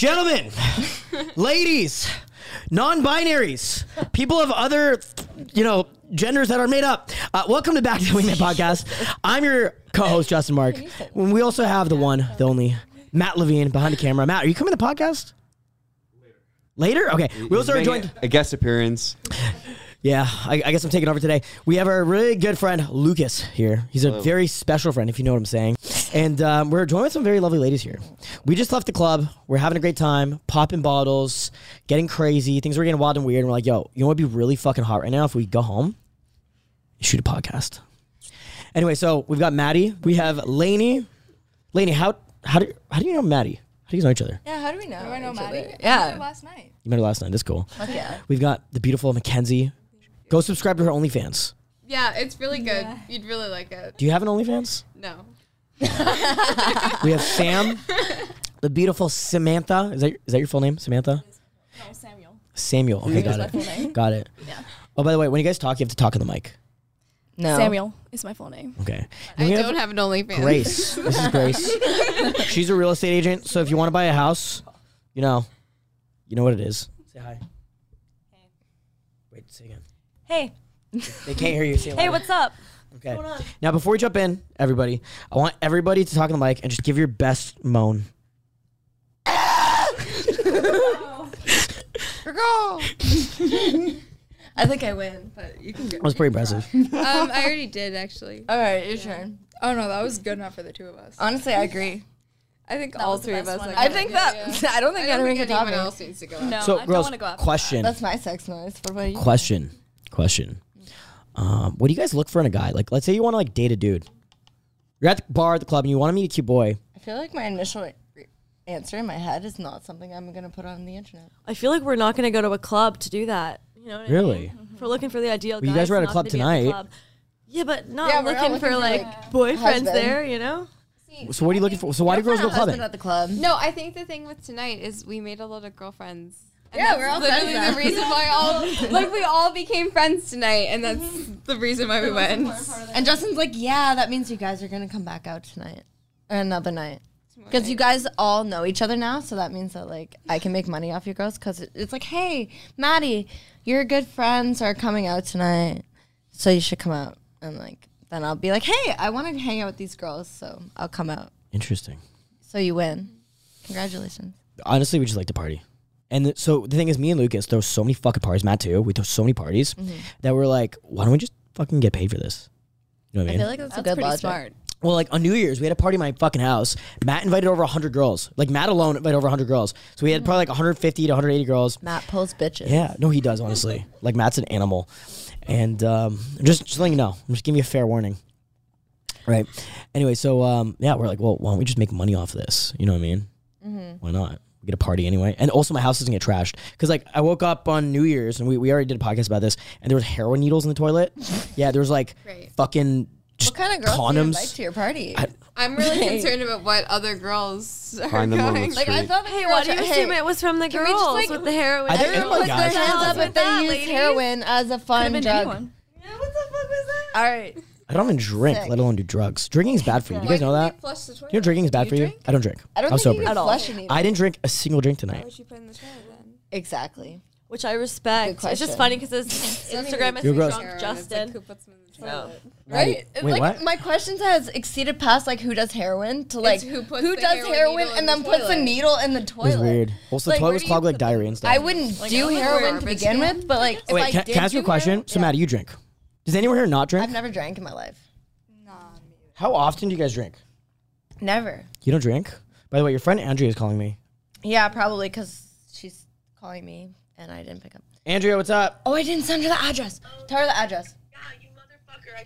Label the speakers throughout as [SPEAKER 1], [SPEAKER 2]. [SPEAKER 1] Gentlemen, ladies, non-binaries, people of other, you know, genders that are made up. Uh, welcome to Back to the Wingman podcast. I'm your co-host Justin Mark. And we also have the one, the only, Matt Levine behind the camera. Matt, are you coming to the podcast? Later? Okay. We also are
[SPEAKER 2] Make
[SPEAKER 1] joined.
[SPEAKER 2] it a guest appearance.
[SPEAKER 1] Yeah, I, I guess I'm taking over today. We have our really good friend Lucas here. He's a very special friend, if you know what I'm saying. And um, we're joined with some very lovely ladies here. We just left the club. We're having a great time, popping bottles, getting crazy. Things were getting wild and weird. And we're like, yo, you know what would be really fucking hot right now if we go home? Shoot a podcast. Anyway, so we've got Maddie. We have Lainey. Lainey, how, how, do, how do you know Maddie? How do you guys know each other?
[SPEAKER 3] Yeah, how do we know?
[SPEAKER 4] I know
[SPEAKER 3] each other?
[SPEAKER 4] Maddie. I met her
[SPEAKER 3] Yeah.
[SPEAKER 4] Last night.
[SPEAKER 1] You met her last night. That's cool.
[SPEAKER 3] Fuck yeah.
[SPEAKER 1] We've got the beautiful Mackenzie. Go subscribe to her OnlyFans.
[SPEAKER 5] Yeah, it's really good. You'd really like it.
[SPEAKER 1] Do you have an OnlyFans?
[SPEAKER 5] No.
[SPEAKER 1] We have Sam, the beautiful Samantha. Is that is that your full name, Samantha?
[SPEAKER 4] No, Samuel.
[SPEAKER 1] Samuel. Okay, got it. Got it. Oh, by the way, when you guys talk, you have to talk in the mic.
[SPEAKER 3] No.
[SPEAKER 4] Samuel is my full name.
[SPEAKER 1] Okay.
[SPEAKER 5] I
[SPEAKER 1] And we have
[SPEAKER 5] don't have an OnlyFans.
[SPEAKER 1] Grace. this is Grace. She's a real estate agent, so if you want to buy a house, you know, you know what it is. Say hi. Wait, say again.
[SPEAKER 6] Hey,
[SPEAKER 1] They can't hear you. Say it
[SPEAKER 6] hey,
[SPEAKER 1] louder.
[SPEAKER 6] what's up?
[SPEAKER 1] okay. Now, before we jump in, everybody, I want everybody to talk in the mic and just give your best moan.
[SPEAKER 5] I think I win, but you can go.
[SPEAKER 1] That was pretty impressive.
[SPEAKER 5] Um, I already did actually.
[SPEAKER 3] All right, your turn.
[SPEAKER 4] Oh no, that was good enough for the two of us.
[SPEAKER 3] Honestly, I agree.
[SPEAKER 5] I think
[SPEAKER 6] That
[SPEAKER 5] all
[SPEAKER 6] was the
[SPEAKER 5] three of
[SPEAKER 6] best
[SPEAKER 5] us.
[SPEAKER 6] one
[SPEAKER 5] Like,
[SPEAKER 6] I
[SPEAKER 3] I
[SPEAKER 5] it.
[SPEAKER 3] think that I don't
[SPEAKER 5] I
[SPEAKER 3] think
[SPEAKER 5] don't
[SPEAKER 3] anyone
[SPEAKER 5] think
[SPEAKER 3] can
[SPEAKER 5] anyone
[SPEAKER 3] top
[SPEAKER 5] else
[SPEAKER 3] it.
[SPEAKER 5] needs to go.
[SPEAKER 6] No,
[SPEAKER 1] so,
[SPEAKER 6] Um, I don't
[SPEAKER 1] girls,
[SPEAKER 6] want to go out.
[SPEAKER 1] question.
[SPEAKER 3] That's my sex noise. What about you?
[SPEAKER 1] question question um, what do you guys look for in a guy like let's say you want to like date a dude you're at the bar at the club and you want to meet a cute boy
[SPEAKER 3] I feel like my initial re- answer in my head is not something I'm gonna put on the internet.
[SPEAKER 6] I feel like we're not going to go to a club to do that. You know what I
[SPEAKER 1] Really?
[SPEAKER 6] mean? If we're looking for the ideal
[SPEAKER 1] But
[SPEAKER 6] guy,
[SPEAKER 1] you guys were at a
[SPEAKER 6] it's not
[SPEAKER 1] club
[SPEAKER 6] gonna be at
[SPEAKER 1] tonight.
[SPEAKER 6] the club. Yeah, but not
[SPEAKER 3] Yeah, we're
[SPEAKER 6] looking,
[SPEAKER 3] not looking
[SPEAKER 6] for
[SPEAKER 3] for,
[SPEAKER 6] like
[SPEAKER 3] like,
[SPEAKER 6] boyfriends
[SPEAKER 3] husband.
[SPEAKER 6] there, you know?
[SPEAKER 1] so what are you looking for so why do girls go clubbing
[SPEAKER 3] Husband at the club.
[SPEAKER 5] No, I think the thing with tonight is we made a lot of girlfriends. And
[SPEAKER 3] Yeah,
[SPEAKER 5] that's
[SPEAKER 3] we're all
[SPEAKER 5] literally
[SPEAKER 3] friends
[SPEAKER 5] the reason why all like we all became friends tonight, and that's the reason why we went.
[SPEAKER 3] And Justin's like, yeah, that means you guys are gonna come back out tonight, or another night. Because you guys all know each other now, so that means that like I can make money off you girls. Because it's like, hey, Maddie, your good friends are coming out tonight, so you should come out. And like then I'll be like, hey, I want to hang out with these girls, so I'll come out.
[SPEAKER 1] interesting
[SPEAKER 3] So you win. Congratulations.
[SPEAKER 1] honestly we just like to party and th- so the thing is me and lucas throw so many fucking parties matt too we throw so many parties that we're like why don't we just fucking get paid for this you know what I
[SPEAKER 3] I
[SPEAKER 1] mean?
[SPEAKER 3] feel like that's, a
[SPEAKER 4] That's
[SPEAKER 3] good
[SPEAKER 4] pretty
[SPEAKER 3] logic.
[SPEAKER 4] smart.
[SPEAKER 1] well, like on New Year's, we had a party in my fucking house. Matt invited over 100 girls. Like, Matt alone invited over 100 girls. So, we had probably like 150 to 180 girls.
[SPEAKER 3] Matt pulls bitches.
[SPEAKER 1] Yeah, no, he does honestly. like Matt's an animal, and um, I'm just just letting you know, I'm just giving you a fair warning. Right. Anyway, so um, yeah, we're like, well, why don't we just make money off of this? You know what I mean?
[SPEAKER 3] Mm-hmm.
[SPEAKER 1] Why not? We get a party anyway, and also my house doesn't get trashed because like I woke up on New Year's and we, we already did a podcast about this, and there was heroin needles in the toilet. yeah, there was like
[SPEAKER 5] Right.
[SPEAKER 1] fucking just
[SPEAKER 3] What kind of girls do you
[SPEAKER 1] condoms.
[SPEAKER 3] invite to your party?
[SPEAKER 5] I'm really concerned about what other girls are
[SPEAKER 2] Find them on the
[SPEAKER 5] going.
[SPEAKER 2] street.
[SPEAKER 3] like I thought.
[SPEAKER 6] Hey, why do you assume it was from the
[SPEAKER 3] we
[SPEAKER 6] girls
[SPEAKER 3] just, like,
[SPEAKER 6] with the heroin?
[SPEAKER 1] I think-
[SPEAKER 3] Everyone
[SPEAKER 1] Oh my
[SPEAKER 3] put their
[SPEAKER 1] gosh.
[SPEAKER 3] hands up
[SPEAKER 6] What's
[SPEAKER 3] if
[SPEAKER 6] with that,
[SPEAKER 3] they used
[SPEAKER 6] ladies?
[SPEAKER 3] heroin as a fun
[SPEAKER 4] been
[SPEAKER 3] drug.
[SPEAKER 4] anyone.
[SPEAKER 5] Yeah, what the fuck was that?
[SPEAKER 3] All right.
[SPEAKER 1] I don't even drink,
[SPEAKER 3] Sick.
[SPEAKER 1] let alone do drugs. Drinking is bad for you. Do you guys know that?
[SPEAKER 5] Flush the toilet.
[SPEAKER 1] You know drinking is bad for you.
[SPEAKER 3] drink?
[SPEAKER 1] I don't drink.
[SPEAKER 3] I don't
[SPEAKER 1] am
[SPEAKER 3] think
[SPEAKER 1] sober.
[SPEAKER 3] you can
[SPEAKER 6] At all.
[SPEAKER 3] flush it either.
[SPEAKER 1] I didn't drink a single drink tonight.
[SPEAKER 5] What you put in the toilet then?
[SPEAKER 3] Exactly.
[SPEAKER 6] Which I
[SPEAKER 3] Good
[SPEAKER 6] respect. It's
[SPEAKER 3] question.
[SPEAKER 6] just funny because his Instagram is
[SPEAKER 1] Your girls-
[SPEAKER 6] drunk Justin.
[SPEAKER 5] who puts them in the toilet?
[SPEAKER 3] Right? It's
[SPEAKER 1] Wait,
[SPEAKER 3] like
[SPEAKER 1] what?
[SPEAKER 3] my questions has exceeded past like who does heroin to like
[SPEAKER 5] who puts the
[SPEAKER 3] does
[SPEAKER 5] heroin
[SPEAKER 3] heroin
[SPEAKER 5] needle in
[SPEAKER 3] and
[SPEAKER 5] the
[SPEAKER 3] then puts a
[SPEAKER 5] toilet.
[SPEAKER 3] needle in the
[SPEAKER 1] It
[SPEAKER 3] toilet.
[SPEAKER 1] was weird. Also, the
[SPEAKER 3] Like,
[SPEAKER 1] toilet
[SPEAKER 3] where
[SPEAKER 1] was
[SPEAKER 3] do
[SPEAKER 1] clogged
[SPEAKER 3] you
[SPEAKER 1] with like diarrhea and stuff.
[SPEAKER 3] I wouldn't do
[SPEAKER 5] don't know
[SPEAKER 3] heroin
[SPEAKER 5] where
[SPEAKER 3] to
[SPEAKER 5] it is.
[SPEAKER 3] begin with, but like if
[SPEAKER 1] Wait,
[SPEAKER 3] I
[SPEAKER 1] can,
[SPEAKER 3] did
[SPEAKER 1] can I ask you a
[SPEAKER 3] do
[SPEAKER 1] question?
[SPEAKER 3] heroin-
[SPEAKER 1] So, Matt, do you drink? Does anyone here not drink?
[SPEAKER 3] I've never drank in my life.
[SPEAKER 1] How often do you guys drink?
[SPEAKER 3] Never.
[SPEAKER 1] You don't drink? By the way, your friend Andrea is calling me.
[SPEAKER 3] Yeah, probably because she's calling me and I didn't pick up.
[SPEAKER 1] Andrea, what's up?
[SPEAKER 3] Oh, I didn't send her the address. Tell her the address.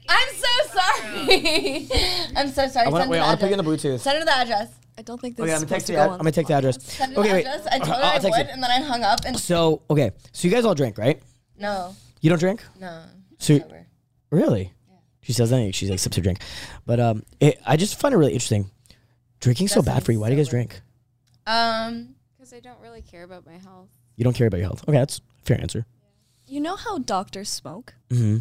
[SPEAKER 3] I'm so sorry. I'm so sorry.
[SPEAKER 1] I want to wait. I
[SPEAKER 3] Send her the
[SPEAKER 1] want to put you
[SPEAKER 3] address.
[SPEAKER 1] in the Bluetooth.
[SPEAKER 3] Send her the address.
[SPEAKER 4] I don't think this
[SPEAKER 1] Okay,
[SPEAKER 4] is
[SPEAKER 1] I'm gonna
[SPEAKER 4] supposed
[SPEAKER 1] text
[SPEAKER 4] to
[SPEAKER 1] the.
[SPEAKER 4] go
[SPEAKER 1] ad-
[SPEAKER 4] on.
[SPEAKER 1] I'm gonna text the address.
[SPEAKER 3] Send her
[SPEAKER 1] Okay,
[SPEAKER 3] the
[SPEAKER 1] wait. Uh,
[SPEAKER 3] address. I told her
[SPEAKER 1] I'll
[SPEAKER 3] I
[SPEAKER 1] text
[SPEAKER 3] would,
[SPEAKER 1] you.
[SPEAKER 3] and then I hung up. And
[SPEAKER 1] So, okay, so you guys all drink, right?
[SPEAKER 3] no,
[SPEAKER 1] You don't drink?
[SPEAKER 3] no,
[SPEAKER 1] So,
[SPEAKER 3] never.
[SPEAKER 1] really? She says that she's like sips her drink, but um, it, I just find it really interesting. Drinking's so bad for you. Why do you guys drink?
[SPEAKER 3] Um,
[SPEAKER 5] Because I don't really care about my health.
[SPEAKER 1] You don't care about your health. Okay, that's a fair answer.
[SPEAKER 4] You know how doctors smoke?
[SPEAKER 1] Mm-hmm.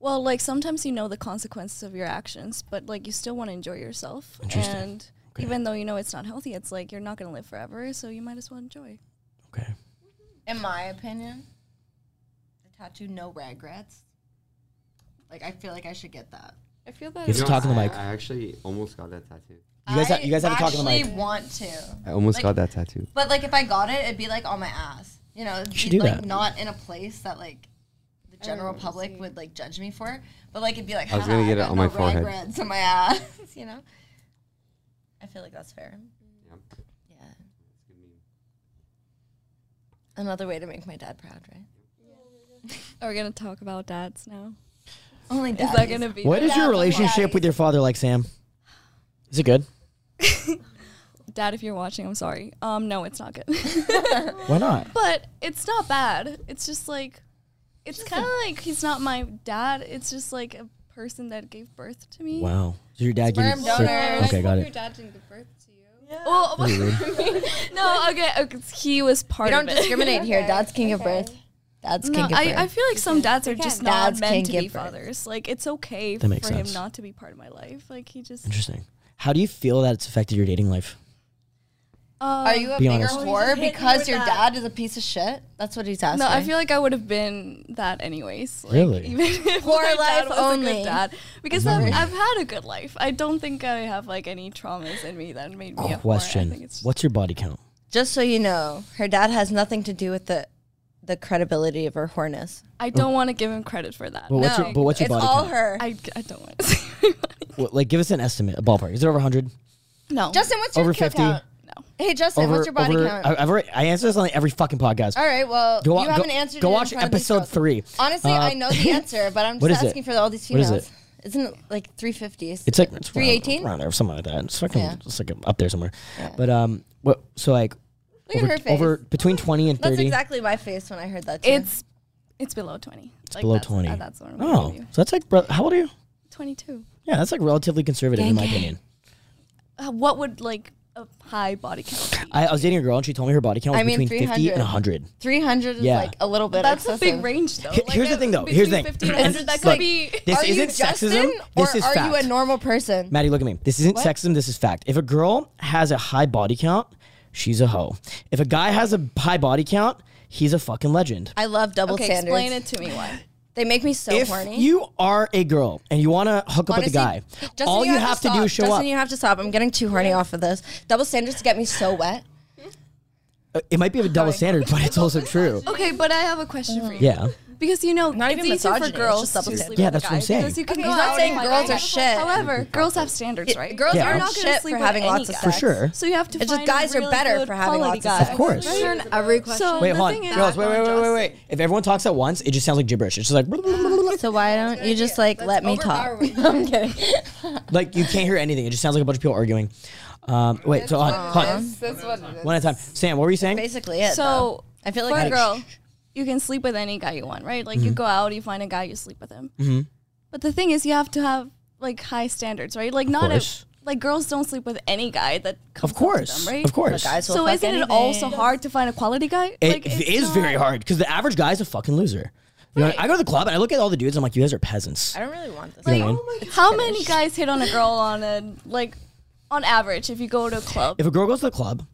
[SPEAKER 4] Well, like sometimes you know the consequences of your actions, but like you still want to enjoy yourself.
[SPEAKER 1] Interesting.
[SPEAKER 4] And Even though you know it's not healthy, it's like you're not gonna live forever, so you might as well enjoy.
[SPEAKER 1] Okay.
[SPEAKER 3] In my opinion, the tattoo no regrets. Like I feel like I should get that.
[SPEAKER 5] I feel that.
[SPEAKER 1] It's
[SPEAKER 5] it's-
[SPEAKER 1] talk in the
[SPEAKER 2] I,
[SPEAKER 1] mic.
[SPEAKER 2] I actually almost got that tattoo.
[SPEAKER 1] You guys,
[SPEAKER 3] I
[SPEAKER 1] ha- you guys have to talk in the mic.
[SPEAKER 3] actually want to,
[SPEAKER 2] I almost
[SPEAKER 3] Like-
[SPEAKER 2] got that tattoo.
[SPEAKER 3] but like if I got it, it'd be like on my ass. You know, it'd
[SPEAKER 1] You should
[SPEAKER 3] be
[SPEAKER 1] do
[SPEAKER 3] like
[SPEAKER 1] that.
[SPEAKER 3] not in a place that like the general public would like judge me for. But like it'd be like
[SPEAKER 2] I was
[SPEAKER 3] "Haha,
[SPEAKER 2] gonna get it
[SPEAKER 3] got
[SPEAKER 2] on
[SPEAKER 3] no
[SPEAKER 2] my forehead."
[SPEAKER 3] Regrets on my ass. You know. I feel like that's fair.
[SPEAKER 2] Yeah.
[SPEAKER 3] Yeah. Another way to make my dad proud, right?
[SPEAKER 4] Are we gonna talk about dads now?
[SPEAKER 3] Only
[SPEAKER 4] Is that gonna be?
[SPEAKER 1] What is
[SPEAKER 3] Yeah,
[SPEAKER 1] your
[SPEAKER 3] but
[SPEAKER 1] relationship
[SPEAKER 3] why?
[SPEAKER 1] with your father like, Sam? Is it good?
[SPEAKER 4] Dad, if you're watching, I'm sorry. Um, no, it's not good.
[SPEAKER 1] Why not?
[SPEAKER 4] but it's not bad. It's just like, it's kind of like he's not my dad. It's just like a person that gave birth to me.
[SPEAKER 1] Wow. So your dad gave you.
[SPEAKER 3] Sperm
[SPEAKER 1] so-
[SPEAKER 3] donors.
[SPEAKER 1] Okay, got
[SPEAKER 5] Your
[SPEAKER 1] it.
[SPEAKER 5] dad didn't give birth to you.
[SPEAKER 4] Well,
[SPEAKER 1] That's weird.
[SPEAKER 4] no, okay, okay, he was part
[SPEAKER 3] We don't
[SPEAKER 4] of it.
[SPEAKER 3] discriminate here. Dads can give
[SPEAKER 5] okay.
[SPEAKER 3] birth. Dads
[SPEAKER 4] No,
[SPEAKER 3] can give
[SPEAKER 4] I, I
[SPEAKER 3] birth.
[SPEAKER 4] feel like some dads are just not
[SPEAKER 3] Dads can
[SPEAKER 4] meant to
[SPEAKER 3] give
[SPEAKER 4] be
[SPEAKER 3] birth.
[SPEAKER 4] fathers. Like it's okay
[SPEAKER 1] That makes
[SPEAKER 4] for
[SPEAKER 1] sense.
[SPEAKER 4] him not to be part of my life. Like he just.
[SPEAKER 1] Interesting. How do you feel that it's affected your dating life?
[SPEAKER 4] Uh,
[SPEAKER 3] Are you a
[SPEAKER 1] Be
[SPEAKER 3] bigger
[SPEAKER 1] honest.
[SPEAKER 3] whore because your dad is a piece of shit? That's what he's asking.
[SPEAKER 4] No, I feel like I would have been that anyways. Like,
[SPEAKER 1] Really?
[SPEAKER 4] Even if
[SPEAKER 3] Poor
[SPEAKER 4] my
[SPEAKER 3] life
[SPEAKER 4] dad was a
[SPEAKER 3] only.
[SPEAKER 4] good dad, because I've, I've had a good life. I don't think I have like any traumas in me that made me. a whore. I think
[SPEAKER 1] Question.
[SPEAKER 4] it's just-
[SPEAKER 1] What's your body count?
[SPEAKER 3] Just so you know, her dad has nothing to do with the the credibility of her whoreness.
[SPEAKER 4] I don't want to give him credit for that.
[SPEAKER 1] Oh. Well, what's your, but what's your
[SPEAKER 3] it's
[SPEAKER 1] body
[SPEAKER 3] all
[SPEAKER 1] count?
[SPEAKER 3] her.
[SPEAKER 4] I, I don't want to say anybody.
[SPEAKER 1] What- like, give us an estimate, a ballpark. Is it over 100?
[SPEAKER 4] No.
[SPEAKER 3] Justin, what's
[SPEAKER 1] Over
[SPEAKER 3] your kill
[SPEAKER 1] 50?
[SPEAKER 3] count?
[SPEAKER 4] No.
[SPEAKER 3] Hey, Justin,
[SPEAKER 1] over,
[SPEAKER 3] what's your body
[SPEAKER 1] over-
[SPEAKER 3] count?
[SPEAKER 1] I, have already, I answer this on like every fucking podcast.
[SPEAKER 3] all right, well,
[SPEAKER 1] Go, wa-
[SPEAKER 3] you
[SPEAKER 1] go,
[SPEAKER 3] haven't answered.
[SPEAKER 1] go
[SPEAKER 3] it in
[SPEAKER 1] watch
[SPEAKER 3] front of these
[SPEAKER 1] episode
[SPEAKER 3] girls.
[SPEAKER 1] three.
[SPEAKER 3] Honestly,
[SPEAKER 1] Uh,
[SPEAKER 3] I know the answer, but I'm
[SPEAKER 1] what
[SPEAKER 3] just
[SPEAKER 1] is it?
[SPEAKER 3] asking for all these
[SPEAKER 1] What is
[SPEAKER 3] females.
[SPEAKER 1] it?
[SPEAKER 3] Isn't it like 350s?
[SPEAKER 1] It's like it's around-
[SPEAKER 3] 318?
[SPEAKER 1] around there, something like that. It's fucking,
[SPEAKER 3] Yeah.
[SPEAKER 1] it's like up there somewhere.
[SPEAKER 3] Yeah.
[SPEAKER 1] But um, what? So like,
[SPEAKER 3] Look
[SPEAKER 1] over,
[SPEAKER 3] at her face.
[SPEAKER 1] over between 20 and 30.
[SPEAKER 3] That's exactly my face when I heard that. Too.
[SPEAKER 4] It's it's below twenty. It's
[SPEAKER 1] below 20.
[SPEAKER 4] that's what I'm
[SPEAKER 1] Oh,
[SPEAKER 4] gonna give you.
[SPEAKER 1] so that's like, bro- how old are you?
[SPEAKER 4] Twenty-two.
[SPEAKER 1] Yeah, that's like relatively conservative in my opinion.
[SPEAKER 4] Uh, what would like a high body count? Be?
[SPEAKER 1] I, I was dating a girl and she told me her body count was
[SPEAKER 3] I mean,
[SPEAKER 1] between 50 and
[SPEAKER 3] 300.
[SPEAKER 1] 100.
[SPEAKER 3] 300 is
[SPEAKER 1] Yeah.
[SPEAKER 3] like a little bit
[SPEAKER 4] that's
[SPEAKER 3] excessive.
[SPEAKER 4] a big range though.
[SPEAKER 1] He-
[SPEAKER 4] Like,
[SPEAKER 1] here's the
[SPEAKER 4] uh,
[SPEAKER 1] thing, though. Here's the
[SPEAKER 4] between
[SPEAKER 1] thing.
[SPEAKER 4] 50 and
[SPEAKER 1] It's-
[SPEAKER 4] 100, that could
[SPEAKER 1] look,
[SPEAKER 4] be.
[SPEAKER 1] This
[SPEAKER 3] are you
[SPEAKER 1] isn't
[SPEAKER 3] Justin
[SPEAKER 1] sexism.
[SPEAKER 3] or
[SPEAKER 1] This is
[SPEAKER 3] are
[SPEAKER 1] fact.
[SPEAKER 3] you a normal person?
[SPEAKER 1] Maddie, look at me. This isn't sexism. This is fact. If a girl has a high body count, she's a hoe. If a guy has a high body count, he's a fucking legend.
[SPEAKER 3] I love double
[SPEAKER 4] Okay,
[SPEAKER 3] standards.
[SPEAKER 4] explain it to me why.
[SPEAKER 3] They make me so
[SPEAKER 1] if
[SPEAKER 3] horny.
[SPEAKER 1] you are a girl and you want to hook up with a guy,
[SPEAKER 3] Justin,
[SPEAKER 1] all you have, to, do
[SPEAKER 3] stop.
[SPEAKER 1] is show
[SPEAKER 3] Justin,
[SPEAKER 1] up.
[SPEAKER 3] you have to stop. I'm getting too horny off of this. Double standards get me so wet.
[SPEAKER 1] Uh, it might be a double standard, but it's also true.
[SPEAKER 4] Okay, but I have a question for you.
[SPEAKER 1] Yeah.
[SPEAKER 4] Because you know,
[SPEAKER 3] Not
[SPEAKER 4] it's
[SPEAKER 3] even
[SPEAKER 4] easier
[SPEAKER 3] misogyny,
[SPEAKER 4] for
[SPEAKER 3] it's
[SPEAKER 4] girls
[SPEAKER 3] just
[SPEAKER 4] to
[SPEAKER 3] double
[SPEAKER 4] sleep
[SPEAKER 1] Yeah,
[SPEAKER 4] with
[SPEAKER 1] that's
[SPEAKER 4] a
[SPEAKER 1] what
[SPEAKER 4] guy
[SPEAKER 1] I'm saying.
[SPEAKER 4] Because you can
[SPEAKER 3] Okay,
[SPEAKER 4] go
[SPEAKER 3] he's not
[SPEAKER 4] out
[SPEAKER 3] saying
[SPEAKER 4] with a
[SPEAKER 3] girls
[SPEAKER 4] guy.
[SPEAKER 3] are shit.
[SPEAKER 4] However, girls have standards,
[SPEAKER 3] It-
[SPEAKER 4] right?
[SPEAKER 3] Girls
[SPEAKER 1] Yeah.
[SPEAKER 3] are
[SPEAKER 1] You're
[SPEAKER 3] not
[SPEAKER 1] not
[SPEAKER 4] gonna
[SPEAKER 3] shit
[SPEAKER 4] sleep
[SPEAKER 3] for
[SPEAKER 4] with
[SPEAKER 3] having
[SPEAKER 4] any
[SPEAKER 3] lots of
[SPEAKER 4] guy.
[SPEAKER 1] For
[SPEAKER 3] sex.
[SPEAKER 1] sure.
[SPEAKER 4] So you have to
[SPEAKER 3] It's just
[SPEAKER 4] find
[SPEAKER 3] guys
[SPEAKER 4] a
[SPEAKER 3] are
[SPEAKER 4] really
[SPEAKER 3] better
[SPEAKER 4] good
[SPEAKER 3] for having
[SPEAKER 4] quality
[SPEAKER 3] lots of
[SPEAKER 4] guy.
[SPEAKER 1] Of course.
[SPEAKER 6] Turn every question.
[SPEAKER 4] So
[SPEAKER 1] Wait,
[SPEAKER 4] the
[SPEAKER 1] hold on.
[SPEAKER 4] thing is,
[SPEAKER 1] Girls, wait, wait, wait, wait, wait. If everyone talks at once, it just sounds like gibberish. It's just like,
[SPEAKER 3] So why don't you just like let me talk? I'm kidding.
[SPEAKER 1] like you can't hear anything. It just sounds like a bunch of people arguing. Um, wait, so hold on, hold on.
[SPEAKER 5] That's what it is.
[SPEAKER 1] One at a time. Sam, what were you saying?
[SPEAKER 3] Basically it.
[SPEAKER 4] So
[SPEAKER 3] though. I feel
[SPEAKER 4] for
[SPEAKER 3] like
[SPEAKER 4] a girl, you can sleep with any guy you want, right? Like you
[SPEAKER 1] Mm-hmm.
[SPEAKER 4] go out, you find a guy, you sleep with him. But the thing is, you have to have like high standards, right? Like not a,
[SPEAKER 1] course.
[SPEAKER 4] like girls don't sleep with any guy that comes
[SPEAKER 1] Of
[SPEAKER 4] up to
[SPEAKER 1] course.
[SPEAKER 4] them, right?
[SPEAKER 1] Of course.
[SPEAKER 3] guys will
[SPEAKER 4] So
[SPEAKER 3] fuck
[SPEAKER 4] isn't it
[SPEAKER 3] anything.
[SPEAKER 4] also hard to find a quality guy?
[SPEAKER 1] It
[SPEAKER 4] Like, it's
[SPEAKER 1] is
[SPEAKER 4] not-
[SPEAKER 1] very hard because the average guy is a fucking loser. You know, I go to the club and I look at all the dudes. I'm like, you guys are peasants.
[SPEAKER 3] I don't really want this.
[SPEAKER 1] You know
[SPEAKER 3] Like,
[SPEAKER 1] what I mean?
[SPEAKER 4] oh How many guys hit on a girl on a like on average if you go to a club?
[SPEAKER 1] If a girl goes to the club,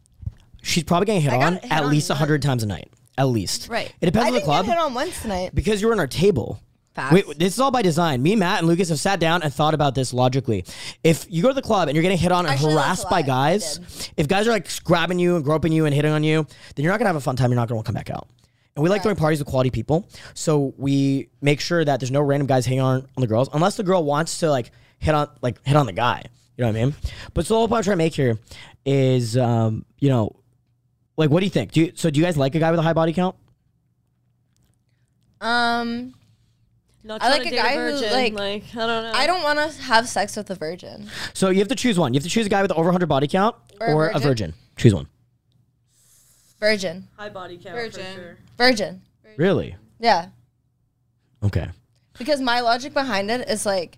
[SPEAKER 1] she's probably getting hit
[SPEAKER 3] got
[SPEAKER 1] on
[SPEAKER 3] hit
[SPEAKER 1] at
[SPEAKER 3] on
[SPEAKER 1] least
[SPEAKER 3] once.
[SPEAKER 1] hundred times a night. At least.
[SPEAKER 4] Right.
[SPEAKER 1] It depends
[SPEAKER 3] I
[SPEAKER 1] on the
[SPEAKER 3] didn't get
[SPEAKER 1] club
[SPEAKER 3] hit on once tonight.
[SPEAKER 1] because you were on our table.
[SPEAKER 3] Facts.
[SPEAKER 1] Wait, this is all by design. Me, Matt, and Lucas have sat down and thought about this logically. If you go to the club and you're getting hit on and
[SPEAKER 3] Actually, that's a
[SPEAKER 1] harassed by
[SPEAKER 3] lie. I
[SPEAKER 1] guys, if guys are like grabbing you and groping you and hitting on you, then you're not gonna have a fun time. You're not gonna want to come back out. And we like throwing parties with quality people, so we make sure that there's no random guys hanging on on the girls, unless the girl wants to like hit on like hit on the guy. You know what I mean? But so the whole point I'm trying to make here is, um, you know, like what do you think? Do you, so? Do you guys like a guy with a high body count?
[SPEAKER 3] Um,
[SPEAKER 6] Not
[SPEAKER 3] I
[SPEAKER 6] trying
[SPEAKER 3] like
[SPEAKER 6] to
[SPEAKER 3] a
[SPEAKER 6] date
[SPEAKER 3] guy who,
[SPEAKER 6] virgin,
[SPEAKER 3] like-
[SPEAKER 6] like I don't know.
[SPEAKER 3] I don't want to have sex with a virgin.
[SPEAKER 1] So you have to choose one. You have to choose a guy with over 100 body count or,
[SPEAKER 3] Or a
[SPEAKER 1] a
[SPEAKER 3] virgin.
[SPEAKER 1] virgin. Choose one.
[SPEAKER 3] Virgin.
[SPEAKER 6] high body count
[SPEAKER 5] Virgin.
[SPEAKER 6] for sure.
[SPEAKER 3] Virgin.
[SPEAKER 1] Really?
[SPEAKER 3] Yeah.
[SPEAKER 1] Okay.
[SPEAKER 3] Because my logic behind it is like,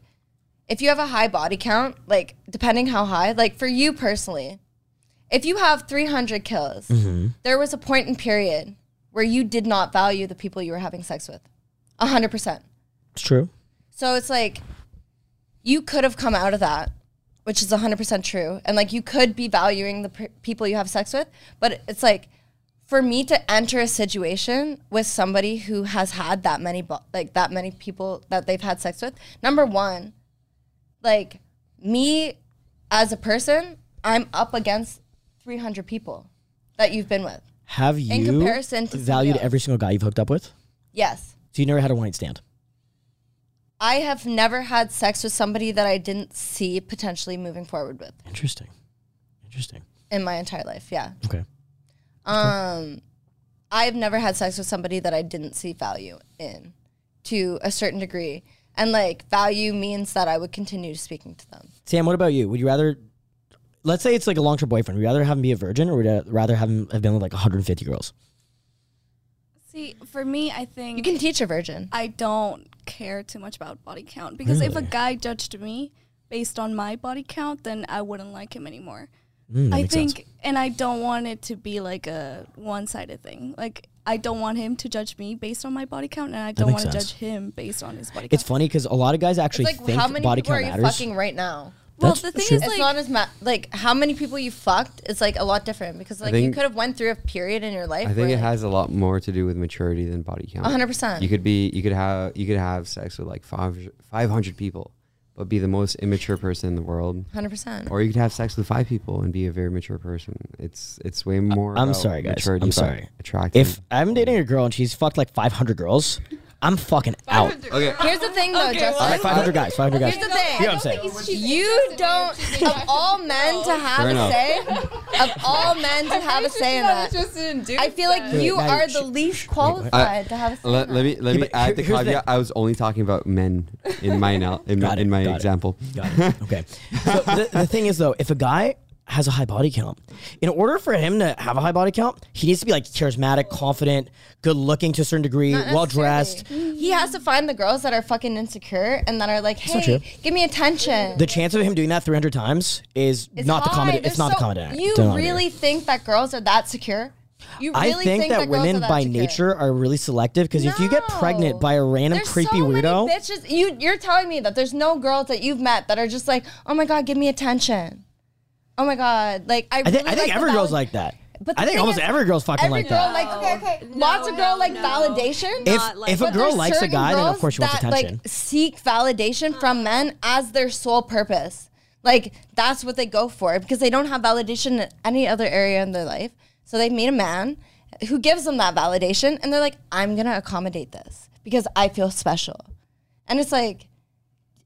[SPEAKER 3] if you have a high body count, like depending how high, like for you personally, if you have 300 kills, there was a point in period where you did not value the people you were having sex with, 100%.
[SPEAKER 1] It's true.
[SPEAKER 3] So it's like, you could have come out of that which is 100% true. And like you could be valuing the pr- people you have sex with, but it's like for me to enter a situation with somebody who has had that many bu- like that many people that they've had sex with. Number 1, like me as a person, I'm up against 300 people that you've been with.
[SPEAKER 1] Have you
[SPEAKER 3] comparison to somebody
[SPEAKER 1] valued
[SPEAKER 3] else.
[SPEAKER 1] every single guy you've hooked up with?
[SPEAKER 3] Yes.
[SPEAKER 1] So you never had a one night stand.
[SPEAKER 3] I have never had sex with somebody that I didn't see potentially moving forward with
[SPEAKER 1] Interesting. Interesting.
[SPEAKER 3] in my entire life. Yeah.
[SPEAKER 1] Okay.
[SPEAKER 3] Um, I've never had sex with somebody that I didn't see value in to a certain degree. And like value means that I would continue speaking to them.
[SPEAKER 1] Sam, what about you? Would you rather, let's say it's like a long term boyfriend, would you rather have him be a virgin or would you rather have him have been with like 150 girls?
[SPEAKER 4] See, for me, I think
[SPEAKER 3] You can teach a virgin.
[SPEAKER 4] I don't care too much about body count because if a
[SPEAKER 1] Really?
[SPEAKER 4] guy judged me based on my body count, then I wouldn't like him anymore.
[SPEAKER 1] Mm, that
[SPEAKER 4] I
[SPEAKER 1] makes
[SPEAKER 4] think,
[SPEAKER 1] sense.
[SPEAKER 4] and I don't want it to be like a one sided thing. Like, I don't want him to judge me based on my body count, and I don't
[SPEAKER 1] makes
[SPEAKER 4] want to
[SPEAKER 1] sense.
[SPEAKER 4] judge him based on his body count.
[SPEAKER 1] It's funny because a lot of guys
[SPEAKER 3] It's
[SPEAKER 1] actually
[SPEAKER 3] like
[SPEAKER 1] think
[SPEAKER 3] how many
[SPEAKER 1] body
[SPEAKER 3] people are
[SPEAKER 1] count
[SPEAKER 3] you
[SPEAKER 1] matters.
[SPEAKER 3] fucking right now?
[SPEAKER 4] well,
[SPEAKER 1] That's
[SPEAKER 4] the thing
[SPEAKER 1] true.
[SPEAKER 4] is,
[SPEAKER 3] It's
[SPEAKER 4] like,
[SPEAKER 3] not as ma- like how many people you fucked. It's like a lot different because like you
[SPEAKER 2] think-
[SPEAKER 3] could have went through a period in your life.
[SPEAKER 2] I think it has a lot more to do with maturity than body count.
[SPEAKER 3] 100%.
[SPEAKER 2] You could be, you could have, you could have sex with like five, 500 people, but be the most immature person in the world.
[SPEAKER 3] hundred percent.
[SPEAKER 2] Or you could have sex with five people and be a very mature person. It's it's way more.
[SPEAKER 1] I'm
[SPEAKER 2] about
[SPEAKER 1] sorry, guys.
[SPEAKER 2] maturity,
[SPEAKER 1] I'm
[SPEAKER 2] but
[SPEAKER 1] sorry.
[SPEAKER 2] Attractive.
[SPEAKER 1] If I'm dating a girl and she's fucked like 500 girls, I'm fucking out.
[SPEAKER 2] okay,
[SPEAKER 3] Here's the thing though, Justin.
[SPEAKER 1] Like 500 guys, 500 guys.
[SPEAKER 3] Here's the thing.
[SPEAKER 1] You know what I'm saying?
[SPEAKER 3] You don't, of all men to have
[SPEAKER 2] Fair
[SPEAKER 3] a
[SPEAKER 2] enough.
[SPEAKER 3] say, of all men to have a say in that. I feel like you
[SPEAKER 1] now
[SPEAKER 3] are
[SPEAKER 1] you-
[SPEAKER 3] the least qualified to have a say.
[SPEAKER 2] let, let me let
[SPEAKER 1] Yeah, but
[SPEAKER 2] me
[SPEAKER 1] here-
[SPEAKER 2] add the
[SPEAKER 1] here's the-
[SPEAKER 2] caveat. I was only talking about men in my now in my,
[SPEAKER 1] Got it,
[SPEAKER 2] in my
[SPEAKER 1] got it.
[SPEAKER 2] example.
[SPEAKER 1] Got it. Okay. So the, the thing is, though, if a guy has a high body count, in order for him to have a high body count, he needs to be like charismatic, confident, good looking to a certain degree, well dressed.
[SPEAKER 3] He has to find the girls that are fucking insecure and that are like,
[SPEAKER 1] not
[SPEAKER 3] hey,
[SPEAKER 1] true.
[SPEAKER 3] give me attention.
[SPEAKER 1] The chance of him doing that 300 times is
[SPEAKER 3] It's
[SPEAKER 1] not the
[SPEAKER 3] high.
[SPEAKER 1] common. It's
[SPEAKER 3] There's
[SPEAKER 1] not the
[SPEAKER 3] so-
[SPEAKER 1] common. denominator.
[SPEAKER 3] You really think that girls are that secure? You really
[SPEAKER 1] I think, that,
[SPEAKER 3] girls
[SPEAKER 1] women
[SPEAKER 3] are that
[SPEAKER 1] by
[SPEAKER 3] secure?
[SPEAKER 1] nature are really selective because if you get pregnant
[SPEAKER 3] No.
[SPEAKER 1] by a random
[SPEAKER 3] There's
[SPEAKER 1] creepy
[SPEAKER 3] so
[SPEAKER 1] weirdo,
[SPEAKER 3] Many bitches, you you're telling me that there's no girls that you've met that are just like, oh my god, give me attention. Oh my god, like I.
[SPEAKER 1] I, thi-
[SPEAKER 3] really
[SPEAKER 1] I think
[SPEAKER 3] like
[SPEAKER 1] every
[SPEAKER 3] the
[SPEAKER 1] girl's
[SPEAKER 3] valid-
[SPEAKER 1] like that.
[SPEAKER 3] But
[SPEAKER 1] I
[SPEAKER 3] the
[SPEAKER 1] think
[SPEAKER 3] thing
[SPEAKER 1] almost
[SPEAKER 3] is,
[SPEAKER 1] every girl's fucking
[SPEAKER 3] Every
[SPEAKER 1] like
[SPEAKER 3] girl
[SPEAKER 1] that.
[SPEAKER 3] like okay, okay. lots of girl
[SPEAKER 6] hell
[SPEAKER 3] like
[SPEAKER 6] no.
[SPEAKER 3] validation.
[SPEAKER 1] If
[SPEAKER 6] not like-
[SPEAKER 1] if a
[SPEAKER 3] But
[SPEAKER 1] girl
[SPEAKER 3] there's
[SPEAKER 1] likes a
[SPEAKER 3] certain
[SPEAKER 1] guy, then of
[SPEAKER 3] girls
[SPEAKER 1] course she wants
[SPEAKER 3] that,
[SPEAKER 1] attention.
[SPEAKER 3] Like, seek validation from men as their sole purpose. Like that's what they go for because they don't have validation in any other area in their life. So they meet a man who gives them that validation, and they're like, "I'm gonna accommodate this because I feel special." And it's like,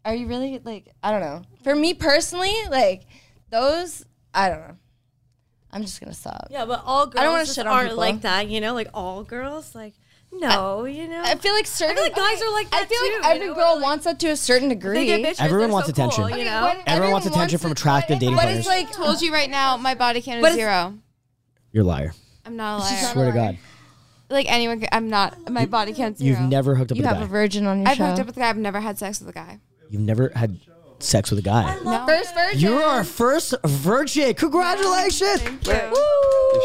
[SPEAKER 3] are you really like? I don't know. For me personally, like those, I don't know. I'm just gonna stop.
[SPEAKER 6] Yeah, but all girls
[SPEAKER 3] I don't wanna
[SPEAKER 6] just
[SPEAKER 3] shit on
[SPEAKER 6] aren't
[SPEAKER 3] people.
[SPEAKER 6] like that, you know? Like all girls, like no, you know.
[SPEAKER 3] I feel like certain
[SPEAKER 6] like guys are like
[SPEAKER 3] I
[SPEAKER 6] that
[SPEAKER 3] feel
[SPEAKER 6] too,
[SPEAKER 3] like
[SPEAKER 6] you
[SPEAKER 3] every
[SPEAKER 6] know,
[SPEAKER 3] girl
[SPEAKER 6] like,
[SPEAKER 3] wants that to a certain
[SPEAKER 6] They
[SPEAKER 3] degree.
[SPEAKER 6] get bitches,
[SPEAKER 1] Everyone
[SPEAKER 6] they're
[SPEAKER 1] wants
[SPEAKER 6] so
[SPEAKER 1] attention.
[SPEAKER 6] Cool, you know.
[SPEAKER 5] When
[SPEAKER 1] Everyone wants attention from attractive dating
[SPEAKER 3] but
[SPEAKER 1] players.
[SPEAKER 3] it's like
[SPEAKER 5] told you right now, my body count
[SPEAKER 3] But
[SPEAKER 5] is
[SPEAKER 3] it's-
[SPEAKER 5] zero.
[SPEAKER 1] You're a liar.
[SPEAKER 5] I'm not a liar.
[SPEAKER 1] Swear to God,
[SPEAKER 5] Like anyone, could- I'm not. My body count's zero.
[SPEAKER 1] you've never hooked up
[SPEAKER 3] you
[SPEAKER 1] with a
[SPEAKER 3] have
[SPEAKER 1] guy.
[SPEAKER 3] a virgin on your
[SPEAKER 5] I've
[SPEAKER 3] show.
[SPEAKER 5] hooked up with a guy. I've never had sex with a guy.
[SPEAKER 1] you've never had sex with a guy.
[SPEAKER 3] First virgin.
[SPEAKER 1] You're our first virgin. Congratulations.
[SPEAKER 2] You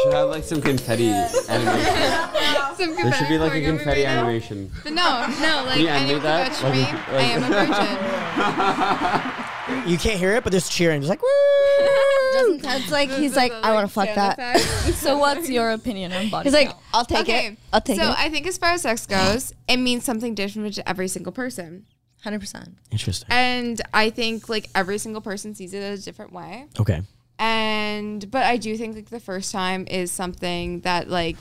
[SPEAKER 2] should have like some confetti. animation. There should be like a confetti animation.
[SPEAKER 5] But no, no, like
[SPEAKER 2] We
[SPEAKER 5] I
[SPEAKER 2] ended
[SPEAKER 5] anyone
[SPEAKER 2] that,
[SPEAKER 5] that, touch
[SPEAKER 2] like,
[SPEAKER 5] me,
[SPEAKER 2] like-
[SPEAKER 5] I am a virgin.
[SPEAKER 1] You can't hear it, but there's cheering. It's like, woo.
[SPEAKER 3] Justin Ted's like he's like I want to fuck that.
[SPEAKER 4] so what's your opinion on body
[SPEAKER 3] He's like
[SPEAKER 4] count?
[SPEAKER 3] I'll take
[SPEAKER 5] Okay,
[SPEAKER 3] it. I'll take
[SPEAKER 5] so
[SPEAKER 3] it.
[SPEAKER 5] I think as far as sex goes, it means something different to every single person,
[SPEAKER 3] Hundred percent.
[SPEAKER 1] Interesting.
[SPEAKER 5] and I think like every single person sees it a different way.
[SPEAKER 1] Okay.
[SPEAKER 5] and but I do think like the first time is something that like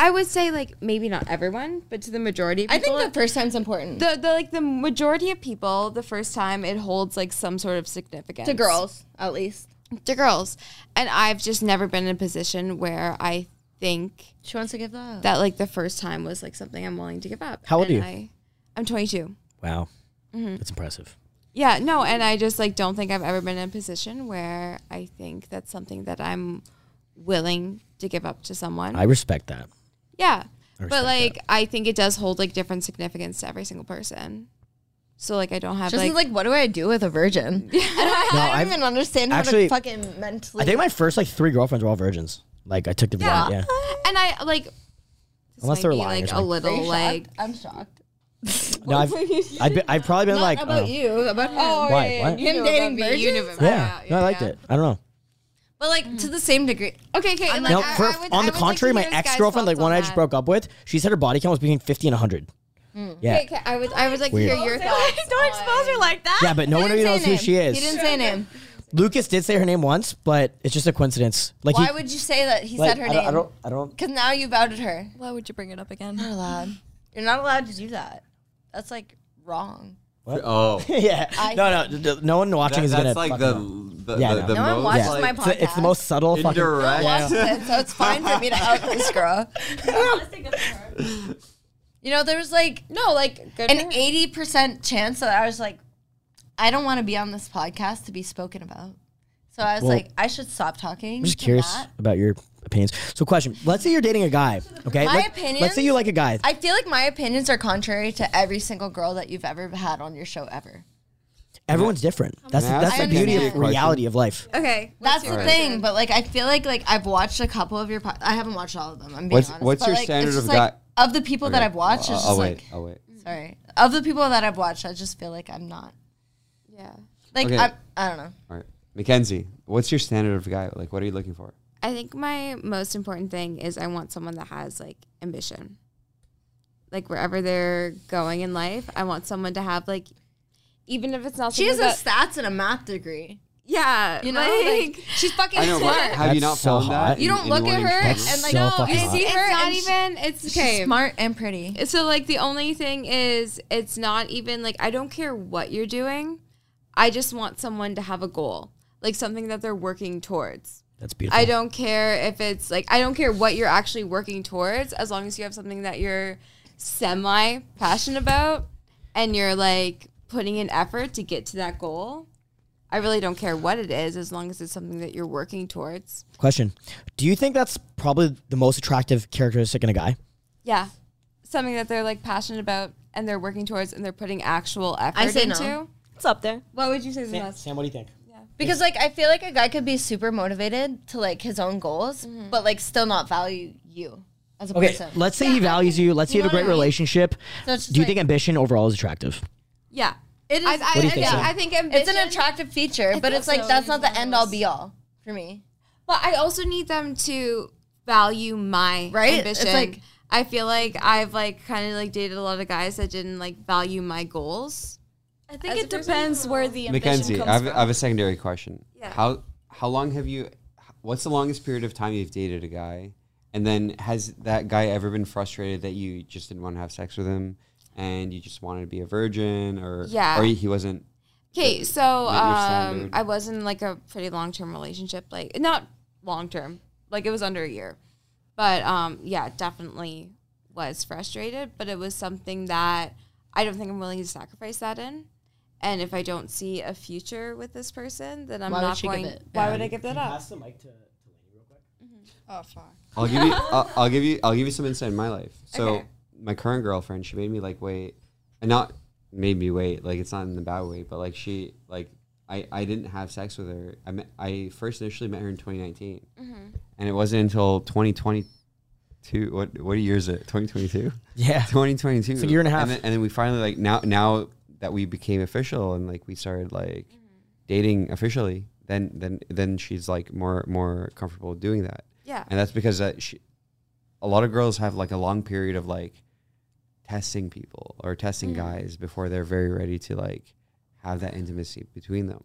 [SPEAKER 5] I would say like maybe not everyone, but to the majority. Of
[SPEAKER 3] I
[SPEAKER 5] people,
[SPEAKER 3] think the first time's important
[SPEAKER 5] the, the like the majority of people, the first time it holds like some sort of significance
[SPEAKER 3] to girls at least.
[SPEAKER 5] to girls, and I've just never been in a position where I think
[SPEAKER 3] She wants to give that.
[SPEAKER 5] that like the first time was like something I'm willing to give up.
[SPEAKER 1] How old
[SPEAKER 5] And
[SPEAKER 1] are you?
[SPEAKER 5] I, I'm 22.
[SPEAKER 1] Wow. That's impressive.
[SPEAKER 5] Yeah, no, and I just like don't think I've ever been in a position where I think that's something that I'm willing to give up to someone.
[SPEAKER 1] I respect that.
[SPEAKER 5] Yeah.
[SPEAKER 1] respect
[SPEAKER 5] But like I think it does hold like different significance to every single person. So like I don't have
[SPEAKER 3] Justin's
[SPEAKER 5] like,
[SPEAKER 3] like, what do I do with a virgin? I don't
[SPEAKER 1] I've-
[SPEAKER 3] even understand how
[SPEAKER 1] actually-
[SPEAKER 3] to fucking mentally.
[SPEAKER 1] I think my first like three girlfriends were all virgins. Like I took the yeah. yeah.
[SPEAKER 5] and I like this
[SPEAKER 1] Unless
[SPEAKER 5] might
[SPEAKER 1] they're
[SPEAKER 5] be,
[SPEAKER 1] lying or
[SPEAKER 5] like a
[SPEAKER 1] something.
[SPEAKER 3] Are you
[SPEAKER 5] little
[SPEAKER 3] shocked?
[SPEAKER 5] like
[SPEAKER 3] I'm shocked.
[SPEAKER 1] No, I've, I've, been, I've probably been
[SPEAKER 3] Not
[SPEAKER 1] like,
[SPEAKER 3] about
[SPEAKER 1] oh,
[SPEAKER 3] you, about him.
[SPEAKER 1] Why? What?
[SPEAKER 3] Him dating virgins?
[SPEAKER 1] yeah, no, I liked it. I don't know.
[SPEAKER 3] But like to the same degree.
[SPEAKER 5] Okay, okay. and,
[SPEAKER 1] Now,
[SPEAKER 5] like, I-
[SPEAKER 1] for,
[SPEAKER 5] I would- I
[SPEAKER 1] on the
[SPEAKER 5] would like to
[SPEAKER 1] contrary,
[SPEAKER 5] hear
[SPEAKER 1] my
[SPEAKER 5] this guy's
[SPEAKER 1] ex girlfriend, like
[SPEAKER 5] thoughts
[SPEAKER 1] one
[SPEAKER 5] on
[SPEAKER 1] I just
[SPEAKER 5] that.
[SPEAKER 1] broke up with, she said her body count was between 50 and 100.
[SPEAKER 3] Hmm.
[SPEAKER 1] Yeah.
[SPEAKER 5] Okay, okay, I would, I would like to hear your thoughts.
[SPEAKER 6] Don't expose her like that.
[SPEAKER 1] Yeah, but no one
[SPEAKER 3] He
[SPEAKER 1] even
[SPEAKER 3] didn't
[SPEAKER 1] knows
[SPEAKER 3] say
[SPEAKER 1] who
[SPEAKER 3] a
[SPEAKER 1] she
[SPEAKER 3] name.
[SPEAKER 1] is.
[SPEAKER 3] He didn't say a name.
[SPEAKER 1] Lucas did say her name once, but it's just a coincidence. Like
[SPEAKER 3] Why
[SPEAKER 1] he,
[SPEAKER 3] would you say that he
[SPEAKER 1] like,
[SPEAKER 3] said her
[SPEAKER 1] I don't,
[SPEAKER 3] name?
[SPEAKER 1] I don't. I don't.
[SPEAKER 3] Because now you've outed her.
[SPEAKER 4] Why would you bring it up again?
[SPEAKER 3] You're allowed. You're not allowed to do that. That's like wrong.
[SPEAKER 7] Oh.
[SPEAKER 1] yeah.
[SPEAKER 3] I-
[SPEAKER 1] no, no, d- d- no one watching
[SPEAKER 7] That,
[SPEAKER 1] is gonna.
[SPEAKER 7] that's like
[SPEAKER 1] fuck
[SPEAKER 7] the,
[SPEAKER 1] it up.
[SPEAKER 7] the,
[SPEAKER 1] Yeah, I
[SPEAKER 7] the,
[SPEAKER 1] know.
[SPEAKER 7] the
[SPEAKER 3] No one
[SPEAKER 7] most
[SPEAKER 3] watches
[SPEAKER 7] like,
[SPEAKER 3] Oh my
[SPEAKER 1] It's, the- it's the
[SPEAKER 3] podcast.
[SPEAKER 1] most subtle fucking.
[SPEAKER 7] indirect.
[SPEAKER 3] Lost it, so it's fine for me to out this girl. you know, there was like
[SPEAKER 5] No, like good for
[SPEAKER 3] an
[SPEAKER 5] her.
[SPEAKER 3] eighty percent chance that I was like, I don't want to be on this podcast to be spoken about. So I was
[SPEAKER 1] Well,
[SPEAKER 3] like, I should stop talking.
[SPEAKER 1] I'm just
[SPEAKER 3] to
[SPEAKER 1] curious
[SPEAKER 3] that.
[SPEAKER 1] about your opinions. So, question: Let's say you're dating a guy. Okay.
[SPEAKER 3] My
[SPEAKER 1] Let, let's say you
[SPEAKER 3] opinions?
[SPEAKER 1] like a guy.
[SPEAKER 3] I feel like my opinions are contrary to every single girl that you've ever had on your show ever.
[SPEAKER 1] Everyone's different. That's
[SPEAKER 2] I
[SPEAKER 1] that's
[SPEAKER 2] ask
[SPEAKER 1] the
[SPEAKER 3] you
[SPEAKER 1] beauty
[SPEAKER 3] a
[SPEAKER 1] of
[SPEAKER 3] question?
[SPEAKER 1] reality of life.
[SPEAKER 5] Okay,
[SPEAKER 3] That's
[SPEAKER 5] let's
[SPEAKER 3] the
[SPEAKER 5] hear it.
[SPEAKER 3] thing, but like I feel like like I've watched a couple of your. Po- I haven't watched all of them. I'm being
[SPEAKER 2] What's-
[SPEAKER 3] honest.
[SPEAKER 2] what's
[SPEAKER 3] but,
[SPEAKER 2] your
[SPEAKER 3] like, it's
[SPEAKER 2] standard
[SPEAKER 3] just,
[SPEAKER 2] of
[SPEAKER 3] like, Of the people that
[SPEAKER 2] Okay.
[SPEAKER 3] I've watched, it's
[SPEAKER 2] I'll,
[SPEAKER 3] just
[SPEAKER 2] I'll
[SPEAKER 3] like
[SPEAKER 2] wait. I'll wait.
[SPEAKER 3] sorry. Of the people that I've watched, I just feel like I'm not
[SPEAKER 5] Yeah,
[SPEAKER 3] like
[SPEAKER 2] Okay.
[SPEAKER 3] I'm, I don't know.
[SPEAKER 2] All right, Mackenzie, what's your standard of guy? Like, what are you looking for?
[SPEAKER 5] I think my most important thing is I want someone that has like ambition. Like wherever they're going in life, I want someone to have like, even if it's not.
[SPEAKER 3] She has
[SPEAKER 5] something
[SPEAKER 3] a
[SPEAKER 5] that-
[SPEAKER 3] stats and a math degree.
[SPEAKER 5] yeah,
[SPEAKER 3] You know,
[SPEAKER 5] like,
[SPEAKER 3] like, she's fucking
[SPEAKER 2] I know, but
[SPEAKER 3] smart.
[SPEAKER 2] have
[SPEAKER 1] That's
[SPEAKER 2] you not
[SPEAKER 1] so
[SPEAKER 2] found
[SPEAKER 1] hot.
[SPEAKER 2] that?
[SPEAKER 3] You
[SPEAKER 2] in
[SPEAKER 3] don't look
[SPEAKER 2] anyone in
[SPEAKER 3] at her
[SPEAKER 2] general?
[SPEAKER 3] and like oh,
[SPEAKER 1] so
[SPEAKER 5] no,
[SPEAKER 1] fucking
[SPEAKER 5] you
[SPEAKER 1] hot.
[SPEAKER 5] see
[SPEAKER 3] It's
[SPEAKER 5] her.
[SPEAKER 3] not
[SPEAKER 5] Not even. It's okay.
[SPEAKER 3] She's smart and pretty.
[SPEAKER 5] So like the only thing is it's not even like I don't care what you're doing. I just want someone to have a goal, like something that they're working towards.
[SPEAKER 1] That's beautiful.
[SPEAKER 5] I don't care if it's like I don't care what you're actually working towards as long as you have something that you're semi passionate about and you're like putting in effort to get to that goal. I really don't care what it is as long as it's something that you're working towards.
[SPEAKER 1] Question: Do you think that's probably the most attractive characteristic in a guy?
[SPEAKER 5] Yeah. Something that they're like passionate about and they're working towards and they're putting actual effort
[SPEAKER 3] say no.
[SPEAKER 5] into.
[SPEAKER 6] It's up there.
[SPEAKER 5] What would you say is the best?
[SPEAKER 1] Sam, what do you think?
[SPEAKER 3] Because like I feel like a guy could be super motivated to like his own goals, but like still not value you as a
[SPEAKER 1] Okay,
[SPEAKER 3] person.
[SPEAKER 1] let's say he values you. Let's say you have a
[SPEAKER 3] know what
[SPEAKER 1] great
[SPEAKER 3] I mean?
[SPEAKER 1] relationship.
[SPEAKER 3] So it's just
[SPEAKER 1] do you
[SPEAKER 3] like-
[SPEAKER 1] think ambition overall is attractive?
[SPEAKER 5] Yeah.
[SPEAKER 3] It is.
[SPEAKER 5] I, I,
[SPEAKER 1] do you
[SPEAKER 5] I
[SPEAKER 1] think, Sam?
[SPEAKER 5] I think ambition,
[SPEAKER 3] it's an attractive feature, but it's like that's not the end all be all for me.
[SPEAKER 5] But I also need them to value my
[SPEAKER 3] Right? It's
[SPEAKER 5] ambition.
[SPEAKER 3] like-
[SPEAKER 5] I feel like I've like kind of like dated a lot of guys that didn't like value my goals.
[SPEAKER 4] I think it depends where the ambition
[SPEAKER 2] Mackenzie,
[SPEAKER 4] comes
[SPEAKER 2] I have,
[SPEAKER 4] from.
[SPEAKER 2] I have a secondary question.
[SPEAKER 5] Yeah.
[SPEAKER 2] How how long have you? What's the longest period of time you've dated a guy? And then has that guy ever been frustrated that you just didn't want to have sex with him, and you just wanted to be a virgin, or
[SPEAKER 5] Yeah.
[SPEAKER 2] or he wasn't?
[SPEAKER 5] Okay, so
[SPEAKER 2] Met your
[SPEAKER 5] um,
[SPEAKER 2] standard.
[SPEAKER 5] I was in like a pretty long term relationship, like not long term, like it was under a year, but um, yeah, definitely was frustrated. But it was something that I don't think I'm willing to sacrifice that in. And if I don't see a future with this person, then I'm
[SPEAKER 3] Why would
[SPEAKER 5] not
[SPEAKER 3] she give
[SPEAKER 5] going.
[SPEAKER 3] it?
[SPEAKER 5] Why would I give that up?
[SPEAKER 1] the mic to, to Lainey real quick.
[SPEAKER 2] I'll give you. I'll, I'll give you. I'll give you some insight in my life. So
[SPEAKER 5] Okay.
[SPEAKER 2] my current girlfriend, she made me like wait, and not made me wait. Like it's not in the bad way, but like she like I I didn't have sex with her. I met, I first initially met her in 2019, and it wasn't until 2022. What what year is it? 2022.
[SPEAKER 1] Yeah.
[SPEAKER 2] 2022.
[SPEAKER 1] It's a year and a half.
[SPEAKER 2] And then, and then we finally like now now that we became official and like we started like dating officially. Then then then she's like more more comfortable doing that
[SPEAKER 5] Yeah.
[SPEAKER 2] and that's because uh, she, a lot of girls have like a long period of like testing people or testing
[SPEAKER 5] Mm-hmm.
[SPEAKER 2] guys before they're very ready to like have that intimacy between them.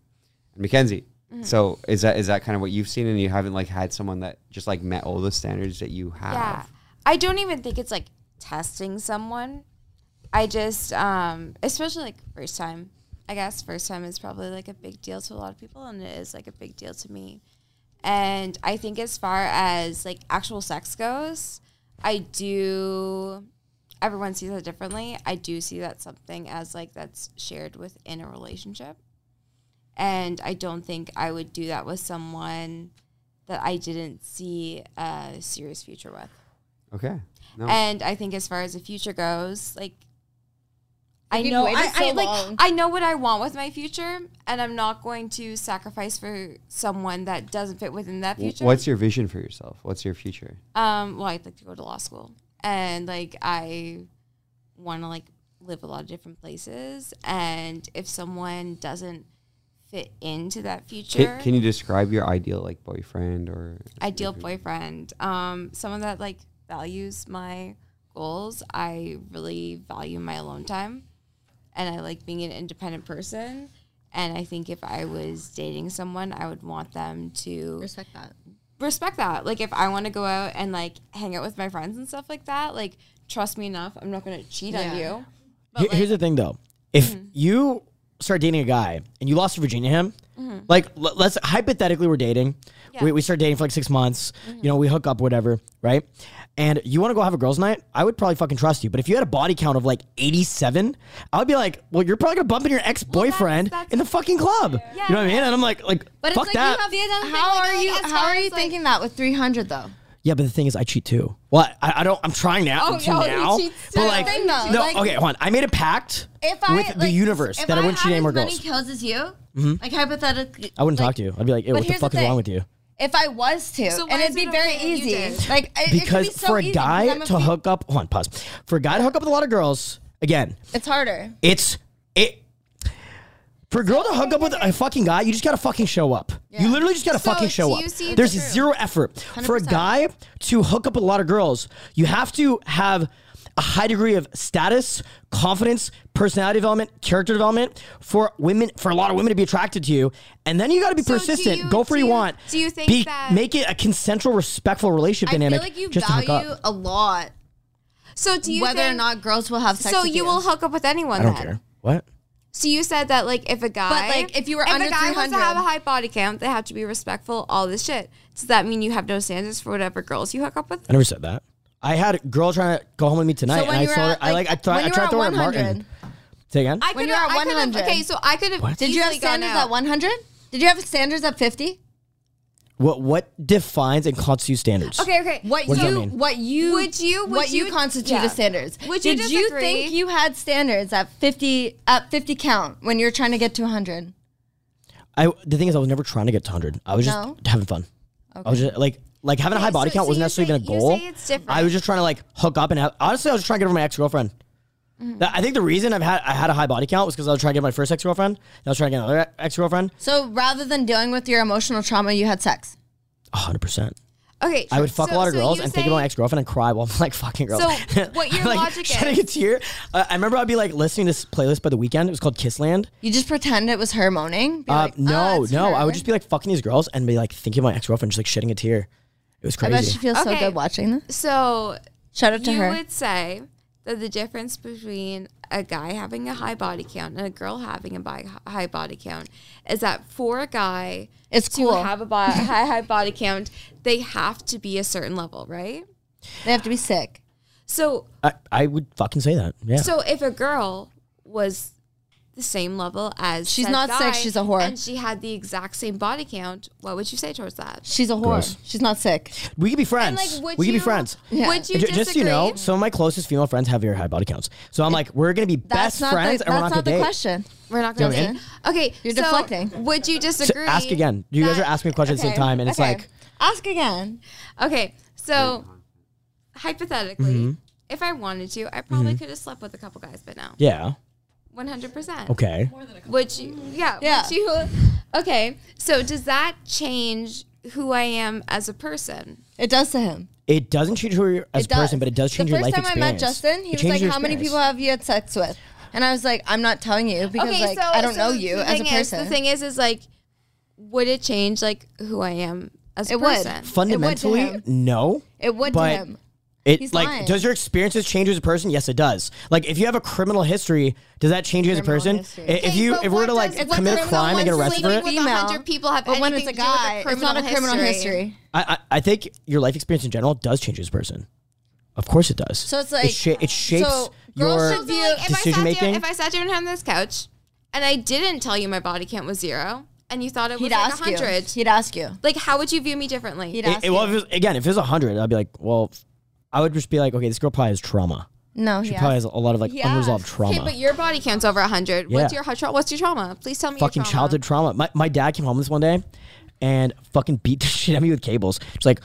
[SPEAKER 2] And Mackenzie,
[SPEAKER 5] Mm-hmm.
[SPEAKER 2] so is that is that kind of what you've seen, and you haven't like had someone that just like met all the standards that you have?
[SPEAKER 5] Yeah. I don't even think it's like testing someone. I just, um, especially like first time, I guess first time is probably like a big deal to a lot of people and it is like a big deal to me. And I think as far as like actual sex goes, I do, everyone sees that differently. I do see that something as like that's shared within a relationship. And I don't think I would do that with someone that I didn't see a serious future with.
[SPEAKER 2] Okay. No.
[SPEAKER 5] And I think as far as the future goes, like I
[SPEAKER 3] you've
[SPEAKER 5] know,
[SPEAKER 3] waited
[SPEAKER 5] I, I
[SPEAKER 3] so long.
[SPEAKER 5] like I know what I want with my future, and I'm not going to sacrifice for someone that doesn't fit within that
[SPEAKER 2] W-
[SPEAKER 5] future.
[SPEAKER 2] What's your vision for yourself? What's your future?
[SPEAKER 5] um? Well, I'd like to go to law school, and like I want to like live a lot of different places, and if someone doesn't fit into that future,
[SPEAKER 2] Can, can you describe your ideal like boyfriend or
[SPEAKER 5] ideal
[SPEAKER 3] Mm-hmm.
[SPEAKER 5] boyfriend um someone that like values my goals i really value my alone time and i like being an independent person and i think if i was dating someone i would want them to
[SPEAKER 3] Respect that.
[SPEAKER 5] respect that. Like if I want to go out and like hang out with my friends and stuff like that, like trust me enough, I'm not going to cheat
[SPEAKER 3] Yeah.
[SPEAKER 5] on you.
[SPEAKER 1] Here- here's the thing, though. If
[SPEAKER 5] Mm-hmm.
[SPEAKER 1] you start dating a guy and you lost your Virginia him,
[SPEAKER 5] Mm-hmm.
[SPEAKER 1] like l- let's hypothetically we're dating, we, we start dating for like six months,
[SPEAKER 5] Mm-hmm.
[SPEAKER 1] you know, we hook up, whatever, right? And you want to go have a girls' night, I would probably fucking trust you. But if you had a body count of like 87, I would be like, well, you're probably gonna bump into your ex boyfriend
[SPEAKER 5] that's-
[SPEAKER 1] in the fucking club. You know what I mean? And I'm like, like,
[SPEAKER 5] But
[SPEAKER 1] fuck
[SPEAKER 5] it's like
[SPEAKER 1] that.
[SPEAKER 5] you have the other thing,
[SPEAKER 3] How
[SPEAKER 5] like,
[SPEAKER 3] are
[SPEAKER 5] like,
[SPEAKER 3] you?
[SPEAKER 5] as
[SPEAKER 3] How
[SPEAKER 5] far
[SPEAKER 3] are you
[SPEAKER 5] as, like-
[SPEAKER 3] thinking that with 300 though?
[SPEAKER 1] Yeah, but the thing is, I cheat too. Well, I, I don't. I'm trying now.
[SPEAKER 5] Oh,
[SPEAKER 1] to
[SPEAKER 5] no, he
[SPEAKER 1] now.
[SPEAKER 5] cheats
[SPEAKER 1] But
[SPEAKER 5] too.
[SPEAKER 1] like,
[SPEAKER 5] Thing though,
[SPEAKER 1] no.
[SPEAKER 5] like-
[SPEAKER 1] okay, hold on. I made a pact
[SPEAKER 3] If I
[SPEAKER 1] with the
[SPEAKER 3] like,
[SPEAKER 1] universe
[SPEAKER 3] if
[SPEAKER 1] that I wouldn't
[SPEAKER 3] had
[SPEAKER 1] cheat any more
[SPEAKER 3] as many
[SPEAKER 1] girls. Mm-hmm.
[SPEAKER 3] kills as you, like hypothetically,
[SPEAKER 1] I wouldn't
[SPEAKER 3] like,
[SPEAKER 1] talk to you. I'd be like, "Ew,
[SPEAKER 3] but
[SPEAKER 1] what the
[SPEAKER 3] here's
[SPEAKER 1] fuck
[SPEAKER 3] the
[SPEAKER 1] is wrong
[SPEAKER 3] thing.
[SPEAKER 1] with you?
[SPEAKER 3] If I was to,
[SPEAKER 5] So why
[SPEAKER 3] and
[SPEAKER 5] is
[SPEAKER 3] it'd be
[SPEAKER 5] it
[SPEAKER 3] very
[SPEAKER 5] okay that you
[SPEAKER 3] easy.
[SPEAKER 5] did?
[SPEAKER 3] Like it, it could
[SPEAKER 1] Because
[SPEAKER 3] be so
[SPEAKER 1] for a
[SPEAKER 3] easy, because
[SPEAKER 1] guy
[SPEAKER 3] I'm
[SPEAKER 1] to
[SPEAKER 3] fe-
[SPEAKER 1] hook up, hold on, pause. For a guy to hook up with a lot of girls, again,
[SPEAKER 3] it's harder.
[SPEAKER 1] it's it. For a girl to hook up with a fucking guy, you just gotta fucking show up. You literally just gotta
[SPEAKER 5] So,
[SPEAKER 1] fucking show
[SPEAKER 5] do
[SPEAKER 1] up.
[SPEAKER 5] you see it's
[SPEAKER 1] There's
[SPEAKER 5] true?
[SPEAKER 1] zero effort. For a guy to hook up with a lot of girls, you have to have a high degree of status, confidence, personality development, character development for women for a lot of women to be attracted to you. And then you gotta be
[SPEAKER 5] So do
[SPEAKER 1] persistent.
[SPEAKER 5] you-
[SPEAKER 1] Go for
[SPEAKER 5] do
[SPEAKER 1] you
[SPEAKER 5] you-
[SPEAKER 1] want.
[SPEAKER 5] do you think
[SPEAKER 1] Be-
[SPEAKER 5] that-
[SPEAKER 1] make it a consensual, respectful relationship
[SPEAKER 3] I
[SPEAKER 1] dynamic?
[SPEAKER 3] feel like you
[SPEAKER 1] just to hook up.
[SPEAKER 3] value a lot
[SPEAKER 5] So do you
[SPEAKER 3] whether or
[SPEAKER 5] think-
[SPEAKER 3] not girls will have sex.
[SPEAKER 5] So
[SPEAKER 3] with
[SPEAKER 5] you will hook up with anyone
[SPEAKER 1] I don't
[SPEAKER 5] then.
[SPEAKER 1] care. What?
[SPEAKER 5] So you said that like if a guy
[SPEAKER 3] like, if you were
[SPEAKER 5] if
[SPEAKER 3] under
[SPEAKER 5] a guy wants
[SPEAKER 3] 300
[SPEAKER 5] to have a high body count, they have to be respectful, all this shit. Does that mean you have no standards for whatever girls you hook up with?
[SPEAKER 1] I never said that. I had a girl trying to go home with me tonight,
[SPEAKER 3] So
[SPEAKER 1] and
[SPEAKER 3] when
[SPEAKER 1] I
[SPEAKER 3] you were
[SPEAKER 1] saw her.
[SPEAKER 3] at,
[SPEAKER 1] I like. I,
[SPEAKER 3] when
[SPEAKER 1] tried. I
[SPEAKER 3] you were
[SPEAKER 1] tried to
[SPEAKER 3] at
[SPEAKER 1] throw her at
[SPEAKER 3] 100.
[SPEAKER 1] Martin. Say again.
[SPEAKER 5] I
[SPEAKER 3] When
[SPEAKER 5] could've-
[SPEAKER 3] you're at
[SPEAKER 5] I could've-
[SPEAKER 3] 100.
[SPEAKER 5] Okay, so I could have
[SPEAKER 3] Did you have standards at 100? Did you have standards at 50?
[SPEAKER 1] what what defines and constitutes standards?
[SPEAKER 5] Okay, okay.
[SPEAKER 3] What,
[SPEAKER 1] What does that
[SPEAKER 3] you
[SPEAKER 1] mean?
[SPEAKER 3] what you
[SPEAKER 5] Would you- would
[SPEAKER 3] what you,
[SPEAKER 5] you-
[SPEAKER 3] constitute
[SPEAKER 5] yeah.
[SPEAKER 3] as standards?
[SPEAKER 5] Would you
[SPEAKER 3] Did you
[SPEAKER 5] disagree?
[SPEAKER 3] think you had standards at 50 at 50 count when you're trying to get to 100?
[SPEAKER 1] I the thing is, I was never trying to get to hundred. I was just
[SPEAKER 3] No?
[SPEAKER 1] having fun. I was just like like having a high body
[SPEAKER 5] so-
[SPEAKER 1] count
[SPEAKER 5] so
[SPEAKER 1] wasn't
[SPEAKER 5] you
[SPEAKER 1] necessarily
[SPEAKER 5] say-
[SPEAKER 1] even a
[SPEAKER 5] you
[SPEAKER 1] goal.
[SPEAKER 5] say it's different.
[SPEAKER 1] I was just trying to like hook up and have, honestly, I was just trying to get over my ex girlfriend. I think the reason I've had I had a high body count was because I was trying to get my first ex girlfriend. I was trying to get another ex girlfriend.
[SPEAKER 3] So rather than dealing with your emotional trauma, you had sex.
[SPEAKER 1] hundred percent.
[SPEAKER 5] Okay.
[SPEAKER 1] I would
[SPEAKER 5] so-
[SPEAKER 1] fuck a lot of
[SPEAKER 5] so
[SPEAKER 1] girls
[SPEAKER 5] you
[SPEAKER 1] and think about
[SPEAKER 5] say-
[SPEAKER 1] my ex girlfriend and cry while I'm like fucking girls.
[SPEAKER 5] So, what your
[SPEAKER 1] like,
[SPEAKER 5] logic
[SPEAKER 1] shedding a
[SPEAKER 5] is-
[SPEAKER 1] tear. Uh, I remember I'd be like listening to this playlist by the weekend. It was called Kissland.
[SPEAKER 3] You just pretend it was her moaning. Be
[SPEAKER 1] Uh,
[SPEAKER 3] like, "Ah,
[SPEAKER 1] no,
[SPEAKER 3] it's
[SPEAKER 1] no, I
[SPEAKER 3] her."
[SPEAKER 1] would just be like fucking these girls and be like thinking of my ex girlfriend, just like shedding a tear. It was
[SPEAKER 3] I
[SPEAKER 1] crazy.
[SPEAKER 3] bet she feels so
[SPEAKER 5] Okay.
[SPEAKER 3] good watching this.
[SPEAKER 5] So
[SPEAKER 3] Shout out to
[SPEAKER 5] you
[SPEAKER 3] her.
[SPEAKER 5] would say that the difference between a guy having a high body count and a girl having a bi- high body count is that for a guy
[SPEAKER 3] It's
[SPEAKER 5] to
[SPEAKER 3] cool.
[SPEAKER 5] have a bo- high high body count, they have to be a certain level, right?
[SPEAKER 3] they have to be sick.
[SPEAKER 5] So
[SPEAKER 1] I, I would fucking say that. Yeah.
[SPEAKER 5] so if a girl was the same level as
[SPEAKER 3] She's
[SPEAKER 5] said
[SPEAKER 3] not sick,
[SPEAKER 5] guy,
[SPEAKER 3] she's a whore.
[SPEAKER 5] and she had the exact same body count. What would you say towards that?
[SPEAKER 3] She's a whore.
[SPEAKER 1] Gross.
[SPEAKER 3] She's not sick.
[SPEAKER 1] we could be friends. we could be friends.
[SPEAKER 3] Yeah.
[SPEAKER 5] Would you
[SPEAKER 1] J-
[SPEAKER 5] disagree?
[SPEAKER 1] just so you know, some of my closest female friends have very high body counts. So I'm like, we're gonna be
[SPEAKER 3] That's
[SPEAKER 1] best
[SPEAKER 3] not
[SPEAKER 1] friends,
[SPEAKER 3] the,
[SPEAKER 1] and we're not
[SPEAKER 3] that's
[SPEAKER 1] gonna
[SPEAKER 3] not the
[SPEAKER 1] date.
[SPEAKER 3] question.
[SPEAKER 5] We're not
[SPEAKER 1] Do you
[SPEAKER 5] going
[SPEAKER 1] know what I
[SPEAKER 5] to. Okay,
[SPEAKER 3] You're
[SPEAKER 5] so
[SPEAKER 3] deflecting.
[SPEAKER 5] Would you
[SPEAKER 1] So
[SPEAKER 5] disagree?
[SPEAKER 1] ask again. You guys are
[SPEAKER 5] that-
[SPEAKER 1] asking me questions at the
[SPEAKER 5] okay,
[SPEAKER 1] same time, and it's
[SPEAKER 5] okay.
[SPEAKER 1] like,
[SPEAKER 3] Ask again.
[SPEAKER 5] okay. So hypothetically,
[SPEAKER 1] Mm-hmm.
[SPEAKER 5] if I wanted to, I probably could have slept with a couple guys by now.
[SPEAKER 1] yeah,
[SPEAKER 5] One hundred percent.
[SPEAKER 1] okay.
[SPEAKER 5] Would you? Yeah.
[SPEAKER 3] Yeah.
[SPEAKER 5] Would you? Okay. So does that change who I am as a person?
[SPEAKER 3] It does to him.
[SPEAKER 1] It doesn't change who you're as a
[SPEAKER 3] does.
[SPEAKER 1] person, but it does change
[SPEAKER 3] the
[SPEAKER 1] your life
[SPEAKER 3] first time
[SPEAKER 1] experience.
[SPEAKER 3] I met Justin, he
[SPEAKER 1] It
[SPEAKER 3] was
[SPEAKER 1] changes
[SPEAKER 3] like,
[SPEAKER 1] your
[SPEAKER 3] "How many
[SPEAKER 1] experience.
[SPEAKER 3] people have you had sex with?" And I was like, "I'm not telling you because like I don't
[SPEAKER 5] so
[SPEAKER 3] know
[SPEAKER 5] the
[SPEAKER 3] you as a
[SPEAKER 5] thing is-
[SPEAKER 3] person."
[SPEAKER 5] the thing is, is like, would it change like who I am as a
[SPEAKER 3] It would.
[SPEAKER 5] person?
[SPEAKER 1] Fundamentally,
[SPEAKER 3] him.
[SPEAKER 1] no.
[SPEAKER 3] it would to
[SPEAKER 1] but
[SPEAKER 3] him.
[SPEAKER 1] It
[SPEAKER 3] He's
[SPEAKER 1] like
[SPEAKER 3] lying.
[SPEAKER 1] does your experiences change you as a person? Yes, it does. Like if you have a criminal history, does that change you as a
[SPEAKER 3] Criminal
[SPEAKER 1] person?
[SPEAKER 3] history.
[SPEAKER 1] I- if you if we were to like
[SPEAKER 5] does- what
[SPEAKER 1] commit a
[SPEAKER 5] criminal
[SPEAKER 1] crime and get
[SPEAKER 5] ones
[SPEAKER 1] arrested for
[SPEAKER 5] related
[SPEAKER 1] it,
[SPEAKER 5] with-
[SPEAKER 3] Female.
[SPEAKER 5] 100 people have
[SPEAKER 3] but when it's
[SPEAKER 5] anything
[SPEAKER 3] a
[SPEAKER 5] to do with a
[SPEAKER 3] guy, it's not a
[SPEAKER 5] criminal
[SPEAKER 3] criminal
[SPEAKER 5] history.
[SPEAKER 3] history.
[SPEAKER 1] I, I I think your life experience in general does change you as a person. Of course, it does.
[SPEAKER 3] So it's like-
[SPEAKER 1] it, sha- it shapes
[SPEAKER 3] so girls
[SPEAKER 1] your
[SPEAKER 3] should be-
[SPEAKER 5] if I
[SPEAKER 1] decision
[SPEAKER 5] sat
[SPEAKER 1] making.
[SPEAKER 5] Down, if I sat down on this couch and I didn't tell you my body count was zero and you thought it was
[SPEAKER 3] He'd
[SPEAKER 5] like
[SPEAKER 3] ask you.
[SPEAKER 5] 100,
[SPEAKER 3] He'd ask you.
[SPEAKER 5] like how would you view me differently?
[SPEAKER 3] He'd
[SPEAKER 1] It-
[SPEAKER 3] ask
[SPEAKER 1] it- well, if it was, again, if it was hundred, I'd be like, well, I would just be like, okay, this girl probably has trauma.
[SPEAKER 3] you. No,
[SPEAKER 1] She
[SPEAKER 3] he
[SPEAKER 1] probably
[SPEAKER 3] asked.
[SPEAKER 1] has a lot of like
[SPEAKER 3] Yeah.
[SPEAKER 1] unresolved trauma.
[SPEAKER 5] Okay, but your body count's over 100. What's
[SPEAKER 1] Yeah.
[SPEAKER 5] your tra- what's your trauma? Please tell me
[SPEAKER 1] fucking
[SPEAKER 5] your trauma.
[SPEAKER 1] childhood trauma. My, my dad came home this one day and fucking beat the shit out of me with cables. It's like,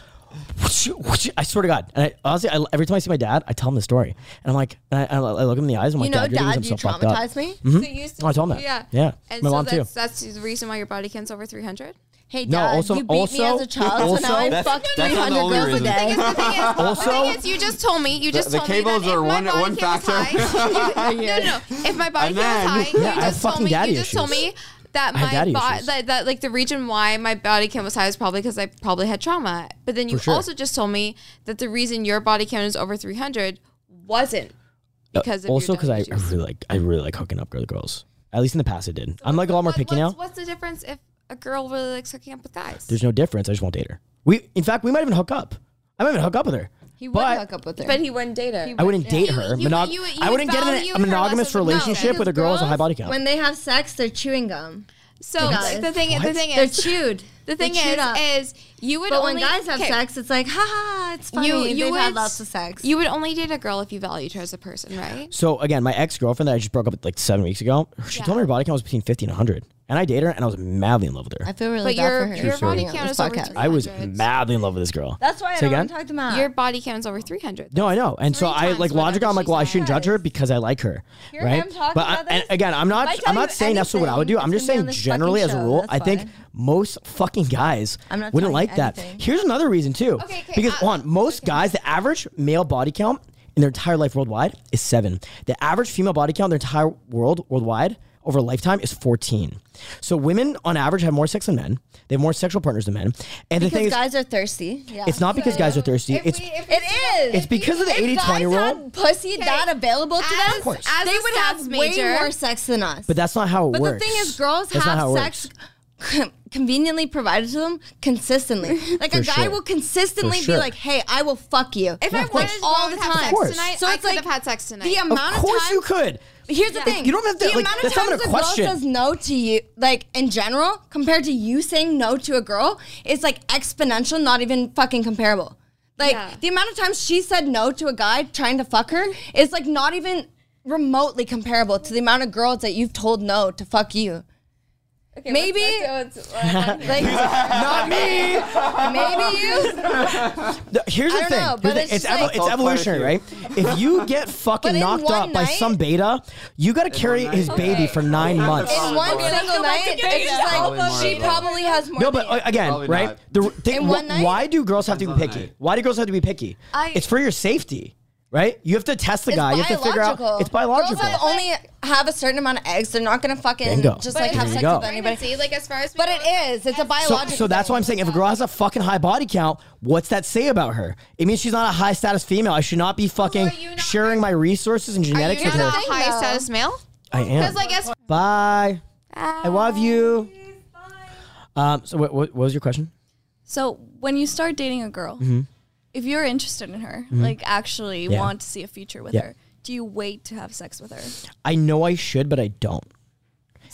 [SPEAKER 1] whoosh, whoosh. I swear to God. And I, honestly, I, every time I see my dad, I tell him the story, and I'm like, and I, I look him in the eyes. I'm like,
[SPEAKER 3] You know,
[SPEAKER 1] Dad, you're
[SPEAKER 3] Dad,
[SPEAKER 1] doing
[SPEAKER 3] you
[SPEAKER 1] some fucked up.
[SPEAKER 3] traumatized me.
[SPEAKER 5] So you used to,
[SPEAKER 1] Oh, I told him that.
[SPEAKER 5] Yeah.
[SPEAKER 1] Yeah.
[SPEAKER 5] And
[SPEAKER 1] My
[SPEAKER 5] so
[SPEAKER 1] mom, too.
[SPEAKER 5] that's, that's the reason why your body count's over 300?
[SPEAKER 3] Hey, Dad,
[SPEAKER 1] No, also-
[SPEAKER 3] you beat
[SPEAKER 1] also-
[SPEAKER 3] me as a child, so now I
[SPEAKER 1] also-
[SPEAKER 3] fuck
[SPEAKER 2] that's not the
[SPEAKER 3] 300
[SPEAKER 2] only
[SPEAKER 3] girls a
[SPEAKER 2] reason.
[SPEAKER 3] day.
[SPEAKER 5] The thing is,
[SPEAKER 1] Also-
[SPEAKER 5] the thing is, you just told me. You just
[SPEAKER 2] the
[SPEAKER 5] told me that
[SPEAKER 2] cables
[SPEAKER 5] if
[SPEAKER 2] are
[SPEAKER 5] my
[SPEAKER 2] one-
[SPEAKER 5] body
[SPEAKER 2] one
[SPEAKER 5] count was
[SPEAKER 2] factor.
[SPEAKER 5] High, you- no, no, no. If my body
[SPEAKER 2] And
[SPEAKER 5] count was
[SPEAKER 2] then-
[SPEAKER 1] Yeah,
[SPEAKER 5] high,
[SPEAKER 1] I
[SPEAKER 5] you
[SPEAKER 1] have
[SPEAKER 5] just told
[SPEAKER 1] fucking
[SPEAKER 5] me.
[SPEAKER 1] daddy
[SPEAKER 5] You just told
[SPEAKER 1] issues.
[SPEAKER 5] me that
[SPEAKER 1] I have daddy
[SPEAKER 5] my body,
[SPEAKER 1] issues.
[SPEAKER 5] that, that like the reason why my body count was high is probably because I probably had trauma. But then you
[SPEAKER 1] For sure.
[SPEAKER 5] also just told me that the reason your body count is over 300 wasn't because of
[SPEAKER 1] Uh, also,
[SPEAKER 5] your
[SPEAKER 1] because
[SPEAKER 5] daddy
[SPEAKER 1] I, I
[SPEAKER 5] issues.
[SPEAKER 1] really like, I really like hooking up with girls. At least in the past, I did. I'm like a lot more
[SPEAKER 5] What-
[SPEAKER 1] picky
[SPEAKER 5] what's,
[SPEAKER 1] now.
[SPEAKER 5] What's the difference if a girl really likes hooking up with guys?
[SPEAKER 1] There's no difference. I just won't date her. We, in fact, we might even hook up. I might even hook up with her.
[SPEAKER 3] He would
[SPEAKER 1] But-
[SPEAKER 3] hook up with her.
[SPEAKER 5] but he wouldn't date her.
[SPEAKER 1] I wouldn't date her.
[SPEAKER 5] you-
[SPEAKER 1] Monog-
[SPEAKER 5] you- you
[SPEAKER 1] I
[SPEAKER 5] would
[SPEAKER 1] wouldn't get in
[SPEAKER 5] value
[SPEAKER 1] a
[SPEAKER 5] her less
[SPEAKER 1] monogamous
[SPEAKER 5] as a- no,
[SPEAKER 1] relationship with a girl with a high body count.
[SPEAKER 3] When they have sex, they're chewing gum.
[SPEAKER 5] so like, the thing, the thing
[SPEAKER 3] They're
[SPEAKER 5] is,
[SPEAKER 3] chewed.
[SPEAKER 5] The thing
[SPEAKER 3] They chewed
[SPEAKER 5] is,
[SPEAKER 3] up.
[SPEAKER 5] is you would
[SPEAKER 3] but
[SPEAKER 5] only
[SPEAKER 3] when guys have
[SPEAKER 5] okay,
[SPEAKER 3] sex, it's like, ha ha, it's funny.
[SPEAKER 5] You-
[SPEAKER 3] You,
[SPEAKER 5] you
[SPEAKER 3] They've
[SPEAKER 5] would
[SPEAKER 3] had
[SPEAKER 5] s-
[SPEAKER 3] lots of sex.
[SPEAKER 5] You would only date a girl if you valued her as a person, right?
[SPEAKER 1] So again, my ex girlfriend that I just broke up with like seven weeks ago, she told me her body count was between fifty and hundred, and I dated her, and I was madly in love with her.
[SPEAKER 3] I feel really
[SPEAKER 5] But
[SPEAKER 3] bad
[SPEAKER 5] your-
[SPEAKER 3] for her.
[SPEAKER 5] your
[SPEAKER 3] for
[SPEAKER 5] body
[SPEAKER 3] being on
[SPEAKER 5] count
[SPEAKER 3] this
[SPEAKER 5] is over
[SPEAKER 3] podcast.
[SPEAKER 5] three.
[SPEAKER 1] I was
[SPEAKER 5] 100s.
[SPEAKER 1] madly in love with this girl.
[SPEAKER 3] That's why I
[SPEAKER 1] Say
[SPEAKER 3] don't want
[SPEAKER 1] again?
[SPEAKER 3] to talk to Matt.
[SPEAKER 5] Your body count is over three hundred.
[SPEAKER 1] No, I know, and so
[SPEAKER 5] Three
[SPEAKER 1] I
[SPEAKER 5] times
[SPEAKER 1] like
[SPEAKER 5] whatever
[SPEAKER 1] logic. I'm like,
[SPEAKER 5] she
[SPEAKER 1] well, I shouldn't judge
[SPEAKER 3] says.
[SPEAKER 1] her because I like her,
[SPEAKER 3] Hear
[SPEAKER 1] right?
[SPEAKER 3] him talking
[SPEAKER 1] but I-
[SPEAKER 3] about this?
[SPEAKER 1] and again, I'm
[SPEAKER 3] If I
[SPEAKER 1] not.
[SPEAKER 3] tell
[SPEAKER 1] I'm not
[SPEAKER 3] you
[SPEAKER 1] saying that's what I would do.
[SPEAKER 3] anything,
[SPEAKER 1] I'm
[SPEAKER 3] it's
[SPEAKER 1] just
[SPEAKER 3] gonna be
[SPEAKER 1] saying
[SPEAKER 3] on this
[SPEAKER 1] generally
[SPEAKER 3] fucking
[SPEAKER 1] as a
[SPEAKER 3] show,
[SPEAKER 1] rule,
[SPEAKER 3] that's
[SPEAKER 1] I think
[SPEAKER 3] why.
[SPEAKER 1] most fucking guys
[SPEAKER 3] I'm not
[SPEAKER 1] wouldn't
[SPEAKER 3] telling
[SPEAKER 1] like
[SPEAKER 3] you
[SPEAKER 1] that.
[SPEAKER 3] anything.
[SPEAKER 1] Here's another reason too,
[SPEAKER 5] Okay, okay,
[SPEAKER 1] because
[SPEAKER 5] uh,
[SPEAKER 1] one, most guys, the average male body count in their entire life worldwide is seven. The average female body count in their entire world worldwide over a lifetime is 14. So women on average have more sex than men. They have more sexual partners than men. And the thing
[SPEAKER 3] because
[SPEAKER 1] is,
[SPEAKER 3] guys are thirsty. Yeah.
[SPEAKER 1] it's not because guys are thirsty. It's
[SPEAKER 3] It is.
[SPEAKER 1] it's because of the
[SPEAKER 3] If
[SPEAKER 1] 80-20
[SPEAKER 3] guys
[SPEAKER 1] rule.
[SPEAKER 3] had pussy that available to
[SPEAKER 5] As-
[SPEAKER 3] them,
[SPEAKER 5] Of course. as
[SPEAKER 3] they
[SPEAKER 5] a
[SPEAKER 3] would have
[SPEAKER 5] stats
[SPEAKER 3] way
[SPEAKER 5] major-
[SPEAKER 3] more sex than us.
[SPEAKER 1] but that's not how it
[SPEAKER 3] But
[SPEAKER 1] works.
[SPEAKER 3] the thing is, girls
[SPEAKER 1] That's not how it
[SPEAKER 3] have sex
[SPEAKER 1] works.
[SPEAKER 3] con- conveniently provided to them consistently. Like a
[SPEAKER 1] For
[SPEAKER 3] guy
[SPEAKER 1] sure.
[SPEAKER 3] will consistently
[SPEAKER 1] For sure.
[SPEAKER 3] be like, "Hey, I will fuck you."
[SPEAKER 5] If
[SPEAKER 1] Yeah,
[SPEAKER 5] I
[SPEAKER 1] of course.
[SPEAKER 5] wanted to go
[SPEAKER 3] all
[SPEAKER 5] and
[SPEAKER 3] the
[SPEAKER 5] have
[SPEAKER 3] time.
[SPEAKER 1] Of course.
[SPEAKER 5] sex tonight,
[SPEAKER 3] So
[SPEAKER 5] I
[SPEAKER 3] it's
[SPEAKER 5] could
[SPEAKER 3] like
[SPEAKER 5] have had sex tonight.
[SPEAKER 3] The
[SPEAKER 1] Of
[SPEAKER 3] amount
[SPEAKER 1] course
[SPEAKER 3] of time
[SPEAKER 1] you could.
[SPEAKER 3] Here's the thing.
[SPEAKER 1] you don't have to-
[SPEAKER 3] The
[SPEAKER 1] like,
[SPEAKER 3] amount of
[SPEAKER 1] that's not
[SPEAKER 3] times
[SPEAKER 1] even a
[SPEAKER 3] a girl
[SPEAKER 1] question.
[SPEAKER 3] says no to you, like in general, compared to you saying no to a girl, is like exponential, not even fucking comparable. Like
[SPEAKER 5] Yeah.
[SPEAKER 3] the amount of times she said no to a guy trying to fuck her is like not even remotely comparable to the amount of girls that you've told no to fuck you. maybe, like,
[SPEAKER 1] Not me.
[SPEAKER 3] maybe you.
[SPEAKER 1] No, here's the
[SPEAKER 3] don't
[SPEAKER 1] thing.
[SPEAKER 3] know,
[SPEAKER 1] Here's
[SPEAKER 3] but
[SPEAKER 1] the-
[SPEAKER 3] it's
[SPEAKER 1] it's
[SPEAKER 3] just
[SPEAKER 1] evo-
[SPEAKER 3] like-
[SPEAKER 1] it's
[SPEAKER 2] Well,
[SPEAKER 1] evolutionary,
[SPEAKER 2] quite
[SPEAKER 1] right? If you get
[SPEAKER 3] But
[SPEAKER 1] fucking
[SPEAKER 3] in
[SPEAKER 1] knocked
[SPEAKER 3] one
[SPEAKER 1] up by
[SPEAKER 3] night-
[SPEAKER 1] some beta, you got to carry
[SPEAKER 2] one
[SPEAKER 1] his
[SPEAKER 2] night.
[SPEAKER 1] baby for nine months.
[SPEAKER 3] In one single night, it's
[SPEAKER 2] Probably
[SPEAKER 3] like
[SPEAKER 2] more
[SPEAKER 3] she
[SPEAKER 2] than that.
[SPEAKER 3] probably has more.
[SPEAKER 1] No, but uh,
[SPEAKER 3] than you.
[SPEAKER 1] again,
[SPEAKER 2] Probably
[SPEAKER 1] right?
[SPEAKER 2] not.
[SPEAKER 1] The r- thing,
[SPEAKER 3] In
[SPEAKER 1] wh-
[SPEAKER 3] one night?
[SPEAKER 1] why do girls have to be
[SPEAKER 2] Depends on the
[SPEAKER 1] picky?
[SPEAKER 2] night.
[SPEAKER 1] Why do girls have to be picky?
[SPEAKER 4] I-
[SPEAKER 1] it's for your safety, right? You have to test the
[SPEAKER 3] It's
[SPEAKER 1] guy. You have to figure out.
[SPEAKER 3] biological.
[SPEAKER 1] It's biological.
[SPEAKER 3] Girls have only have a certain amount of eggs. They're not gonna fucking
[SPEAKER 1] Bingo.
[SPEAKER 3] just
[SPEAKER 1] But
[SPEAKER 3] like have
[SPEAKER 1] there you
[SPEAKER 3] sex
[SPEAKER 1] go.
[SPEAKER 3] with anybody.
[SPEAKER 5] See, like as far as we
[SPEAKER 3] But
[SPEAKER 5] know,
[SPEAKER 3] it is. It's a
[SPEAKER 1] so,
[SPEAKER 3] biological.
[SPEAKER 1] so that's why I'm saying if a girl has a fucking high body count, what's that say about her? It means she's not a high status female. I should not be fucking
[SPEAKER 5] are you not-
[SPEAKER 1] sharing my resources and
[SPEAKER 5] Are
[SPEAKER 1] genetics
[SPEAKER 5] you
[SPEAKER 1] with
[SPEAKER 5] not
[SPEAKER 1] her.
[SPEAKER 5] a high status male?
[SPEAKER 1] I am.
[SPEAKER 5] Because like as
[SPEAKER 1] Bye. I love you. Um, so what, what, what was your question?
[SPEAKER 4] So when you start dating a girl, if you're interested in her, like actually
[SPEAKER 1] Mm-hmm. Yeah.
[SPEAKER 4] want to see a future with
[SPEAKER 1] Yeah.
[SPEAKER 4] her, do you wait to have sex with her?
[SPEAKER 1] I know I should, but I don't.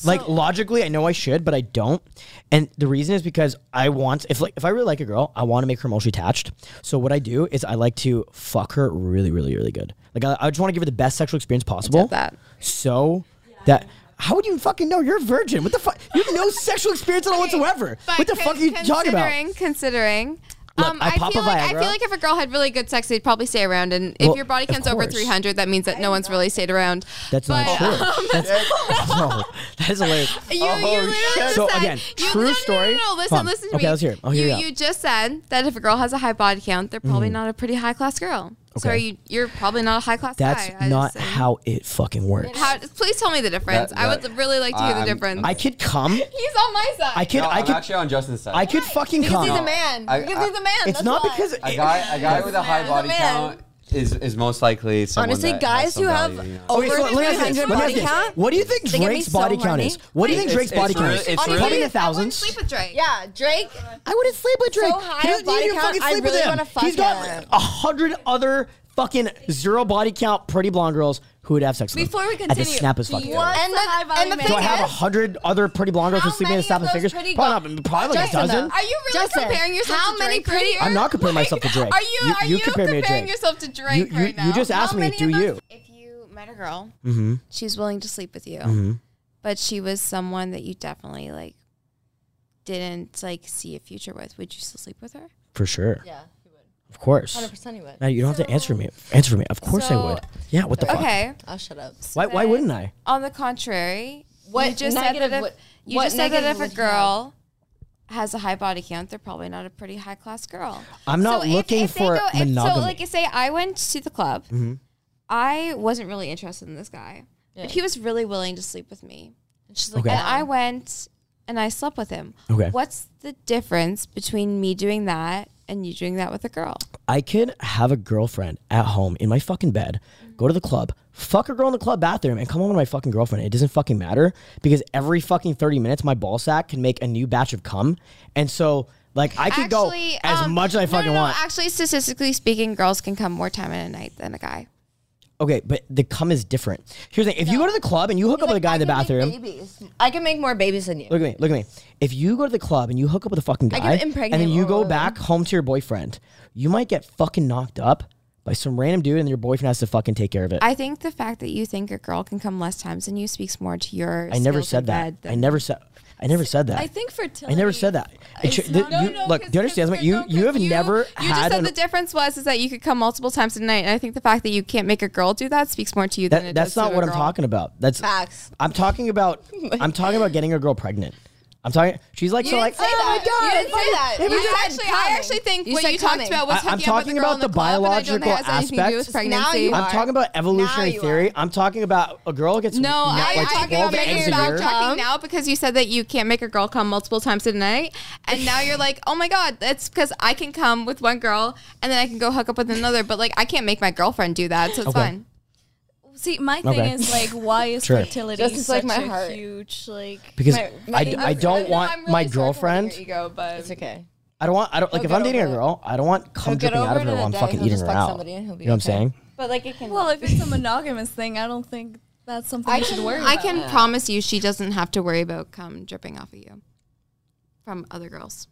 [SPEAKER 1] like
[SPEAKER 4] So-
[SPEAKER 1] logically, I know I should, but I don't. And the reason is because I want if like if I really like a girl, I want to make her emotionally attached. So what I do is I like to fuck her really, really, really good. Like I, I just want to give her the best sexual experience possible.
[SPEAKER 5] that.
[SPEAKER 1] So that how would you fucking know? You're a virgin. What the fuck? You have no sexual experience at all whatsoever. What the fuck are you talking about?
[SPEAKER 5] Considering, considering.
[SPEAKER 1] Look,
[SPEAKER 5] Um,
[SPEAKER 1] I
[SPEAKER 5] I,
[SPEAKER 1] pop
[SPEAKER 5] feel
[SPEAKER 1] a
[SPEAKER 5] like, I
[SPEAKER 1] Viagra.
[SPEAKER 5] feel like if a girl had really good sex, they'd probably stay around. And if
[SPEAKER 1] Well,
[SPEAKER 5] your body
[SPEAKER 1] of
[SPEAKER 5] count's over
[SPEAKER 1] course.
[SPEAKER 5] 300, that means that no one's really stayed around.
[SPEAKER 1] That's not
[SPEAKER 5] But- um,
[SPEAKER 1] true. That's, no, that is hilarious.
[SPEAKER 5] You,
[SPEAKER 2] Oh,
[SPEAKER 5] you literally
[SPEAKER 2] shit.
[SPEAKER 5] just
[SPEAKER 1] So,
[SPEAKER 5] said,
[SPEAKER 1] again,
[SPEAKER 5] you,
[SPEAKER 1] true
[SPEAKER 5] no, no, no,
[SPEAKER 1] story.
[SPEAKER 5] No, no, no,
[SPEAKER 1] Hold
[SPEAKER 5] listen,
[SPEAKER 1] on.
[SPEAKER 5] listen to
[SPEAKER 1] Okay,
[SPEAKER 5] me.
[SPEAKER 1] let's hear it. Oh, I'll hear
[SPEAKER 5] you,
[SPEAKER 1] you out.
[SPEAKER 5] you just said that if a girl has a high body count, they're probably not a pretty high class girl.
[SPEAKER 1] Mm.
[SPEAKER 5] So
[SPEAKER 1] Okay.
[SPEAKER 5] you, you're probably not a high class
[SPEAKER 1] That's
[SPEAKER 5] guy. I
[SPEAKER 1] not
[SPEAKER 5] just-
[SPEAKER 1] how it fucking works.
[SPEAKER 5] How, please tell me the difference.
[SPEAKER 2] That-
[SPEAKER 5] I
[SPEAKER 2] that-
[SPEAKER 5] would really like to hear
[SPEAKER 2] I'm-
[SPEAKER 5] the difference.
[SPEAKER 1] I could come.
[SPEAKER 5] He's on my side.
[SPEAKER 1] I could. I
[SPEAKER 2] I'm
[SPEAKER 1] could.
[SPEAKER 2] actually on Justin's side.
[SPEAKER 1] I could fucking
[SPEAKER 3] because
[SPEAKER 1] come.
[SPEAKER 3] he's a man.
[SPEAKER 2] I-
[SPEAKER 3] because
[SPEAKER 2] I-
[SPEAKER 3] he's a man.
[SPEAKER 1] It's
[SPEAKER 3] that's
[SPEAKER 1] not
[SPEAKER 3] why.
[SPEAKER 1] because
[SPEAKER 2] a guy, a guy with a high
[SPEAKER 3] man.
[SPEAKER 2] body
[SPEAKER 3] He's a man.
[SPEAKER 2] count is is most likely someone
[SPEAKER 3] Honestly,
[SPEAKER 2] that
[SPEAKER 3] guys
[SPEAKER 2] has some
[SPEAKER 3] who have
[SPEAKER 2] value, you know.
[SPEAKER 1] Okay, so let me ask you this.
[SPEAKER 6] 300
[SPEAKER 1] Let me ask
[SPEAKER 6] body
[SPEAKER 1] you this.
[SPEAKER 6] count?
[SPEAKER 1] What do you think
[SPEAKER 3] They get me
[SPEAKER 1] Drake's
[SPEAKER 3] so
[SPEAKER 1] body count
[SPEAKER 3] horny.
[SPEAKER 1] is? What do you think
[SPEAKER 2] It's-
[SPEAKER 1] Drake's
[SPEAKER 2] it's
[SPEAKER 1] body count
[SPEAKER 2] really-
[SPEAKER 1] is?
[SPEAKER 2] it's
[SPEAKER 1] Probably in
[SPEAKER 2] really-
[SPEAKER 1] the thousands.
[SPEAKER 5] sleep with Drake.
[SPEAKER 3] Yeah, Drake.
[SPEAKER 1] I wouldn't sleep with Drake.
[SPEAKER 3] high
[SPEAKER 1] He
[SPEAKER 3] of
[SPEAKER 1] doesn't need
[SPEAKER 3] body
[SPEAKER 1] to fucking
[SPEAKER 3] count, I
[SPEAKER 1] sleep with
[SPEAKER 3] really
[SPEAKER 1] him.
[SPEAKER 3] wanna fuck
[SPEAKER 1] He's got
[SPEAKER 3] him.
[SPEAKER 1] like a hundred other fucking zero body count pretty blonde girls who would have sex with
[SPEAKER 4] Before
[SPEAKER 1] him
[SPEAKER 4] we
[SPEAKER 1] at the
[SPEAKER 4] continue,
[SPEAKER 1] snap his
[SPEAKER 4] do
[SPEAKER 1] fucking
[SPEAKER 4] you
[SPEAKER 1] finger.
[SPEAKER 4] want-
[SPEAKER 3] And the,
[SPEAKER 4] a high-value
[SPEAKER 3] and the
[SPEAKER 4] man.
[SPEAKER 3] thing
[SPEAKER 1] Do I have a
[SPEAKER 3] is,
[SPEAKER 1] hundred other pretty blonde girls who
[SPEAKER 3] How
[SPEAKER 1] sleep in
[SPEAKER 3] many
[SPEAKER 1] the snap
[SPEAKER 3] of
[SPEAKER 1] his
[SPEAKER 3] those
[SPEAKER 1] fingers?
[SPEAKER 3] pretty
[SPEAKER 1] Probably not. Probably like a
[SPEAKER 3] Justin, though.
[SPEAKER 1] dozen.
[SPEAKER 5] Are you really
[SPEAKER 3] Justin,
[SPEAKER 5] comparing yourself
[SPEAKER 3] how
[SPEAKER 5] to
[SPEAKER 3] many
[SPEAKER 5] Drake right
[SPEAKER 3] pretty-
[SPEAKER 5] here?
[SPEAKER 1] I'm not comparing myself to Drake.
[SPEAKER 5] Are you,
[SPEAKER 1] You-
[SPEAKER 5] are
[SPEAKER 1] you
[SPEAKER 5] you,
[SPEAKER 1] compare me to
[SPEAKER 5] comparing
[SPEAKER 1] Drake.
[SPEAKER 5] yourself to Drake
[SPEAKER 1] You- you-
[SPEAKER 5] right now?
[SPEAKER 1] you just asked
[SPEAKER 5] How
[SPEAKER 1] me,
[SPEAKER 5] many
[SPEAKER 1] do
[SPEAKER 5] of those-
[SPEAKER 1] you? Mm-hmm.
[SPEAKER 5] If you met a girl, she's willing to sleep with you, but she was someone that you definitely like didn't like see a future with, would you still sleep with her?
[SPEAKER 1] For sure.
[SPEAKER 3] yeah,
[SPEAKER 1] Of course.
[SPEAKER 3] Hundred percent, you would.
[SPEAKER 1] No, you don't have to answer me. Answer for me. Of course I would.
[SPEAKER 5] So-
[SPEAKER 1] Yeah. What the fuck?
[SPEAKER 5] Okay.
[SPEAKER 3] I'll Oh, shut up.
[SPEAKER 1] Why, why wouldn't I?
[SPEAKER 5] On the contrary,
[SPEAKER 3] What
[SPEAKER 5] you just said
[SPEAKER 3] negative
[SPEAKER 5] that if,
[SPEAKER 3] would-
[SPEAKER 5] you
[SPEAKER 3] what
[SPEAKER 5] just said that
[SPEAKER 3] negative
[SPEAKER 5] if a
[SPEAKER 3] would you have?
[SPEAKER 5] girl has a high body count, they're probably not a pretty high class girl.
[SPEAKER 1] I'm not
[SPEAKER 5] So
[SPEAKER 1] looking
[SPEAKER 5] if, if
[SPEAKER 1] for
[SPEAKER 5] they go, if-
[SPEAKER 1] monogamy. Mm-hmm.
[SPEAKER 5] so, like, say I went to the club. I wasn't really interested in this guy, but he was really willing to sleep with me.
[SPEAKER 3] And she's like,
[SPEAKER 1] Okay.
[SPEAKER 5] And I went and I slept with him.
[SPEAKER 1] Okay.
[SPEAKER 5] What's the difference between me doing that and you doing that with a girl?
[SPEAKER 1] I could have a girlfriend at home in my fucking bed, go to the club, fuck a girl in the club bathroom, and come home to my fucking girlfriend. It doesn't fucking matter because every fucking 30 minutes, my ball sack can make a new batch of cum. And so, like, I could go as
[SPEAKER 5] um,
[SPEAKER 1] much as I
[SPEAKER 5] no,
[SPEAKER 1] fucking
[SPEAKER 5] no, no,
[SPEAKER 1] want.
[SPEAKER 5] Actually, statistically speaking, girls can come more time in a night than a guy.
[SPEAKER 1] okay, but the cum is different. Here's the thing if you go to the club and you hook up with a guy in the bathroom,
[SPEAKER 3] Babies. I can make more babies than you.
[SPEAKER 1] Look at me. Look at me. If you go to the club and you hook up with a fucking guy,
[SPEAKER 3] could impregnate
[SPEAKER 1] and then you
[SPEAKER 3] all
[SPEAKER 1] go
[SPEAKER 3] of
[SPEAKER 1] back home to your boyfriend, you might get fucking knocked up by some random dude, and your boyfriend has to fucking take care of it. I,
[SPEAKER 5] I think the fact that you think a girl can come less times than you speaks more to your.
[SPEAKER 1] never
[SPEAKER 5] skills in
[SPEAKER 1] said that.
[SPEAKER 5] bed
[SPEAKER 1] I
[SPEAKER 5] than-
[SPEAKER 1] never said. I never said that.
[SPEAKER 4] I
[SPEAKER 1] I,
[SPEAKER 4] think fertility.
[SPEAKER 1] never said that. It
[SPEAKER 4] It's
[SPEAKER 1] should-
[SPEAKER 4] not-
[SPEAKER 1] the-
[SPEAKER 4] No,
[SPEAKER 1] you-
[SPEAKER 4] no,
[SPEAKER 1] look,
[SPEAKER 4] 'cause-
[SPEAKER 1] do you understand
[SPEAKER 4] because-
[SPEAKER 1] something? You
[SPEAKER 4] no, 'cause
[SPEAKER 1] you have
[SPEAKER 4] you-
[SPEAKER 1] never
[SPEAKER 5] You just
[SPEAKER 1] had
[SPEAKER 5] said
[SPEAKER 1] an,
[SPEAKER 5] the difference was is that you could come multiple times a night, and I think the fact that you can't make a girl do that speaks more to you than
[SPEAKER 1] that,
[SPEAKER 5] it
[SPEAKER 1] that's
[SPEAKER 5] does to
[SPEAKER 1] not
[SPEAKER 5] a
[SPEAKER 1] what I'm
[SPEAKER 5] girl.
[SPEAKER 1] talking about. That's
[SPEAKER 3] Facts.
[SPEAKER 1] I'm talking about. I'm talking about getting a girl pregnant. I'm talking. She's like so like.
[SPEAKER 3] didn't say
[SPEAKER 1] "Oh my
[SPEAKER 3] that. You
[SPEAKER 1] God,
[SPEAKER 3] didn't say that.
[SPEAKER 1] if
[SPEAKER 3] You
[SPEAKER 1] it's-
[SPEAKER 5] I
[SPEAKER 3] said
[SPEAKER 5] actually,
[SPEAKER 3] coming.
[SPEAKER 5] I actually think
[SPEAKER 3] You
[SPEAKER 5] what
[SPEAKER 3] said
[SPEAKER 5] you
[SPEAKER 3] coming.
[SPEAKER 5] talked about was
[SPEAKER 1] I- I'm
[SPEAKER 5] hooking up with
[SPEAKER 1] talking
[SPEAKER 5] a girl
[SPEAKER 1] about
[SPEAKER 5] in
[SPEAKER 1] the
[SPEAKER 5] club, and I don't
[SPEAKER 1] biological
[SPEAKER 5] think it has anything to do
[SPEAKER 1] aspects.
[SPEAKER 5] with
[SPEAKER 3] Now
[SPEAKER 5] pregnancy.
[SPEAKER 3] you
[SPEAKER 1] I'm
[SPEAKER 3] are.
[SPEAKER 1] talking about evolutionary
[SPEAKER 3] you
[SPEAKER 1] theory. I'm talking about a girl gets
[SPEAKER 5] No,
[SPEAKER 1] nut
[SPEAKER 5] I,
[SPEAKER 1] like
[SPEAKER 5] I talking
[SPEAKER 1] 12
[SPEAKER 5] about making
[SPEAKER 1] eggs
[SPEAKER 5] you
[SPEAKER 1] a year.
[SPEAKER 5] backtracking now because you said that you can't make a girl come multiple times a night, and now you're like, oh my god, that's because I can come with one girl and then I can go hook up with another, but like I can't make my girlfriend do that, so it's
[SPEAKER 1] Okay.
[SPEAKER 5] fine.
[SPEAKER 4] See, my thing
[SPEAKER 1] Okay.
[SPEAKER 4] is like, why is
[SPEAKER 1] Sure.
[SPEAKER 4] fertility
[SPEAKER 3] This is, like,
[SPEAKER 4] such
[SPEAKER 3] my
[SPEAKER 4] a
[SPEAKER 3] heart.
[SPEAKER 4] huge like?
[SPEAKER 1] because
[SPEAKER 3] My-
[SPEAKER 1] I, d-
[SPEAKER 3] my-
[SPEAKER 1] I don't
[SPEAKER 3] I'm-
[SPEAKER 1] want
[SPEAKER 5] I'm really
[SPEAKER 1] my
[SPEAKER 5] sorry to hurt
[SPEAKER 1] girlfriend.
[SPEAKER 5] your ego, but
[SPEAKER 3] It's okay.
[SPEAKER 1] I don't want. I don't like if
[SPEAKER 3] get
[SPEAKER 1] I'm dating a
[SPEAKER 3] over it.
[SPEAKER 1] girl. I don't want cum
[SPEAKER 3] He'll get
[SPEAKER 1] dripping out
[SPEAKER 3] over
[SPEAKER 1] of
[SPEAKER 3] it
[SPEAKER 1] her
[SPEAKER 3] in
[SPEAKER 1] while
[SPEAKER 3] a
[SPEAKER 1] I'm
[SPEAKER 3] day.
[SPEAKER 1] fucking
[SPEAKER 3] He'll
[SPEAKER 1] eating
[SPEAKER 3] just
[SPEAKER 1] her
[SPEAKER 3] fuck
[SPEAKER 1] out.
[SPEAKER 3] somebody and he'll be
[SPEAKER 1] you know what I'm
[SPEAKER 3] okay.
[SPEAKER 1] saying?
[SPEAKER 3] But like it can.
[SPEAKER 4] Well, if it's a monogamous thing, I don't think that's something
[SPEAKER 3] I
[SPEAKER 4] you
[SPEAKER 3] can-
[SPEAKER 4] should worry.
[SPEAKER 5] I
[SPEAKER 4] about.
[SPEAKER 5] can promise you she doesn't have to worry about cum dripping off of you from other girls.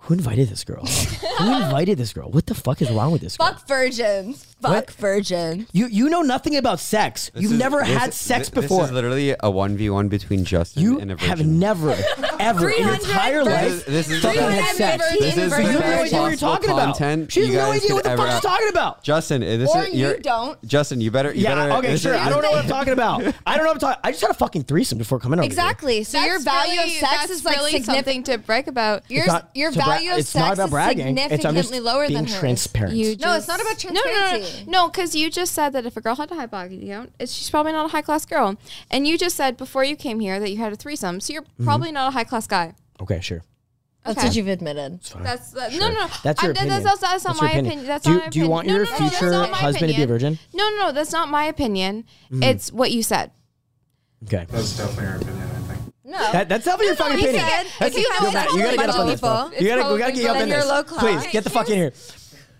[SPEAKER 1] Who invited this girl? Who invited this girl? What the fuck is wrong with this girl?
[SPEAKER 3] fuck virgins. Fuck
[SPEAKER 1] What?
[SPEAKER 3] virgins.
[SPEAKER 1] You you know nothing about sex.
[SPEAKER 2] This
[SPEAKER 1] You've
[SPEAKER 2] is-
[SPEAKER 1] never
[SPEAKER 2] this-
[SPEAKER 1] had sex
[SPEAKER 2] thi-
[SPEAKER 1] before.
[SPEAKER 2] This is literally a one v one between Justin
[SPEAKER 1] you
[SPEAKER 2] and a virgin.
[SPEAKER 1] have never, ever in your entire
[SPEAKER 2] This
[SPEAKER 1] life
[SPEAKER 2] is- this is the
[SPEAKER 1] fucking had
[SPEAKER 2] best-
[SPEAKER 1] sex.
[SPEAKER 3] virgin
[SPEAKER 2] This is the
[SPEAKER 1] You have no
[SPEAKER 2] best
[SPEAKER 1] idea what you're
[SPEAKER 2] possible
[SPEAKER 1] talking
[SPEAKER 2] content
[SPEAKER 1] about. She has
[SPEAKER 2] you
[SPEAKER 1] no
[SPEAKER 2] guys
[SPEAKER 1] idea what
[SPEAKER 2] could
[SPEAKER 1] the
[SPEAKER 2] ever
[SPEAKER 1] fuck she's
[SPEAKER 2] have.
[SPEAKER 1] talking about.
[SPEAKER 2] Justin, eh, this
[SPEAKER 3] Or
[SPEAKER 2] is
[SPEAKER 3] you
[SPEAKER 2] you're-
[SPEAKER 3] don't.
[SPEAKER 2] Justin, you better. You
[SPEAKER 1] yeah.
[SPEAKER 2] better,
[SPEAKER 1] okay.
[SPEAKER 2] this
[SPEAKER 1] Sure.
[SPEAKER 2] is-
[SPEAKER 1] I don't know what I'm talking about. I don't know what I'm talking. I just had a fucking threesome before coming over. here.
[SPEAKER 3] Exactly. So your
[SPEAKER 5] That's
[SPEAKER 3] value
[SPEAKER 5] really-
[SPEAKER 3] of sex
[SPEAKER 5] that's
[SPEAKER 3] is like
[SPEAKER 5] really
[SPEAKER 3] significant.
[SPEAKER 5] something to brag about.
[SPEAKER 3] Your,
[SPEAKER 1] It's not
[SPEAKER 3] your
[SPEAKER 1] to bra-
[SPEAKER 3] value of
[SPEAKER 1] it's
[SPEAKER 3] sex
[SPEAKER 1] not about
[SPEAKER 3] is
[SPEAKER 1] bragging.
[SPEAKER 3] significantly
[SPEAKER 1] It's I'm just
[SPEAKER 3] lower
[SPEAKER 1] being
[SPEAKER 3] than hers.
[SPEAKER 1] transparent.
[SPEAKER 5] You
[SPEAKER 3] No, it's not about
[SPEAKER 5] No, no, no,
[SPEAKER 3] transparency.
[SPEAKER 5] no, because you just said that if a girl had a high body count, it's, she's probably not a high class girl. And you just said before you came here that you had a threesome, so you're
[SPEAKER 1] Mm-hmm.
[SPEAKER 5] probably not a high class guy.
[SPEAKER 1] okay. Sure.
[SPEAKER 3] That's
[SPEAKER 5] Okay.
[SPEAKER 3] what you've admitted.
[SPEAKER 1] It's fine.
[SPEAKER 5] That's that, no, no, no.
[SPEAKER 1] That's your
[SPEAKER 5] I'm- that-
[SPEAKER 1] opinion.
[SPEAKER 5] That's, that's, not
[SPEAKER 1] That's your
[SPEAKER 5] my
[SPEAKER 1] opinion.
[SPEAKER 5] opinion. That's
[SPEAKER 1] Do you-
[SPEAKER 5] not my
[SPEAKER 1] do you
[SPEAKER 5] opinion.
[SPEAKER 1] want
[SPEAKER 5] No,
[SPEAKER 1] your
[SPEAKER 5] no, no, that's
[SPEAKER 1] future
[SPEAKER 5] not my
[SPEAKER 1] husband to be a
[SPEAKER 5] opinion.
[SPEAKER 1] virgin? Mm.
[SPEAKER 5] No, no, no. That's not my opinion. It's what you said.
[SPEAKER 1] Okay.
[SPEAKER 7] That's definitely your opinion, I think.
[SPEAKER 3] No.
[SPEAKER 1] That, that's definitely your fucking
[SPEAKER 5] he
[SPEAKER 1] opinion.
[SPEAKER 5] said
[SPEAKER 1] That's-
[SPEAKER 5] if you
[SPEAKER 1] yo,
[SPEAKER 5] have
[SPEAKER 1] Matt,
[SPEAKER 5] a
[SPEAKER 1] you gotta
[SPEAKER 5] whole
[SPEAKER 1] get up on
[SPEAKER 5] bunch
[SPEAKER 1] this.
[SPEAKER 5] of
[SPEAKER 1] Bro.
[SPEAKER 5] people,
[SPEAKER 1] You
[SPEAKER 5] it's
[SPEAKER 1] gotta, we gotta get you up
[SPEAKER 5] probably
[SPEAKER 1] in this.
[SPEAKER 5] low
[SPEAKER 1] Please get the fuck in here.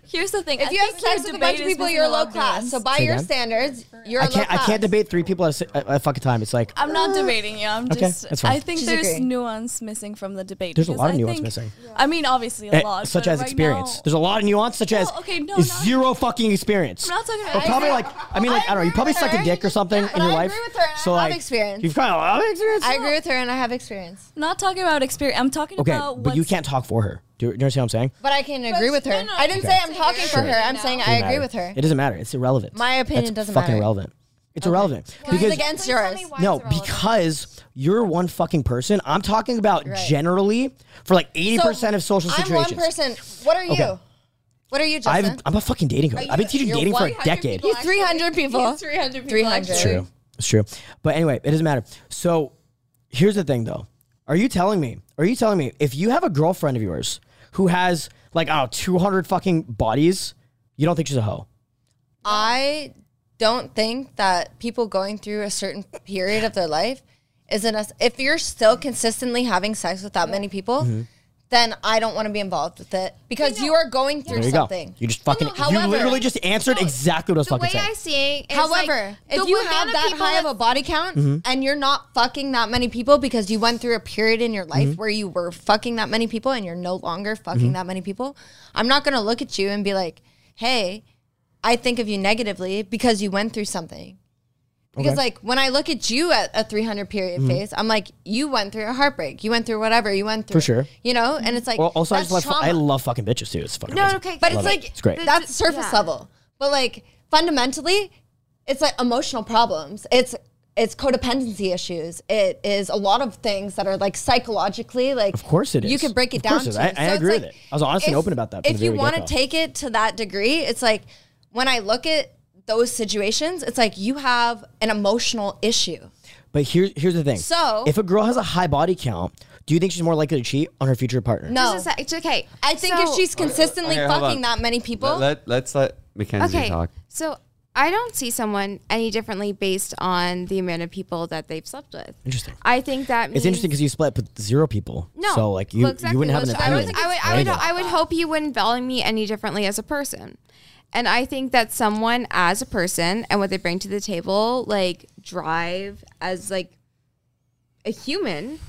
[SPEAKER 4] Here's the thing.
[SPEAKER 3] if you have sex with a bunch of people, you're low class. So by
[SPEAKER 1] Say
[SPEAKER 3] your
[SPEAKER 1] again?
[SPEAKER 3] standards, you're
[SPEAKER 1] I
[SPEAKER 3] low
[SPEAKER 1] can't. I
[SPEAKER 3] class.
[SPEAKER 1] can't debate three people at a, si- at a fucking time. It's like
[SPEAKER 4] I'm not debating you. I'm
[SPEAKER 1] Okay,
[SPEAKER 4] just.
[SPEAKER 1] that's fine.
[SPEAKER 4] I think
[SPEAKER 3] She's
[SPEAKER 4] there's
[SPEAKER 3] agreeing.
[SPEAKER 4] nuance missing from the debate.
[SPEAKER 1] There's a
[SPEAKER 4] because
[SPEAKER 1] lot of
[SPEAKER 4] I
[SPEAKER 1] nuance
[SPEAKER 4] think-
[SPEAKER 1] missing.
[SPEAKER 4] I mean, obviously a
[SPEAKER 1] eh,
[SPEAKER 4] lot,
[SPEAKER 1] such
[SPEAKER 4] but
[SPEAKER 1] as
[SPEAKER 4] right
[SPEAKER 1] experience.
[SPEAKER 4] now-
[SPEAKER 1] There's a lot of nuance, such as
[SPEAKER 4] Well, okay, no,
[SPEAKER 1] is
[SPEAKER 4] not-
[SPEAKER 1] zero fucking experience.
[SPEAKER 4] I'm not talking about.
[SPEAKER 1] But probably like I mean like I, don't know. You probably sucked a dick or something in
[SPEAKER 3] and
[SPEAKER 1] your
[SPEAKER 3] I
[SPEAKER 1] life.
[SPEAKER 3] agree with her, and I
[SPEAKER 1] so
[SPEAKER 3] have
[SPEAKER 1] like
[SPEAKER 3] experience.
[SPEAKER 1] You've got a lot of experience.
[SPEAKER 3] I agree with her, and I have experience.
[SPEAKER 4] I'm not talking about experience. I'm talking
[SPEAKER 1] okay,
[SPEAKER 4] about.
[SPEAKER 1] but you
[SPEAKER 4] what's-
[SPEAKER 1] can't talk for her. Do you, do you understand what I'm saying?
[SPEAKER 3] But I can agree with her.
[SPEAKER 5] no,
[SPEAKER 3] I didn't
[SPEAKER 1] okay.
[SPEAKER 3] say I'm talking for her. I'm saying I
[SPEAKER 1] Doesn't
[SPEAKER 3] agree
[SPEAKER 1] matter.
[SPEAKER 3] with her.
[SPEAKER 1] It doesn't matter. It's irrelevant.
[SPEAKER 3] My opinion
[SPEAKER 1] That's
[SPEAKER 3] doesn't
[SPEAKER 1] fucking
[SPEAKER 3] matter.
[SPEAKER 1] irrelevant. It's irrelevant
[SPEAKER 3] It's
[SPEAKER 1] because
[SPEAKER 3] against yours.
[SPEAKER 1] no, because you're one fucking person. I'm talking about
[SPEAKER 3] Right.
[SPEAKER 1] generally for like 80% of social
[SPEAKER 3] I'm
[SPEAKER 1] situations.
[SPEAKER 3] one person. What are you?
[SPEAKER 1] Okay.
[SPEAKER 3] What are you, Justin?
[SPEAKER 1] I've, I'm a fucking dating coach. I've been teaching dating for a decade.
[SPEAKER 3] He's 300 people.
[SPEAKER 5] 300 people.
[SPEAKER 3] 300.
[SPEAKER 1] It's true. It's true. But anyway, it doesn't matter. So here's the thing though. Are you telling me? Are you telling me if you have a girlfriend of yours who has like oh 200 fucking bodies, you don't think she's a hoe?
[SPEAKER 3] I don't think that people going through a certain period of their life isn't us. If you're still consistently having sex with that many people,
[SPEAKER 1] Mm-hmm.
[SPEAKER 3] then I don't want to be involved with it because you, are going through
[SPEAKER 1] There you
[SPEAKER 3] something.
[SPEAKER 1] go. You just fucking
[SPEAKER 3] no,
[SPEAKER 1] you
[SPEAKER 3] however-
[SPEAKER 1] literally just answered exactly what I was
[SPEAKER 5] The
[SPEAKER 1] fucking
[SPEAKER 5] way I
[SPEAKER 1] saying.
[SPEAKER 5] see it is
[SPEAKER 3] However,
[SPEAKER 5] like,
[SPEAKER 3] if you have that high of a body count
[SPEAKER 1] Mm-hmm.
[SPEAKER 3] and you're not fucking that many people because you went through a period in your
[SPEAKER 1] Mm-hmm.
[SPEAKER 3] life where you were fucking that many people and you're no longer fucking that many people, I'm not gonna look at you and be like, hey, I think of you negatively because you went through something.
[SPEAKER 1] Okay.
[SPEAKER 3] Because
[SPEAKER 1] Mm-hmm.
[SPEAKER 3] like when I look at you at a 300 period phase, I'm like, you went through a heartbreak, you went through whatever you went through,
[SPEAKER 1] sure.
[SPEAKER 3] You know, and it's like
[SPEAKER 1] Well, also, I
[SPEAKER 3] that's
[SPEAKER 1] just love, fu- I
[SPEAKER 3] trauma.
[SPEAKER 1] love fucking bitches too. It's fucking
[SPEAKER 5] No,
[SPEAKER 1] amazing.
[SPEAKER 5] okay.
[SPEAKER 3] But
[SPEAKER 1] Love
[SPEAKER 3] it's
[SPEAKER 1] it.
[SPEAKER 3] like
[SPEAKER 1] It's great.
[SPEAKER 3] That's surface
[SPEAKER 5] yeah.
[SPEAKER 3] level. But like fundamentally, it's like emotional problems. It's it's codependency issues. It is a lot of things that are like psychologically like
[SPEAKER 1] Of course it
[SPEAKER 3] You
[SPEAKER 1] is.
[SPEAKER 3] can break it
[SPEAKER 1] Of
[SPEAKER 3] down
[SPEAKER 1] course
[SPEAKER 3] to.
[SPEAKER 1] it is. I- I
[SPEAKER 3] it's
[SPEAKER 1] agree with it. I was honest and
[SPEAKER 3] if-
[SPEAKER 1] open about that from
[SPEAKER 3] If
[SPEAKER 1] the
[SPEAKER 3] you
[SPEAKER 1] very
[SPEAKER 3] want to
[SPEAKER 1] get-go.
[SPEAKER 3] take it to that degree, it's like when I look at those situations, it's like you have an emotional issue.
[SPEAKER 1] But here's here's the thing.
[SPEAKER 3] So-
[SPEAKER 1] if a girl has a high body count, do you think she's more likely to cheat on her future partner?
[SPEAKER 3] No.
[SPEAKER 5] Just a sec. It's okay.
[SPEAKER 3] I think if
[SPEAKER 5] So-
[SPEAKER 3] she's consistently
[SPEAKER 2] Okay, hold
[SPEAKER 3] fucking
[SPEAKER 2] on.
[SPEAKER 3] that many people,
[SPEAKER 2] Let, let, let's let Mackenzie
[SPEAKER 5] okay,
[SPEAKER 2] talk.
[SPEAKER 5] so I don't see someone any differently based on the amount of people that they've slept with.
[SPEAKER 1] Interesting.
[SPEAKER 5] I think that means
[SPEAKER 1] It's interesting because you split up with zero people.
[SPEAKER 5] No,
[SPEAKER 1] So like you,
[SPEAKER 5] well, exactly.
[SPEAKER 1] you wouldn't have an
[SPEAKER 5] Well, so
[SPEAKER 1] opinion.
[SPEAKER 5] I would, I would, I
[SPEAKER 1] Right.
[SPEAKER 5] would, I would hope you wouldn't value me any differently as a person. And I think that someone as a person and what they bring to the table, like drive as like a human,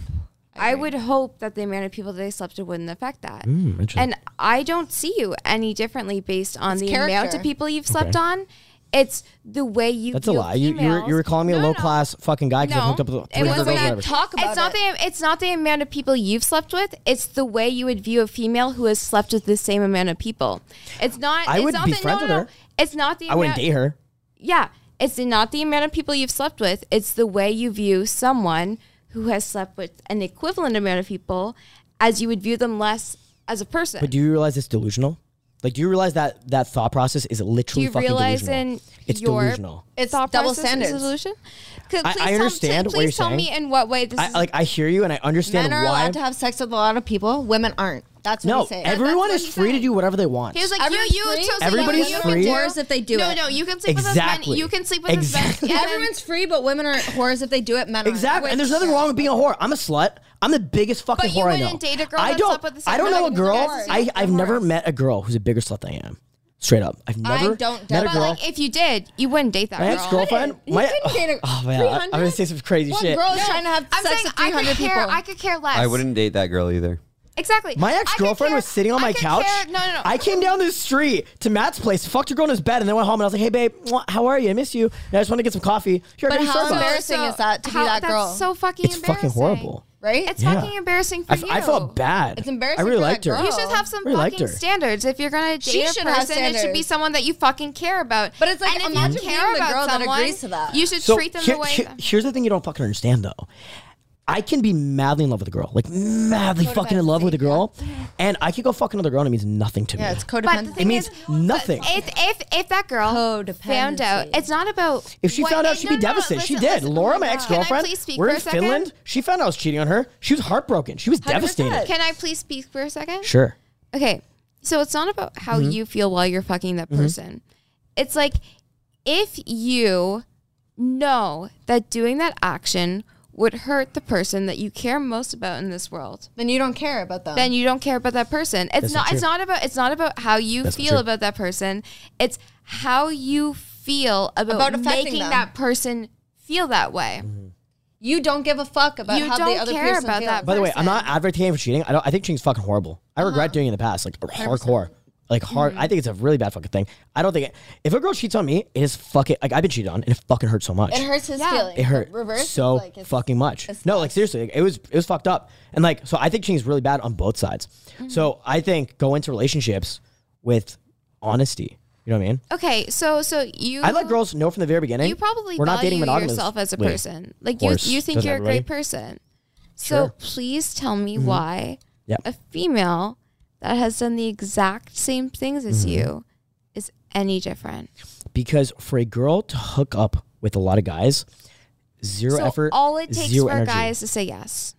[SPEAKER 5] I, would hope that the amount of people that they slept with wouldn't affect that.
[SPEAKER 1] Mm, interesting.
[SPEAKER 5] and I don't see you any differently based on the amount
[SPEAKER 3] character.
[SPEAKER 5] of people you've slept on. It's the way you.
[SPEAKER 1] That's a
[SPEAKER 5] view
[SPEAKER 1] lie. You, you, were, you were
[SPEAKER 5] females.
[SPEAKER 1] calling me a
[SPEAKER 5] No,
[SPEAKER 1] low
[SPEAKER 5] no, no.
[SPEAKER 1] class fucking guy because I
[SPEAKER 5] No,
[SPEAKER 1] hooked up with
[SPEAKER 5] it
[SPEAKER 1] three
[SPEAKER 5] wasn't
[SPEAKER 1] girls. or
[SPEAKER 5] that
[SPEAKER 1] Whatever.
[SPEAKER 3] talk about
[SPEAKER 5] it's not
[SPEAKER 3] it.
[SPEAKER 5] the it's not the amount of people you've slept with. It's the way you would view a female who has slept with the same amount of people. It's not.
[SPEAKER 1] I
[SPEAKER 5] it's
[SPEAKER 1] would
[SPEAKER 5] not
[SPEAKER 1] be
[SPEAKER 5] the,
[SPEAKER 1] friends
[SPEAKER 5] no,
[SPEAKER 1] with
[SPEAKER 5] no,
[SPEAKER 1] her.
[SPEAKER 5] It's not the.
[SPEAKER 1] I wouldn't
[SPEAKER 5] amount-
[SPEAKER 1] date her.
[SPEAKER 5] Yeah, it's not the amount of people you've slept with. It's the way you view someone who has slept with an equivalent amount of people, as you would view them less as a person.
[SPEAKER 1] But do you realize it's delusional? Like, do you realize that that thought process is
[SPEAKER 5] Do
[SPEAKER 1] literally
[SPEAKER 5] you
[SPEAKER 1] fucking
[SPEAKER 5] realize
[SPEAKER 1] delusional?
[SPEAKER 5] in
[SPEAKER 1] it's
[SPEAKER 5] your
[SPEAKER 1] delusional.
[SPEAKER 3] it's
[SPEAKER 5] thought
[SPEAKER 3] double
[SPEAKER 5] process is
[SPEAKER 3] standards.
[SPEAKER 5] delusion? Could-
[SPEAKER 1] I-
[SPEAKER 5] please
[SPEAKER 1] I
[SPEAKER 5] tell-
[SPEAKER 1] understand what
[SPEAKER 5] please
[SPEAKER 1] you're
[SPEAKER 5] tell me
[SPEAKER 1] saying.
[SPEAKER 5] in what way this
[SPEAKER 1] I,
[SPEAKER 5] is
[SPEAKER 1] like I hear you and I understand
[SPEAKER 3] men are
[SPEAKER 1] why.
[SPEAKER 3] allowed to have sex with a lot of people. Women aren't. That's what
[SPEAKER 1] no,
[SPEAKER 3] he said.
[SPEAKER 1] everyone
[SPEAKER 5] what
[SPEAKER 1] is
[SPEAKER 5] he's
[SPEAKER 1] free to
[SPEAKER 5] saying.
[SPEAKER 1] do whatever they want.
[SPEAKER 5] He was like,
[SPEAKER 3] Everyone's
[SPEAKER 5] you, you
[SPEAKER 3] free?
[SPEAKER 5] chose
[SPEAKER 1] Everybody's
[SPEAKER 5] you
[SPEAKER 1] free?
[SPEAKER 3] Whores if they do
[SPEAKER 5] no,
[SPEAKER 3] it.
[SPEAKER 5] No, you can sleep
[SPEAKER 1] Exactly.
[SPEAKER 5] with as many. You can sleep with
[SPEAKER 1] Exactly.
[SPEAKER 5] as many.
[SPEAKER 3] Everyone's free, but women are whores if they do it. Men aren't.
[SPEAKER 1] Exactly, and there's nothing wrong with being a whore. I'm a slut. I'm the biggest fucking
[SPEAKER 5] But you
[SPEAKER 1] whore I know.
[SPEAKER 5] wouldn't date a girl
[SPEAKER 1] I
[SPEAKER 5] that's
[SPEAKER 1] don't.
[SPEAKER 5] up with the same
[SPEAKER 1] I don't know a
[SPEAKER 5] amount of
[SPEAKER 1] girl.
[SPEAKER 5] guys as
[SPEAKER 1] I
[SPEAKER 5] you.
[SPEAKER 1] I've never met a girl who's a bigger slut than I am. Straight up, I've never met
[SPEAKER 3] don't doubt
[SPEAKER 1] a
[SPEAKER 5] But
[SPEAKER 1] girl.
[SPEAKER 5] like, if you did, you wouldn't date that
[SPEAKER 1] my
[SPEAKER 5] girl.
[SPEAKER 1] ex girlfriend.
[SPEAKER 3] You
[SPEAKER 1] My
[SPEAKER 3] couldn't date a
[SPEAKER 1] oh man, I, am gonna
[SPEAKER 3] 300?
[SPEAKER 1] say some crazy
[SPEAKER 3] What
[SPEAKER 1] shit.
[SPEAKER 3] girl is trying to have
[SPEAKER 5] I'm
[SPEAKER 3] sex
[SPEAKER 5] saying
[SPEAKER 3] with
[SPEAKER 5] I
[SPEAKER 3] 300
[SPEAKER 5] could
[SPEAKER 3] people?
[SPEAKER 5] care. I could care less.
[SPEAKER 2] I wouldn't date that girl either.
[SPEAKER 5] exactly.
[SPEAKER 1] My
[SPEAKER 5] I could
[SPEAKER 1] ex girlfriend
[SPEAKER 5] care-
[SPEAKER 1] was sitting on
[SPEAKER 5] I
[SPEAKER 1] my
[SPEAKER 5] could
[SPEAKER 1] couch.
[SPEAKER 5] care- No, no, no.
[SPEAKER 1] I came down the street to Matt's place, fucked a girl in his bed, and then went home. And I was like, "Hey, babe, mwah, how are you? I miss you. And I just want to get some coffee." Sure,
[SPEAKER 3] But
[SPEAKER 1] go to
[SPEAKER 3] how
[SPEAKER 1] Starbucks."
[SPEAKER 3] embarrassing is that to be
[SPEAKER 5] how-
[SPEAKER 3] that girl?
[SPEAKER 5] That's so fucking
[SPEAKER 1] It's
[SPEAKER 5] embarrassing.
[SPEAKER 1] fucking horrible.
[SPEAKER 3] right?
[SPEAKER 5] It's
[SPEAKER 1] Yeah.
[SPEAKER 5] fucking embarrassing for
[SPEAKER 1] I, f-
[SPEAKER 5] you.
[SPEAKER 1] I felt bad.
[SPEAKER 3] It's embarrassing
[SPEAKER 1] I really
[SPEAKER 3] for that
[SPEAKER 1] liked her.
[SPEAKER 3] girl.
[SPEAKER 5] You should have some
[SPEAKER 1] Really liked
[SPEAKER 5] fucking
[SPEAKER 1] her.
[SPEAKER 5] standards. If you're gonna date
[SPEAKER 3] She
[SPEAKER 5] a
[SPEAKER 3] should
[SPEAKER 5] person,
[SPEAKER 3] have
[SPEAKER 5] it should be
[SPEAKER 3] standards.
[SPEAKER 5] someone that you fucking care about.
[SPEAKER 3] But it's like,
[SPEAKER 5] and if
[SPEAKER 3] imagine
[SPEAKER 5] you
[SPEAKER 3] being
[SPEAKER 5] care
[SPEAKER 3] the
[SPEAKER 5] about
[SPEAKER 3] girl that
[SPEAKER 5] someone,
[SPEAKER 3] agrees to that.
[SPEAKER 5] You should treat them
[SPEAKER 1] here-
[SPEAKER 5] the way.
[SPEAKER 1] here- here's the thing you don't fucking understand though. I can be madly in love with a girl, like madly fucking in love with a girl, and I could go fuck another girl and it means nothing to
[SPEAKER 3] Yeah,
[SPEAKER 1] me.
[SPEAKER 3] it's
[SPEAKER 5] But the
[SPEAKER 3] codependent.
[SPEAKER 5] thing
[SPEAKER 1] it means
[SPEAKER 5] is,
[SPEAKER 1] uh, nothing.
[SPEAKER 5] If, if if that girl found out, it's not about.
[SPEAKER 1] If she
[SPEAKER 5] what-
[SPEAKER 1] found out,
[SPEAKER 5] no,
[SPEAKER 1] she'd be
[SPEAKER 5] no, no,
[SPEAKER 1] devastated. she
[SPEAKER 5] listen,
[SPEAKER 1] did.
[SPEAKER 5] listen,
[SPEAKER 1] Laura,
[SPEAKER 5] oh
[SPEAKER 1] my
[SPEAKER 5] God.
[SPEAKER 1] ex girlfriend,
[SPEAKER 5] Can I please speak
[SPEAKER 1] we're
[SPEAKER 5] for
[SPEAKER 1] in
[SPEAKER 5] a second?
[SPEAKER 1] Finland. She found out I was cheating on her. She was heartbroken. She was devastated.
[SPEAKER 5] Can I please speak for a second?
[SPEAKER 1] Sure.
[SPEAKER 5] Okay, so it's not about how
[SPEAKER 1] Mm-hmm.
[SPEAKER 5] you feel while you're fucking that person. It's like if you know that doing that action would hurt the person that you care most about in this world.
[SPEAKER 3] Then you don't care about them.
[SPEAKER 5] then you don't care about that person. It's
[SPEAKER 1] Um, That's
[SPEAKER 5] not,
[SPEAKER 1] not
[SPEAKER 5] it's
[SPEAKER 1] true.
[SPEAKER 5] not about it's not about how you
[SPEAKER 1] That's not
[SPEAKER 5] feel
[SPEAKER 1] true.
[SPEAKER 5] about that person. It's how you feel about,
[SPEAKER 3] About affecting
[SPEAKER 5] making
[SPEAKER 3] them.
[SPEAKER 5] that person feel that way.
[SPEAKER 1] Mm-hmm.
[SPEAKER 3] you don't give a fuck about
[SPEAKER 5] You
[SPEAKER 3] how
[SPEAKER 5] don't
[SPEAKER 3] the other
[SPEAKER 5] care
[SPEAKER 3] person
[SPEAKER 5] about
[SPEAKER 3] feels.
[SPEAKER 5] that.
[SPEAKER 1] By the way, I'm not advocating for cheating. I don't. I think cheating's fucking horrible. I regret doing it in the past, like hardcore, like hard. I think it's a really bad fucking thing. I don't think it, if a girl cheats on me, it is fucking like I've been cheated on, and it fucking hurts so much.
[SPEAKER 3] It hurts his
[SPEAKER 5] Yeah.
[SPEAKER 3] feelings.
[SPEAKER 1] It hurt
[SPEAKER 3] Reverse is
[SPEAKER 1] so
[SPEAKER 3] like it's-
[SPEAKER 1] fucking much. No, like seriously, like, it was it was fucked up. And like, so I think cheating is really bad on both sides. So I think go into relationships with honesty. You know what I mean?
[SPEAKER 5] Okay, so so you
[SPEAKER 1] I let girls know from the very beginning.
[SPEAKER 5] you probably
[SPEAKER 1] we're
[SPEAKER 5] value
[SPEAKER 1] not dating monogamous.
[SPEAKER 5] yourself as a
[SPEAKER 1] Wait.
[SPEAKER 5] person. Like you
[SPEAKER 1] course.
[SPEAKER 5] you think
[SPEAKER 1] Doesn't
[SPEAKER 5] you're a
[SPEAKER 1] everybody?
[SPEAKER 5] great person. So
[SPEAKER 1] Sure. Mm-hmm.
[SPEAKER 5] please tell me why
[SPEAKER 1] Yeah.
[SPEAKER 5] a female that has done the exact same things as
[SPEAKER 1] Mm-hmm.
[SPEAKER 5] you is any different.
[SPEAKER 1] Because for a girl to hook up with a lot of guys, zero
[SPEAKER 5] so
[SPEAKER 1] effort,
[SPEAKER 5] all it takes
[SPEAKER 1] zero
[SPEAKER 5] for
[SPEAKER 1] energy.
[SPEAKER 5] guys to say yes.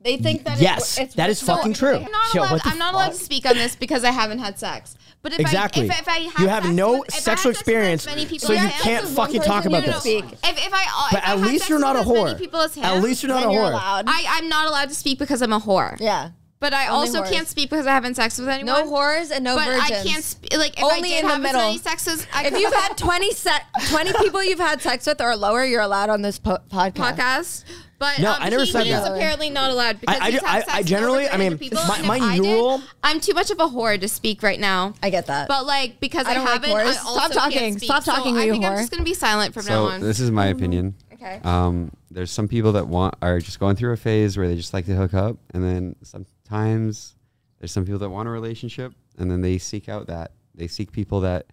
[SPEAKER 3] They think that
[SPEAKER 1] Yes,
[SPEAKER 3] it, it's
[SPEAKER 1] that is
[SPEAKER 3] no,
[SPEAKER 1] fucking true.
[SPEAKER 5] I'm not,
[SPEAKER 1] Yo,
[SPEAKER 5] allowed,
[SPEAKER 1] what the
[SPEAKER 5] I'm not
[SPEAKER 1] fuck?
[SPEAKER 5] allowed to speak on this because I haven't had sex. But if
[SPEAKER 1] Exactly.
[SPEAKER 5] I, if, if I had
[SPEAKER 1] You have
[SPEAKER 5] sex
[SPEAKER 1] no
[SPEAKER 5] with- if I had
[SPEAKER 1] sexual
[SPEAKER 5] sex with as
[SPEAKER 1] experience,
[SPEAKER 5] many people
[SPEAKER 1] so
[SPEAKER 5] as
[SPEAKER 1] you
[SPEAKER 5] I had
[SPEAKER 1] can't
[SPEAKER 5] sex with-
[SPEAKER 1] fucking talk about
[SPEAKER 3] No, no,
[SPEAKER 1] this.
[SPEAKER 3] no.
[SPEAKER 5] If, if I,
[SPEAKER 1] But
[SPEAKER 5] if I
[SPEAKER 1] at
[SPEAKER 5] had
[SPEAKER 1] least
[SPEAKER 5] sex
[SPEAKER 1] you're not a
[SPEAKER 5] with as many
[SPEAKER 1] whore.
[SPEAKER 5] people as him,
[SPEAKER 1] At least you're not
[SPEAKER 3] Then
[SPEAKER 1] a
[SPEAKER 3] you're
[SPEAKER 1] whore.
[SPEAKER 3] allowed.
[SPEAKER 5] I, I'm not allowed to speak because I'm a whore.
[SPEAKER 3] Yeah.
[SPEAKER 5] But I
[SPEAKER 3] Only
[SPEAKER 5] also
[SPEAKER 3] horrors.
[SPEAKER 5] can't speak because I haven't sex with anyone.
[SPEAKER 3] No horrors and no
[SPEAKER 5] but
[SPEAKER 3] virgins.
[SPEAKER 5] I can't speak. Like if
[SPEAKER 3] Only
[SPEAKER 5] I did
[SPEAKER 3] in the
[SPEAKER 5] have as
[SPEAKER 3] middle.
[SPEAKER 5] many sexes, I
[SPEAKER 3] If you've had 20 se- 20 people you've had sex with or lower, you're allowed on this po- podcast.
[SPEAKER 5] podcast. But
[SPEAKER 1] No,
[SPEAKER 5] um,
[SPEAKER 1] I never
[SPEAKER 5] he
[SPEAKER 1] said
[SPEAKER 5] he was
[SPEAKER 1] that.
[SPEAKER 5] apparently not allowed because
[SPEAKER 1] I
[SPEAKER 5] he's
[SPEAKER 1] ju-
[SPEAKER 5] had
[SPEAKER 1] I-
[SPEAKER 5] sex
[SPEAKER 1] I
[SPEAKER 5] with
[SPEAKER 1] generally-
[SPEAKER 5] over
[SPEAKER 1] I mean,
[SPEAKER 5] 300 people,
[SPEAKER 1] my-
[SPEAKER 5] and if
[SPEAKER 1] my
[SPEAKER 5] I
[SPEAKER 1] new
[SPEAKER 5] did,
[SPEAKER 1] rule-
[SPEAKER 5] I'm too much of a whore to speak right now.
[SPEAKER 3] I get that.
[SPEAKER 5] But like because I,
[SPEAKER 3] don't like
[SPEAKER 5] haven't,
[SPEAKER 3] whores.
[SPEAKER 5] I
[SPEAKER 3] Stop
[SPEAKER 5] also
[SPEAKER 3] talking.
[SPEAKER 5] Can't speak.
[SPEAKER 3] Stop
[SPEAKER 5] So
[SPEAKER 3] talking,
[SPEAKER 5] I
[SPEAKER 3] you
[SPEAKER 5] think
[SPEAKER 3] whore.
[SPEAKER 5] I'm just gonna be silent from now
[SPEAKER 2] So
[SPEAKER 5] on.
[SPEAKER 2] this is my opinion.
[SPEAKER 5] okay.
[SPEAKER 2] Um, there's some people that want are just going through a phase where they just like to hook up, and then sometimes there's some people that want a relationship, and then they seek out that they seek people that,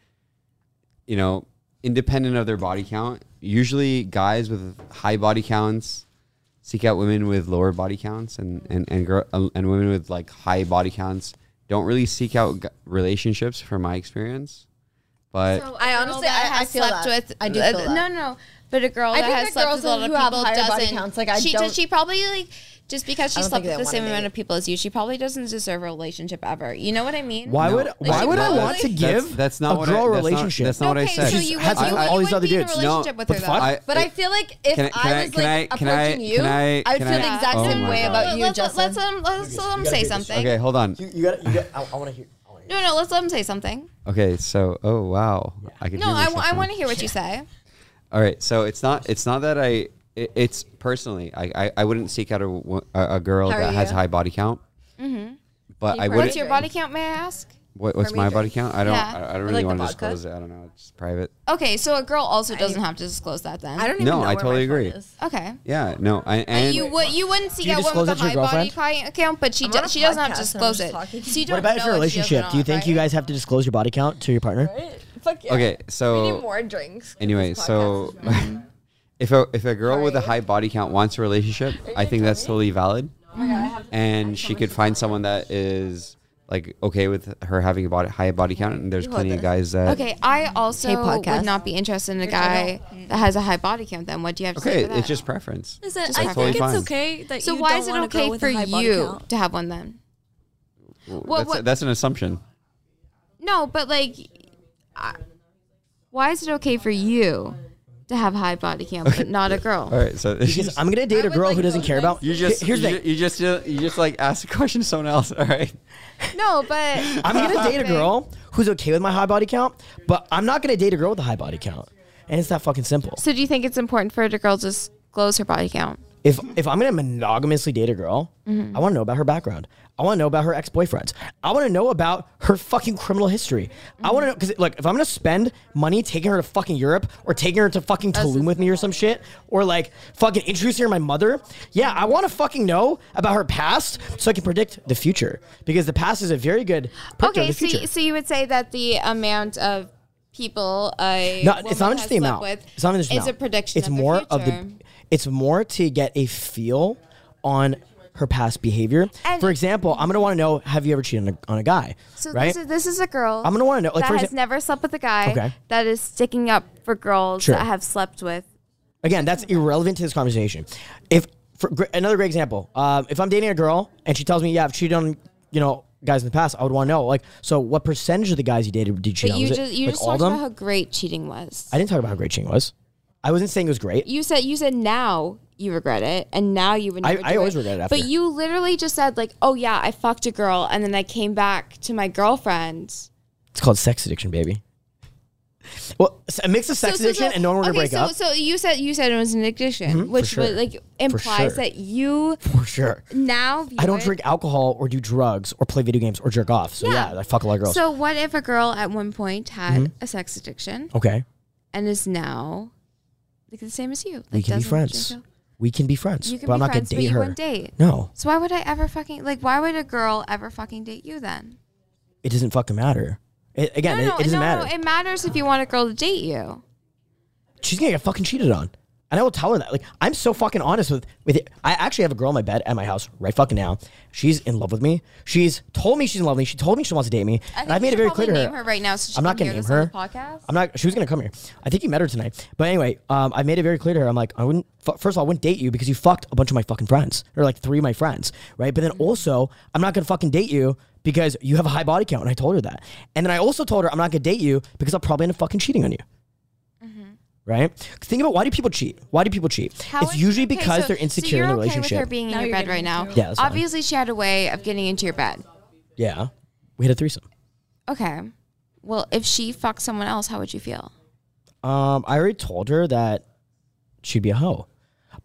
[SPEAKER 2] you know, independent of their body count. Usually, guys with high body counts seek out women with lower body counts, and
[SPEAKER 5] Mm-hmm.
[SPEAKER 2] and and girl, uh, and women with like high body counts don't really seek out g- relationships, from my experience. But
[SPEAKER 5] So
[SPEAKER 3] I
[SPEAKER 5] a girl
[SPEAKER 3] honestly-
[SPEAKER 5] that
[SPEAKER 3] I- I
[SPEAKER 5] has
[SPEAKER 3] feel
[SPEAKER 5] slept
[SPEAKER 3] that.
[SPEAKER 5] with.
[SPEAKER 3] I do feel
[SPEAKER 5] uh,
[SPEAKER 3] that.
[SPEAKER 5] No, no, no. But a girl
[SPEAKER 3] I
[SPEAKER 5] that
[SPEAKER 3] think
[SPEAKER 5] has
[SPEAKER 3] the
[SPEAKER 5] slept
[SPEAKER 3] girls
[SPEAKER 5] with a lot of
[SPEAKER 3] who have
[SPEAKER 5] people
[SPEAKER 3] higher body
[SPEAKER 5] doesn't.
[SPEAKER 3] counts, like, I
[SPEAKER 5] she
[SPEAKER 3] don't-
[SPEAKER 5] she probably like just because she
[SPEAKER 3] I don't
[SPEAKER 5] slept
[SPEAKER 3] think
[SPEAKER 5] with
[SPEAKER 3] they
[SPEAKER 5] the same
[SPEAKER 3] wanna
[SPEAKER 5] amount
[SPEAKER 3] date.
[SPEAKER 5] of people as you, she probably doesn't deserve a relationship ever. You know what I mean?
[SPEAKER 1] Why
[SPEAKER 2] No,
[SPEAKER 1] would why
[SPEAKER 5] she
[SPEAKER 1] would I
[SPEAKER 5] probably-
[SPEAKER 1] want to
[SPEAKER 2] that's-
[SPEAKER 1] give
[SPEAKER 2] that's not
[SPEAKER 1] a
[SPEAKER 2] what I-
[SPEAKER 1] girl
[SPEAKER 2] that's not-
[SPEAKER 1] relationship?
[SPEAKER 2] that's not what I
[SPEAKER 5] Okay,
[SPEAKER 2] said.
[SPEAKER 5] so
[SPEAKER 1] She's
[SPEAKER 5] you
[SPEAKER 1] had
[SPEAKER 5] would,
[SPEAKER 1] some-
[SPEAKER 5] you,
[SPEAKER 1] all
[SPEAKER 5] would,
[SPEAKER 1] these
[SPEAKER 5] you would
[SPEAKER 1] other
[SPEAKER 5] be in a
[SPEAKER 1] dudes. No,
[SPEAKER 5] relationship with
[SPEAKER 1] what
[SPEAKER 5] her
[SPEAKER 1] the
[SPEAKER 5] though.
[SPEAKER 1] fuck?
[SPEAKER 3] but I feel like if
[SPEAKER 2] Can I-
[SPEAKER 3] I,
[SPEAKER 2] can I-
[SPEAKER 3] was
[SPEAKER 2] can
[SPEAKER 3] like
[SPEAKER 2] I- can I-
[SPEAKER 3] approaching you,
[SPEAKER 2] can I-
[SPEAKER 3] I, would
[SPEAKER 2] can
[SPEAKER 3] feel
[SPEAKER 2] I-
[SPEAKER 3] the exact
[SPEAKER 2] Oh
[SPEAKER 3] same
[SPEAKER 2] my
[SPEAKER 3] way
[SPEAKER 2] God.
[SPEAKER 3] about you,
[SPEAKER 5] let's,
[SPEAKER 3] Justin.
[SPEAKER 5] let's let him, let's let him
[SPEAKER 1] gotta
[SPEAKER 5] say
[SPEAKER 1] take this
[SPEAKER 5] something.
[SPEAKER 2] okay, hold on.
[SPEAKER 1] you, you got you got. I, I want to hear. I wanna hear.
[SPEAKER 5] No, no, let's let him say something.
[SPEAKER 2] Okay, so oh wow, I can.
[SPEAKER 5] No,
[SPEAKER 2] hear
[SPEAKER 5] I,
[SPEAKER 2] myself now.
[SPEAKER 5] want to hear what you say.
[SPEAKER 2] All right, so it's not it's not that I it, it's personally I, I I wouldn't seek out a wo- a, a girl
[SPEAKER 3] How are
[SPEAKER 2] that has
[SPEAKER 3] you?
[SPEAKER 2] a high body count. But I
[SPEAKER 4] What's
[SPEAKER 2] wouldn't.
[SPEAKER 5] Mm-hmm. What's your
[SPEAKER 4] drink.
[SPEAKER 5] body count, may I ask?
[SPEAKER 2] what, what's
[SPEAKER 3] for me
[SPEAKER 2] my
[SPEAKER 3] drink?
[SPEAKER 2] body count? I don't.
[SPEAKER 5] Yeah.
[SPEAKER 2] I, I don't
[SPEAKER 5] Or
[SPEAKER 2] really
[SPEAKER 5] like the
[SPEAKER 2] want to
[SPEAKER 5] vodka?
[SPEAKER 2] disclose it. I don't know. It's private.
[SPEAKER 5] Okay, so a girl also doesn't have to disclose that then.
[SPEAKER 6] I don't even
[SPEAKER 2] No,
[SPEAKER 6] know.
[SPEAKER 2] I
[SPEAKER 6] where
[SPEAKER 2] totally
[SPEAKER 6] my phone
[SPEAKER 2] agree.
[SPEAKER 6] is.
[SPEAKER 5] Okay.
[SPEAKER 2] Yeah. No. I,
[SPEAKER 5] And
[SPEAKER 2] and
[SPEAKER 5] you would you wouldn't seek
[SPEAKER 1] you
[SPEAKER 5] out one
[SPEAKER 1] disclose
[SPEAKER 5] with a
[SPEAKER 1] it to your
[SPEAKER 5] high body
[SPEAKER 1] girlfriend?
[SPEAKER 5] count count, but she
[SPEAKER 6] I'm
[SPEAKER 5] do,
[SPEAKER 6] on a
[SPEAKER 5] she doesn't have
[SPEAKER 6] podcast,
[SPEAKER 5] to
[SPEAKER 6] I'm
[SPEAKER 5] disclose
[SPEAKER 6] just
[SPEAKER 5] it.
[SPEAKER 6] talking.
[SPEAKER 5] So you don't
[SPEAKER 1] What about if
[SPEAKER 5] know
[SPEAKER 1] your
[SPEAKER 5] if she does or
[SPEAKER 1] relationship? Do you
[SPEAKER 5] not,
[SPEAKER 1] think
[SPEAKER 5] right?
[SPEAKER 1] you guys have to disclose your body count to your partner?
[SPEAKER 6] Right? Fuck yeah.
[SPEAKER 2] okay. So
[SPEAKER 6] We need more drinks.
[SPEAKER 2] Anyway,
[SPEAKER 6] This podcast
[SPEAKER 2] so
[SPEAKER 6] is really-
[SPEAKER 2] if a if a girl with a high body count wants a relationship, I think that's totally valid. And she could find someone that is like okay with her having a body, high body count, and there's plenty of guys that.
[SPEAKER 5] Okay, I also
[SPEAKER 3] Hey, podcast.
[SPEAKER 5] would not be interested in a guy that has a high body count. Then what do you have to
[SPEAKER 2] Okay,
[SPEAKER 5] say for that?
[SPEAKER 2] it's just preference.
[SPEAKER 4] Listen,
[SPEAKER 2] Just
[SPEAKER 4] I
[SPEAKER 2] like
[SPEAKER 4] think
[SPEAKER 2] totally
[SPEAKER 4] it's
[SPEAKER 2] fine.
[SPEAKER 4] okay that
[SPEAKER 5] so
[SPEAKER 4] you
[SPEAKER 5] why
[SPEAKER 4] don't
[SPEAKER 5] is it
[SPEAKER 4] wanna go
[SPEAKER 5] okay
[SPEAKER 4] with
[SPEAKER 5] for
[SPEAKER 4] a high body
[SPEAKER 5] you
[SPEAKER 4] count.
[SPEAKER 5] to have one then?
[SPEAKER 2] Well,
[SPEAKER 5] what-
[SPEAKER 2] that's,
[SPEAKER 5] what-
[SPEAKER 2] that's an assumption.
[SPEAKER 5] No, but like, I, why is it okay for you to have high body count but not a girl?
[SPEAKER 2] All right, so
[SPEAKER 1] Because I'm gonna date a girl who doesn't care about.
[SPEAKER 2] you just
[SPEAKER 1] here's the
[SPEAKER 2] you,
[SPEAKER 1] thing.
[SPEAKER 2] you just you just like ask a question to someone else. All right.
[SPEAKER 5] No, but
[SPEAKER 1] I'm gonna date a girl who's okay with my high body count, but I'm not gonna date a girl with a high body count. And it's that fucking simple.
[SPEAKER 5] So do you think it's important for a girl to disclose her body count?
[SPEAKER 1] If if I'm gonna monogamously date a girl, I want to know about her background. I want to know about her ex boyfriends. I want to know about her fucking criminal history. I want to know because look, if I'm gonna spend money taking her to fucking Europe or taking her to fucking Tulum with me or some shit, or like fucking introducing her to my mother, yeah, I want to fucking know about her past so I can predict the future because the past is a very good predictor of
[SPEAKER 5] Okay,
[SPEAKER 1] the
[SPEAKER 5] so
[SPEAKER 1] future.
[SPEAKER 5] you, so you would say that the amount of people a
[SPEAKER 1] No,
[SPEAKER 5] woman
[SPEAKER 1] it's not
[SPEAKER 5] has
[SPEAKER 1] just the
[SPEAKER 5] slept
[SPEAKER 1] amount.
[SPEAKER 5] with
[SPEAKER 1] It's not just the
[SPEAKER 5] is a
[SPEAKER 1] amount.
[SPEAKER 5] prediction.
[SPEAKER 1] It's
[SPEAKER 5] of
[SPEAKER 1] more
[SPEAKER 5] the
[SPEAKER 1] of
[SPEAKER 5] future.
[SPEAKER 1] the. It's more to get a feel on her past behavior.
[SPEAKER 5] And-
[SPEAKER 1] for example, I'm gonna want to know: Have you ever cheated on a, on a guy?
[SPEAKER 5] So
[SPEAKER 1] right?
[SPEAKER 5] this is this is a girl.
[SPEAKER 1] I'm gonna wanna know, like,
[SPEAKER 5] that
[SPEAKER 1] for
[SPEAKER 5] has
[SPEAKER 1] exa-
[SPEAKER 5] never slept with a guy.
[SPEAKER 1] Okay.
[SPEAKER 5] That is sticking up for girls
[SPEAKER 1] Sure.
[SPEAKER 5] that have slept with.
[SPEAKER 1] Again, that's irrelevant to this conversation. If for gr- another great example, um, if I'm dating a girl and she tells me, "Yeah, I've cheated on you know guys in the past," I would want to know, like, so what percentage of the guys you dated did you cheat
[SPEAKER 5] But
[SPEAKER 1] on?
[SPEAKER 5] you
[SPEAKER 1] Was it,
[SPEAKER 5] just you
[SPEAKER 1] like,
[SPEAKER 5] just
[SPEAKER 1] all
[SPEAKER 5] talked
[SPEAKER 1] them?
[SPEAKER 5] about how great cheating was.
[SPEAKER 1] I didn't talk about how great cheating was. I wasn't saying it was great.
[SPEAKER 5] you said you said now you regret it and now you would
[SPEAKER 1] I-
[SPEAKER 5] never
[SPEAKER 1] I
[SPEAKER 5] do
[SPEAKER 1] always regret it after.
[SPEAKER 5] But you literally just said like, "Oh yeah, I fucked a girl and then I came back to my girlfriend."
[SPEAKER 1] It's called sex addiction, baby. Well, s- a mix of sex addiction and knowing where to
[SPEAKER 5] okay,
[SPEAKER 1] break
[SPEAKER 5] so,
[SPEAKER 1] up. Mm-hmm,
[SPEAKER 5] So you said you said it was an addiction, which
[SPEAKER 1] sure.
[SPEAKER 5] would, like implies
[SPEAKER 1] sure.
[SPEAKER 5] that you
[SPEAKER 1] for sure.
[SPEAKER 5] now
[SPEAKER 1] I don't
[SPEAKER 5] view it-
[SPEAKER 1] drink alcohol or do drugs or play video games or jerk off. So yeah, I fuck a lot of girls. Mm-hmm.
[SPEAKER 5] So what if a girl at one point had a sex addiction
[SPEAKER 1] okay,
[SPEAKER 5] and is now like the same as you?
[SPEAKER 1] we
[SPEAKER 5] Like,
[SPEAKER 1] can be
[SPEAKER 5] doesn't drink
[SPEAKER 1] friends.
[SPEAKER 5] al-
[SPEAKER 1] We can be friends,
[SPEAKER 5] You can
[SPEAKER 1] but
[SPEAKER 5] be
[SPEAKER 1] I'm not
[SPEAKER 5] friends,
[SPEAKER 1] gonna
[SPEAKER 5] but
[SPEAKER 1] date
[SPEAKER 5] you
[SPEAKER 1] her.
[SPEAKER 5] wouldn't date.
[SPEAKER 1] No,
[SPEAKER 5] So why would I ever fucking like? Why would a girl ever fucking date you then?
[SPEAKER 1] it doesn't fucking matter. It, again,
[SPEAKER 5] no,
[SPEAKER 1] it-
[SPEAKER 5] no,
[SPEAKER 1] it, doesn't
[SPEAKER 5] no,
[SPEAKER 1] matter.
[SPEAKER 5] no. It matters if you want a girl to date you.
[SPEAKER 1] She's gonna get fucking cheated on, and I will tell her that. Like I'm so fucking honest with with it. I actually have a girl in my bed at my house right fucking now. She's in love with me. She's told me she's in love with me. She told me she wants to date me, and I've made it very clear to
[SPEAKER 5] Name her right now. So she
[SPEAKER 1] I'm not
[SPEAKER 5] can
[SPEAKER 1] gonna name
[SPEAKER 5] hear this on
[SPEAKER 1] her.
[SPEAKER 5] the Podcast.
[SPEAKER 1] I'm not. She was gonna come here. I think you met her tonight. But anyway, um, I made it very clear to her. I'm like, I wouldn't. F- first of all, I wouldn't date you because you fucked a bunch of my fucking friends, or like three of my friends, right? But then
[SPEAKER 5] Mm-hmm.
[SPEAKER 1] also, I'm not gonna fucking date you because you have a high body count, and I told her that. And then I also told her I'm not gonna date you because I'll probably end up fucking cheating on you, right? Think about why do people cheat? Why do people cheat?
[SPEAKER 5] Mm-hmm. How
[SPEAKER 1] it's
[SPEAKER 5] is-
[SPEAKER 1] usually
[SPEAKER 5] okay,
[SPEAKER 1] because
[SPEAKER 5] so-
[SPEAKER 1] they're
[SPEAKER 5] so
[SPEAKER 1] insecure
[SPEAKER 5] you're
[SPEAKER 1] in the
[SPEAKER 5] okay
[SPEAKER 1] relationship.
[SPEAKER 5] With her being in
[SPEAKER 4] Now
[SPEAKER 5] your
[SPEAKER 4] you're
[SPEAKER 5] bed
[SPEAKER 4] getting
[SPEAKER 5] right now.
[SPEAKER 4] into it.
[SPEAKER 1] Yeah, that's fine.
[SPEAKER 5] Obviously, she had a way of getting into your bed.
[SPEAKER 1] yeah, we had a threesome.
[SPEAKER 5] Okay. Well, if she fucked someone else, how would you feel?
[SPEAKER 1] Um, I already told her that she'd be a hoe.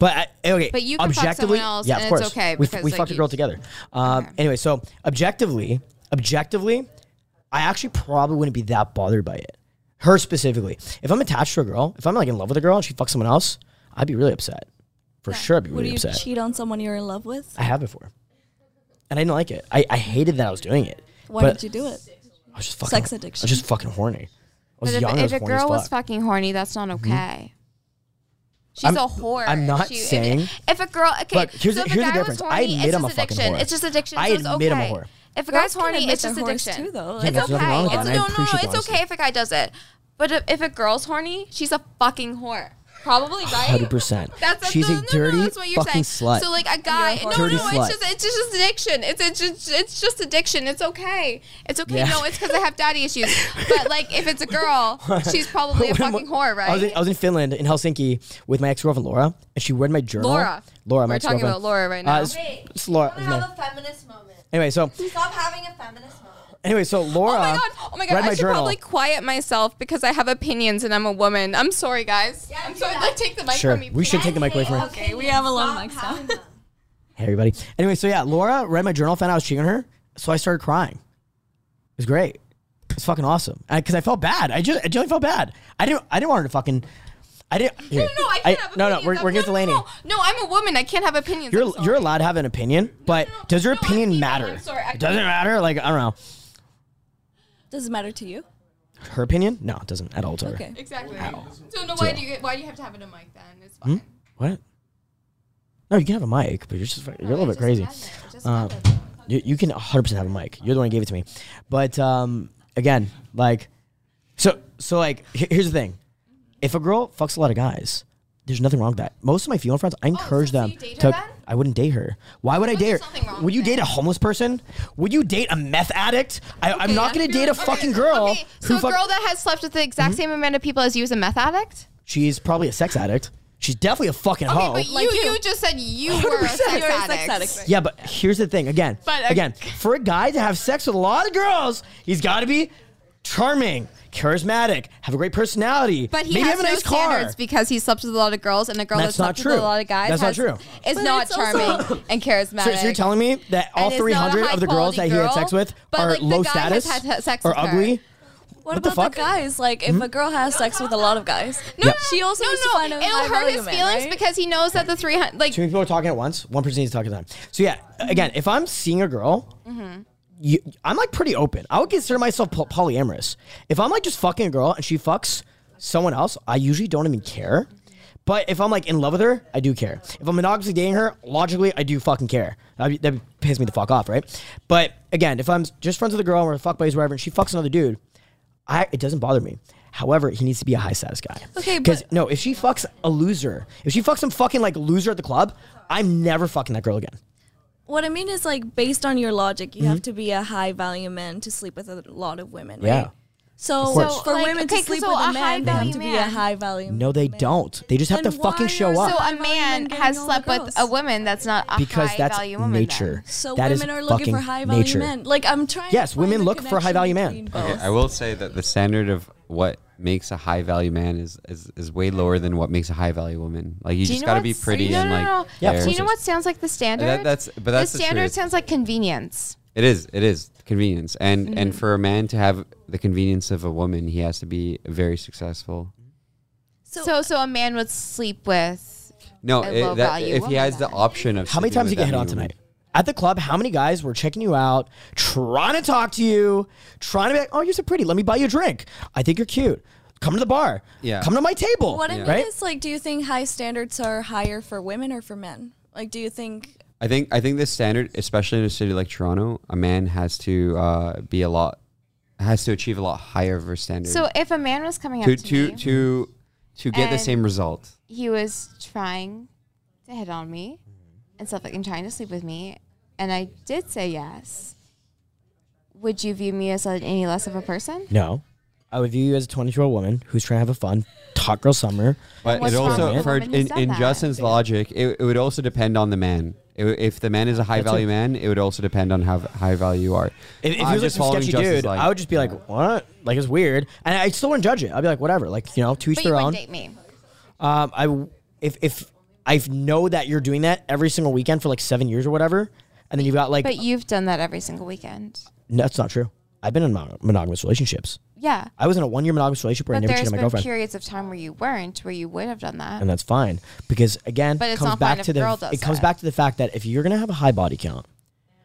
[SPEAKER 1] But I, eh, okay,
[SPEAKER 5] But you can fuck someone
[SPEAKER 1] objectively,
[SPEAKER 5] else
[SPEAKER 1] yeah, of
[SPEAKER 5] and it's
[SPEAKER 1] course,
[SPEAKER 5] okay
[SPEAKER 1] We, f-
[SPEAKER 5] because,
[SPEAKER 1] we
[SPEAKER 5] like,
[SPEAKER 1] fucked a
[SPEAKER 5] you-
[SPEAKER 1] girl together. Um, anyway, so objectively, objectively, I actually probably wouldn't be that bothered by it. Her specifically, if I'm attached to a girl, if I'm like in love with a girl and she fucks someone else, I'd be really upset. For sure, I'd be
[SPEAKER 4] Would
[SPEAKER 1] really
[SPEAKER 4] you
[SPEAKER 1] upset.
[SPEAKER 4] cheat on someone you're in love with?
[SPEAKER 1] I have before, and I didn't like it. I, I hated that I was doing it.
[SPEAKER 4] Why
[SPEAKER 1] but
[SPEAKER 4] did you do it?
[SPEAKER 1] I was just fucking,
[SPEAKER 4] Sex
[SPEAKER 1] I
[SPEAKER 4] addiction.
[SPEAKER 1] was just fucking horny. I was
[SPEAKER 5] But if,
[SPEAKER 1] young. I
[SPEAKER 5] if
[SPEAKER 1] was
[SPEAKER 5] a
[SPEAKER 1] horny as
[SPEAKER 5] girl was
[SPEAKER 1] fuck. Mm-hmm.
[SPEAKER 5] fucking horny, that's not okay. She's
[SPEAKER 1] I'm-
[SPEAKER 5] a whore.
[SPEAKER 1] I'm not
[SPEAKER 5] She- if-
[SPEAKER 1] saying-
[SPEAKER 5] If, a girl, okay,
[SPEAKER 1] Look, here's
[SPEAKER 5] so
[SPEAKER 1] the-
[SPEAKER 5] if
[SPEAKER 1] here's
[SPEAKER 5] a
[SPEAKER 1] the
[SPEAKER 5] guy was
[SPEAKER 1] difference. I
[SPEAKER 5] horny,
[SPEAKER 1] admit
[SPEAKER 5] it's
[SPEAKER 1] I'm a
[SPEAKER 5] just
[SPEAKER 1] fucking
[SPEAKER 5] addiction.
[SPEAKER 1] whore.
[SPEAKER 5] It's just addiction.
[SPEAKER 1] I
[SPEAKER 5] so it's
[SPEAKER 1] admit I'm a
[SPEAKER 5] okay.
[SPEAKER 1] whore.
[SPEAKER 5] If a
[SPEAKER 4] Girls
[SPEAKER 5] guy's
[SPEAKER 4] can
[SPEAKER 5] horny,
[SPEAKER 4] admit
[SPEAKER 5] it's just
[SPEAKER 4] they're whores
[SPEAKER 5] addiction.
[SPEAKER 4] too, though.
[SPEAKER 1] Yeah,
[SPEAKER 4] Like,
[SPEAKER 5] It's
[SPEAKER 1] there's nothing
[SPEAKER 5] okay.
[SPEAKER 1] wrong with that, and
[SPEAKER 5] It's,
[SPEAKER 1] I
[SPEAKER 5] no, no, no.
[SPEAKER 1] appreciate the
[SPEAKER 5] It's
[SPEAKER 1] honesty.
[SPEAKER 5] okay if a guy does it. But if, if a girl's horny, she's a fucking whore. Probably, right?
[SPEAKER 1] Hundred percent.
[SPEAKER 5] That's
[SPEAKER 1] She's
[SPEAKER 5] no,
[SPEAKER 1] a
[SPEAKER 5] no,
[SPEAKER 1] dirty
[SPEAKER 5] no, that's what you're
[SPEAKER 1] fucking
[SPEAKER 5] saying.
[SPEAKER 1] slut.
[SPEAKER 5] So like a guy,
[SPEAKER 4] You're
[SPEAKER 5] no,
[SPEAKER 4] a
[SPEAKER 5] no,
[SPEAKER 1] dirty slut.
[SPEAKER 5] it's just it's just addiction. It's it's just it's just addiction. It's okay. It's okay.
[SPEAKER 1] Yeah.
[SPEAKER 5] No, it's because I have daddy issues. But like if it's a girl, she's probably a
[SPEAKER 1] When I'm-
[SPEAKER 5] fucking whore, right?
[SPEAKER 1] I was, in, I was in Finland in Helsinki with my ex girlfriend Laura, and she read my journal.
[SPEAKER 5] Laura.
[SPEAKER 1] Laura, my
[SPEAKER 5] We're talking
[SPEAKER 1] ex-girlfriend.
[SPEAKER 5] about Laura right
[SPEAKER 1] Uh,
[SPEAKER 5] now.
[SPEAKER 1] it's, it's Laura. isn't it?
[SPEAKER 3] a feminist moment.
[SPEAKER 1] Anyway, so
[SPEAKER 3] Stop having a feminist moment.
[SPEAKER 1] anyway, so Laura.
[SPEAKER 5] Oh my god! Oh my god!
[SPEAKER 1] Read
[SPEAKER 5] I
[SPEAKER 1] my
[SPEAKER 5] should
[SPEAKER 1] journal.
[SPEAKER 5] probably quiet myself because I have opinions and I'm a woman. I'm sorry, guys. I'm
[SPEAKER 3] do
[SPEAKER 5] sorry.
[SPEAKER 3] that.
[SPEAKER 5] Like, take the mic
[SPEAKER 1] Sure,
[SPEAKER 5] from me.
[SPEAKER 1] we should take the mic away from her.
[SPEAKER 4] Okay, we have a long mic now.
[SPEAKER 1] Hey everybody. Anyway, so yeah, Laura read my journal, found out I was cheating on her, so I started crying. It was great. It's fucking awesome. Because I, felt bad. I just I genuinely felt bad. I didn't I didn't want her to fucking. I didn't.
[SPEAKER 5] No,
[SPEAKER 1] here.
[SPEAKER 5] no, no! I can't have
[SPEAKER 1] no,
[SPEAKER 5] opinions.
[SPEAKER 1] no. We're,
[SPEAKER 5] I'm-
[SPEAKER 1] we're getting to
[SPEAKER 5] no,
[SPEAKER 1] Laney.
[SPEAKER 5] no, No, no, I'm a woman. I can't have opinions. I'm
[SPEAKER 1] You're
[SPEAKER 5] sorry.
[SPEAKER 1] you're allowed to have an opinion, but
[SPEAKER 5] no,
[SPEAKER 1] does your
[SPEAKER 5] no, I
[SPEAKER 1] opinion
[SPEAKER 5] mean,
[SPEAKER 1] matter?
[SPEAKER 5] I'm sorry, I-
[SPEAKER 1] It doesn't matter. Like I don't know.
[SPEAKER 4] Does it matter to you?
[SPEAKER 1] Her opinion? No, it doesn't at all. To her.
[SPEAKER 4] Okay.
[SPEAKER 5] Exactly. So no, why
[SPEAKER 1] So-
[SPEAKER 5] do you why do you have to have it on mic then? It's
[SPEAKER 1] Hmm?
[SPEAKER 5] fine.
[SPEAKER 1] What? No, you can have a mic, but you're just you're a little bit crazy. Um, you, you can 100% have a mic. You're the one who gave it to me. But um, again, like, so so like, he- here's the thing: if a girl fucks a lot of guys, there's nothing wrong with that. Most of my female friends, I encourage
[SPEAKER 5] Oh, so
[SPEAKER 1] them
[SPEAKER 5] you date
[SPEAKER 1] to.
[SPEAKER 5] her then?
[SPEAKER 1] I wouldn't date her. Why would I date her?
[SPEAKER 5] there's nothing wrong
[SPEAKER 1] Would you
[SPEAKER 5] with
[SPEAKER 1] date a homeless person? Would you date a meth addict? I, I'm
[SPEAKER 5] Okay,
[SPEAKER 1] not gonna
[SPEAKER 5] feel-
[SPEAKER 1] date a
[SPEAKER 5] okay,
[SPEAKER 1] fucking girl
[SPEAKER 5] Okay, so
[SPEAKER 1] who
[SPEAKER 5] a
[SPEAKER 1] fuck- Hmm?
[SPEAKER 5] girl that has slept with the exact same amount of people as you is a meth addict.
[SPEAKER 1] She's probably a sex addict. She's definitely a fucking
[SPEAKER 5] Okay,
[SPEAKER 1] hoe.
[SPEAKER 5] but you, you just said you were a
[SPEAKER 1] 100%.
[SPEAKER 5] sex
[SPEAKER 1] You're
[SPEAKER 5] addict.
[SPEAKER 1] Yeah, but here's the thing. Again,
[SPEAKER 5] But, uh,
[SPEAKER 1] again, for a guy to have sex with a lot of girls, he's got to be charming, charismatic, have a great personality,
[SPEAKER 5] But he
[SPEAKER 1] maybe
[SPEAKER 5] has
[SPEAKER 1] have a
[SPEAKER 5] no
[SPEAKER 1] nice car.
[SPEAKER 5] standards because he slept with a lot of girls, and a girl
[SPEAKER 1] That's
[SPEAKER 5] that
[SPEAKER 1] not
[SPEAKER 5] slept with
[SPEAKER 1] true.
[SPEAKER 5] a lot of guys
[SPEAKER 1] That's not
[SPEAKER 5] has,
[SPEAKER 1] true.
[SPEAKER 5] is not charming and charismatic.
[SPEAKER 1] So, so you're telling me that all
[SPEAKER 5] And it's not a
[SPEAKER 1] 300 of the girls
[SPEAKER 5] high-quality
[SPEAKER 1] that he had sex
[SPEAKER 5] girl,
[SPEAKER 1] with
[SPEAKER 5] but,
[SPEAKER 1] are
[SPEAKER 5] like, the
[SPEAKER 1] low
[SPEAKER 5] guy has
[SPEAKER 1] status
[SPEAKER 5] had sex
[SPEAKER 1] or
[SPEAKER 5] with her.
[SPEAKER 1] ugly?
[SPEAKER 4] What,
[SPEAKER 1] What the fuck?
[SPEAKER 4] about
[SPEAKER 1] Hmm?
[SPEAKER 4] the guys? Like, if a girl has sex with a lot of guys,
[SPEAKER 5] No, no,
[SPEAKER 4] she also
[SPEAKER 5] no,
[SPEAKER 4] needs
[SPEAKER 5] no.
[SPEAKER 4] to find a
[SPEAKER 5] It'll hurt
[SPEAKER 4] high-value
[SPEAKER 5] his
[SPEAKER 4] man,
[SPEAKER 5] feelings
[SPEAKER 4] right?
[SPEAKER 5] because he knows that the three hundred like
[SPEAKER 1] Too many people are talking at once. One person needs to talk at a time. So yeah, again, if I'm seeing a girl, you, I'm like pretty open. I would consider myself po- polyamorous. If I'm like just fucking a girl and she fucks someone else, I usually don't even care. But if I'm like in love with her, I do care. If I'm monogamously dating her, logically, I do fucking care. That'd, be- that'd piss me the fuck off, right? But again, if I'm just friends with a girl and we're fuck buddies, whatever, and she fucks another dude, I it doesn't bother me. However, he needs to be a high status guy.
[SPEAKER 4] Okay,
[SPEAKER 1] because
[SPEAKER 4] but-
[SPEAKER 1] no, if she fucks a loser, if she fucks some fucking like loser at the club, I'm never fucking that girl again.
[SPEAKER 4] what I mean is, like, based on your logic, you have to be a high value man to sleep with a lot of women, right?
[SPEAKER 1] Mm-hmm. Yeah.
[SPEAKER 4] So,
[SPEAKER 1] course.
[SPEAKER 4] for
[SPEAKER 5] Like,
[SPEAKER 4] women
[SPEAKER 5] okay,
[SPEAKER 4] to sleep
[SPEAKER 5] so
[SPEAKER 4] with
[SPEAKER 5] a
[SPEAKER 4] a man, they have
[SPEAKER 5] high-value
[SPEAKER 4] to be
[SPEAKER 5] man.
[SPEAKER 4] a high value.
[SPEAKER 1] No, they don't. They just have
[SPEAKER 4] Then
[SPEAKER 1] to fucking
[SPEAKER 4] why
[SPEAKER 1] show
[SPEAKER 4] are
[SPEAKER 1] up
[SPEAKER 5] So
[SPEAKER 4] Why
[SPEAKER 5] a man
[SPEAKER 4] are men getting
[SPEAKER 5] has
[SPEAKER 4] all the
[SPEAKER 5] slept with
[SPEAKER 4] girls?
[SPEAKER 5] a woman that's not a
[SPEAKER 1] because
[SPEAKER 5] high
[SPEAKER 1] that's
[SPEAKER 5] value woman.
[SPEAKER 1] nature.
[SPEAKER 4] So
[SPEAKER 1] That is
[SPEAKER 4] women are looking
[SPEAKER 1] fucking
[SPEAKER 4] for high value
[SPEAKER 1] nature.
[SPEAKER 4] men. Like I'm trying.
[SPEAKER 1] Yes,
[SPEAKER 4] to find
[SPEAKER 1] women
[SPEAKER 4] the
[SPEAKER 1] look for high-value
[SPEAKER 4] connection
[SPEAKER 1] men.
[SPEAKER 4] between
[SPEAKER 1] Okay,
[SPEAKER 4] both.
[SPEAKER 2] I will say that the standard of what makes a high value man is, is, is way lower than what makes a high value woman. Like you
[SPEAKER 5] Do you
[SPEAKER 2] just
[SPEAKER 5] know
[SPEAKER 2] gotta
[SPEAKER 5] what
[SPEAKER 2] be
[SPEAKER 5] s-
[SPEAKER 2] pretty
[SPEAKER 5] no,
[SPEAKER 2] and
[SPEAKER 5] no,
[SPEAKER 2] like
[SPEAKER 5] no.
[SPEAKER 1] Yeah, of
[SPEAKER 2] there.
[SPEAKER 5] Do
[SPEAKER 1] course
[SPEAKER 5] you know what sounds like the standard?
[SPEAKER 2] that's- but that's
[SPEAKER 5] the
[SPEAKER 2] the
[SPEAKER 5] standard
[SPEAKER 2] truth.
[SPEAKER 5] sounds like convenience.
[SPEAKER 2] It is. It is convenience, and
[SPEAKER 5] Mm-hmm.
[SPEAKER 2] and for a man to have the convenience of a woman, he has to be very successful.
[SPEAKER 5] So, so, a man would sleep with.
[SPEAKER 2] No,
[SPEAKER 5] A
[SPEAKER 2] it, that,
[SPEAKER 5] low-value
[SPEAKER 2] if he
[SPEAKER 5] woman
[SPEAKER 2] has the
[SPEAKER 5] then.
[SPEAKER 2] option of
[SPEAKER 1] How many
[SPEAKER 2] sleeping
[SPEAKER 1] times did
[SPEAKER 2] with
[SPEAKER 1] you get
[SPEAKER 2] that
[SPEAKER 1] hit on
[SPEAKER 2] many women.
[SPEAKER 1] tonight? At the club, how many guys were checking you out, trying to talk to you, trying to be like, oh, you're so pretty. Let me buy you a drink. I think you're cute. Come to the bar.
[SPEAKER 2] Yeah.
[SPEAKER 1] Come to my table.
[SPEAKER 4] What I mean
[SPEAKER 1] Right?
[SPEAKER 4] is, like, do you think high standards are higher for women or for men? Like, do you think?
[SPEAKER 2] I think I think the standard, especially in a city like Toronto, a man has to uh, be a lot has to achieve a lot higher of a standard.
[SPEAKER 5] So if a man was coming up
[SPEAKER 2] to
[SPEAKER 5] to,
[SPEAKER 2] to
[SPEAKER 5] me,
[SPEAKER 2] to to get the
[SPEAKER 5] And-
[SPEAKER 2] same result.
[SPEAKER 5] he was trying to hit on me and stuff like and trying to sleep with me, and I did say yes. Would you view me as like, any less of a person?
[SPEAKER 1] No. I would view you as a 22 year old woman who's trying to have a fun hot girl summer.
[SPEAKER 2] But
[SPEAKER 5] What's
[SPEAKER 2] it
[SPEAKER 5] wrong
[SPEAKER 2] also,
[SPEAKER 5] with
[SPEAKER 2] for,
[SPEAKER 5] women who
[SPEAKER 2] in,
[SPEAKER 5] said
[SPEAKER 2] in
[SPEAKER 5] that?
[SPEAKER 2] Justin's logic, it, it would also depend on the man. It w- if the man is a high
[SPEAKER 1] That's
[SPEAKER 2] value
[SPEAKER 1] it.
[SPEAKER 2] man, it would also depend on how high value you are.
[SPEAKER 1] If, if
[SPEAKER 2] I'm
[SPEAKER 1] he was like
[SPEAKER 2] just
[SPEAKER 1] some
[SPEAKER 2] following
[SPEAKER 1] sketchy
[SPEAKER 2] Justin's
[SPEAKER 1] dude,
[SPEAKER 2] line.
[SPEAKER 1] I would just be like, what? Like it's weird, and I still wouldn't judge it. I'd be like, whatever. Like you know, to each
[SPEAKER 5] But you
[SPEAKER 1] their
[SPEAKER 5] wouldn't
[SPEAKER 1] own.
[SPEAKER 5] date me.
[SPEAKER 1] Um, I w- if if I know that you're doing that every single weekend for like seven years or whatever, and then you've got like
[SPEAKER 5] But you've done that every single weekend.
[SPEAKER 1] no, that's not true. I've been in mono- monogamous relationships.
[SPEAKER 5] Yeah.
[SPEAKER 1] I was in a one year monogamous relationship where I
[SPEAKER 5] But
[SPEAKER 1] never
[SPEAKER 5] there's
[SPEAKER 1] cheated on my
[SPEAKER 5] been
[SPEAKER 1] girlfriend,
[SPEAKER 5] periods of time where you weren't, where you would have done that.
[SPEAKER 1] and that's fine because again,
[SPEAKER 5] But
[SPEAKER 1] it
[SPEAKER 5] it's
[SPEAKER 1] comes
[SPEAKER 5] not fine
[SPEAKER 1] back
[SPEAKER 5] if
[SPEAKER 1] to the
[SPEAKER 5] girl does
[SPEAKER 1] it comes
[SPEAKER 5] it. Mm-hmm.
[SPEAKER 1] back to the fact that if you're gonna have a high body count,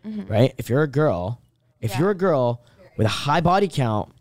[SPEAKER 1] right? If you're a girl, if you're a girl with a high body count,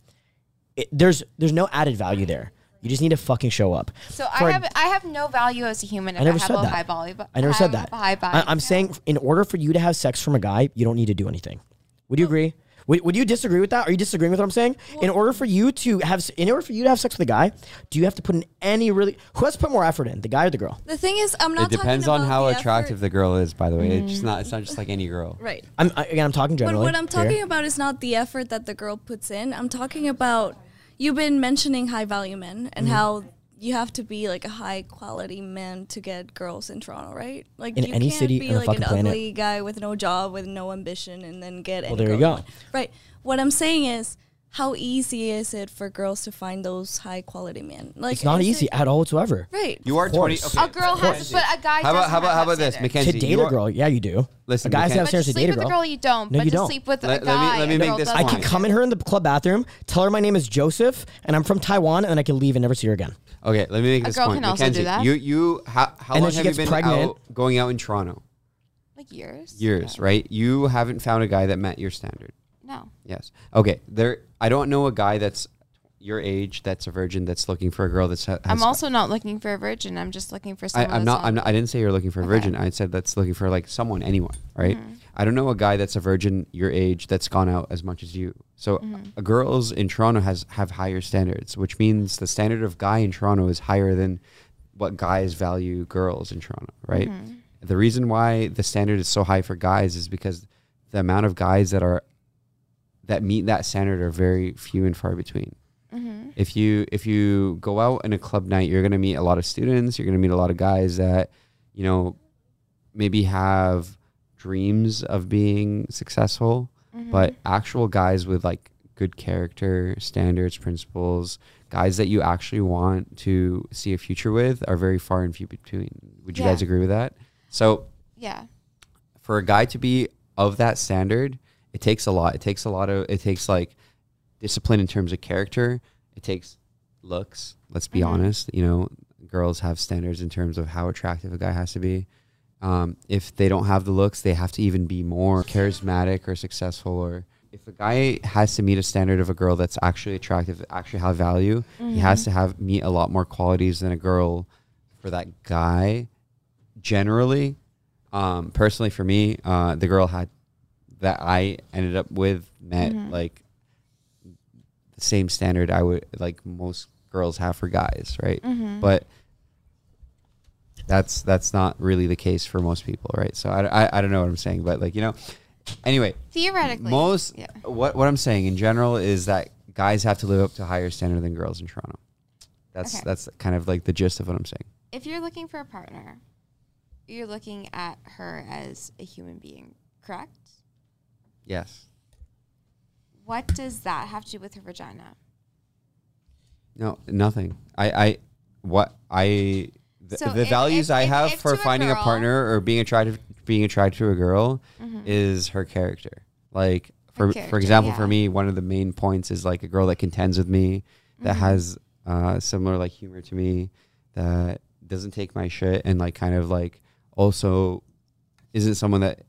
[SPEAKER 1] it, there's there's no added value there. You just need to fucking show up.
[SPEAKER 5] So
[SPEAKER 1] For
[SPEAKER 5] I
[SPEAKER 1] a-
[SPEAKER 5] have I have no value as a human if
[SPEAKER 1] I
[SPEAKER 5] I,
[SPEAKER 1] never
[SPEAKER 5] have
[SPEAKER 1] said
[SPEAKER 5] a
[SPEAKER 1] that.
[SPEAKER 5] high body. But
[SPEAKER 1] I never said
[SPEAKER 5] have
[SPEAKER 1] that.
[SPEAKER 5] a High body.
[SPEAKER 1] I, am saying, in order for you to have sex from a guy, you don't need to do anything. Would you agree? Would, would you disagree with that? Are you disagreeing with what I'm saying? in order for you to have, s- in order for you to have sex with a guy, do you have to put in any really? Who has to put more effort in, the guy or the girl?
[SPEAKER 4] The thing is, I'm not.
[SPEAKER 2] It depends
[SPEAKER 4] talking
[SPEAKER 2] on
[SPEAKER 4] about
[SPEAKER 2] how
[SPEAKER 4] the
[SPEAKER 2] attractive
[SPEAKER 4] effort-
[SPEAKER 2] the girl is, by the way. It's just not. It's
[SPEAKER 5] Mm.
[SPEAKER 2] not just like any girl.
[SPEAKER 4] Right.
[SPEAKER 1] I'm I, again, I'm talking
[SPEAKER 4] But
[SPEAKER 1] generally.
[SPEAKER 4] what I'm
[SPEAKER 1] here.
[SPEAKER 4] talking about is not the effort that the girl puts in. I'm talking about you've been mentioning high value men
[SPEAKER 1] Mm-hmm.
[SPEAKER 4] and how you have to be like a high quality man to get girls in Toronto, right? Like
[SPEAKER 1] In
[SPEAKER 4] you
[SPEAKER 1] any
[SPEAKER 4] can't
[SPEAKER 1] city
[SPEAKER 4] be
[SPEAKER 1] on the
[SPEAKER 4] like an
[SPEAKER 1] fucking planet.
[SPEAKER 4] ugly guy with no job, with no ambition, and then get. Well,
[SPEAKER 1] there you go.
[SPEAKER 4] Right. What I'm saying is. How easy is it for girls to find those high quality men? Like
[SPEAKER 1] It's not
[SPEAKER 4] is
[SPEAKER 1] easy
[SPEAKER 4] it-
[SPEAKER 1] at all whatsoever.
[SPEAKER 4] right?
[SPEAKER 2] You are twenty.
[SPEAKER 1] course.
[SPEAKER 2] Okay.
[SPEAKER 5] a girl has, but a guy.
[SPEAKER 2] How about
[SPEAKER 5] Oh, doesn't
[SPEAKER 2] how about how
[SPEAKER 5] have that
[SPEAKER 2] about this,
[SPEAKER 5] standard.
[SPEAKER 2] Mackenzie?
[SPEAKER 1] to date
[SPEAKER 2] you
[SPEAKER 1] a
[SPEAKER 2] are-
[SPEAKER 1] girl, yeah, you do.
[SPEAKER 2] Listen,
[SPEAKER 1] a guy has to
[SPEAKER 2] Mackenzie-
[SPEAKER 1] have
[SPEAKER 5] But to
[SPEAKER 1] stairs to
[SPEAKER 5] sleep
[SPEAKER 1] date a
[SPEAKER 5] with a girl,
[SPEAKER 1] girl.
[SPEAKER 5] you don't.
[SPEAKER 1] No,
[SPEAKER 5] but
[SPEAKER 1] you
[SPEAKER 5] to
[SPEAKER 1] don't.
[SPEAKER 5] sleep with
[SPEAKER 2] Let-
[SPEAKER 5] a
[SPEAKER 2] let me-
[SPEAKER 5] guy,
[SPEAKER 2] let me
[SPEAKER 5] a
[SPEAKER 2] make
[SPEAKER 5] girl
[SPEAKER 2] this
[SPEAKER 5] doesn't.
[SPEAKER 1] I
[SPEAKER 2] point.
[SPEAKER 1] could come in her in the club bathroom, tell her my name is Joseph, and I'm from Taiwan, and I can leave and never see her again.
[SPEAKER 2] Okay, let me make this
[SPEAKER 5] girl
[SPEAKER 2] point.
[SPEAKER 5] can also do
[SPEAKER 2] Mackenzie,
[SPEAKER 5] that.
[SPEAKER 2] you you how
[SPEAKER 1] And
[SPEAKER 2] how
[SPEAKER 1] then
[SPEAKER 2] long
[SPEAKER 1] she
[SPEAKER 2] have you
[SPEAKER 1] gets
[SPEAKER 2] been
[SPEAKER 1] pregnant.
[SPEAKER 2] out going out in Toronto?
[SPEAKER 5] Like years.
[SPEAKER 2] Years, right? You haven't found a guy that met your standard.
[SPEAKER 5] No.
[SPEAKER 2] Yes. Okay. There. I don't know a guy that's your age that's a virgin that's looking for a girl that's. Has,
[SPEAKER 5] I'm also not looking for a virgin. I'm just looking for
[SPEAKER 2] I,
[SPEAKER 5] someone.
[SPEAKER 2] I'm
[SPEAKER 5] that's
[SPEAKER 2] not. I'm not. I didn't say you're looking for a virgin. I said that's looking for like someone, anyone, right?
[SPEAKER 5] Mm-hmm.
[SPEAKER 2] I don't know a guy that's a virgin your age that's gone out as much as you. So
[SPEAKER 5] Mm-hmm.
[SPEAKER 2] uh, girls in Toronto has have higher standards, which means the standard of guy in Toronto is higher than what guys value girls in Toronto, right? The reason why the standard is so high for guys is because the amount of guys that are that meet that standard are very few and far between. If you if you go out in a club night, you're gonna meet a lot of students. You're gonna meet a lot of guys that, you know, maybe have dreams of being successful,
[SPEAKER 5] Mm-hmm.
[SPEAKER 2] but actual guys with like good character, standards, principles, guys that you actually want to see a future with are very far and few between. Would you
[SPEAKER 5] Yeah.
[SPEAKER 2] guys agree with that? So
[SPEAKER 5] Yeah.
[SPEAKER 2] for a guy to be of that standard, it takes a lot. It takes a lot of it takes like discipline in terms of character. It takes looks. Let's be honest. You know, girls have standards in terms of how attractive a guy has to be. Um, if they don't have the looks, they have to even be more charismatic or successful. Or if a guy has to meet a standard of a girl that's actually attractive, actually have value, he has to have meet a lot more qualities than a girl for that guy. Generally, um, personally for me, uh, the girl had that I ended up with met
[SPEAKER 5] Mm-hmm.
[SPEAKER 2] like the same standard I would like most girls have for guys, right?
[SPEAKER 5] Mm-hmm.
[SPEAKER 2] But that's that's not really the case for most people, right? So I, I, I don't know what I'm saying, but like you know, anyway,
[SPEAKER 5] Theoretically.
[SPEAKER 2] most
[SPEAKER 5] Yeah.
[SPEAKER 2] what what I'm saying in general is that guys have to live up to a higher standard than girls in Toronto. That's
[SPEAKER 5] Okay.
[SPEAKER 2] that's kind of like the gist of what I'm saying.
[SPEAKER 5] If you're looking for a partner, you're looking at her as a human being, correct?
[SPEAKER 2] Yes.
[SPEAKER 5] What does that have to do with her vagina?
[SPEAKER 2] No, nothing. I, I, what I, the,
[SPEAKER 5] So
[SPEAKER 2] the
[SPEAKER 5] if-
[SPEAKER 2] values
[SPEAKER 5] if-
[SPEAKER 2] I
[SPEAKER 5] if-
[SPEAKER 2] have
[SPEAKER 5] if
[SPEAKER 2] for
[SPEAKER 5] to a
[SPEAKER 2] finding a
[SPEAKER 5] girl- Mm-hmm.
[SPEAKER 2] partner or being attracted, being attracted to a girl, is her character. Like for for
[SPEAKER 5] Her character,
[SPEAKER 2] example, for
[SPEAKER 5] yeah.
[SPEAKER 2] me, one of the main points is like a girl that contends with me, that
[SPEAKER 5] Mm-hmm.
[SPEAKER 2] has uh, similar like humor to me, that doesn't take my shit, and like kind of like also isn't someone that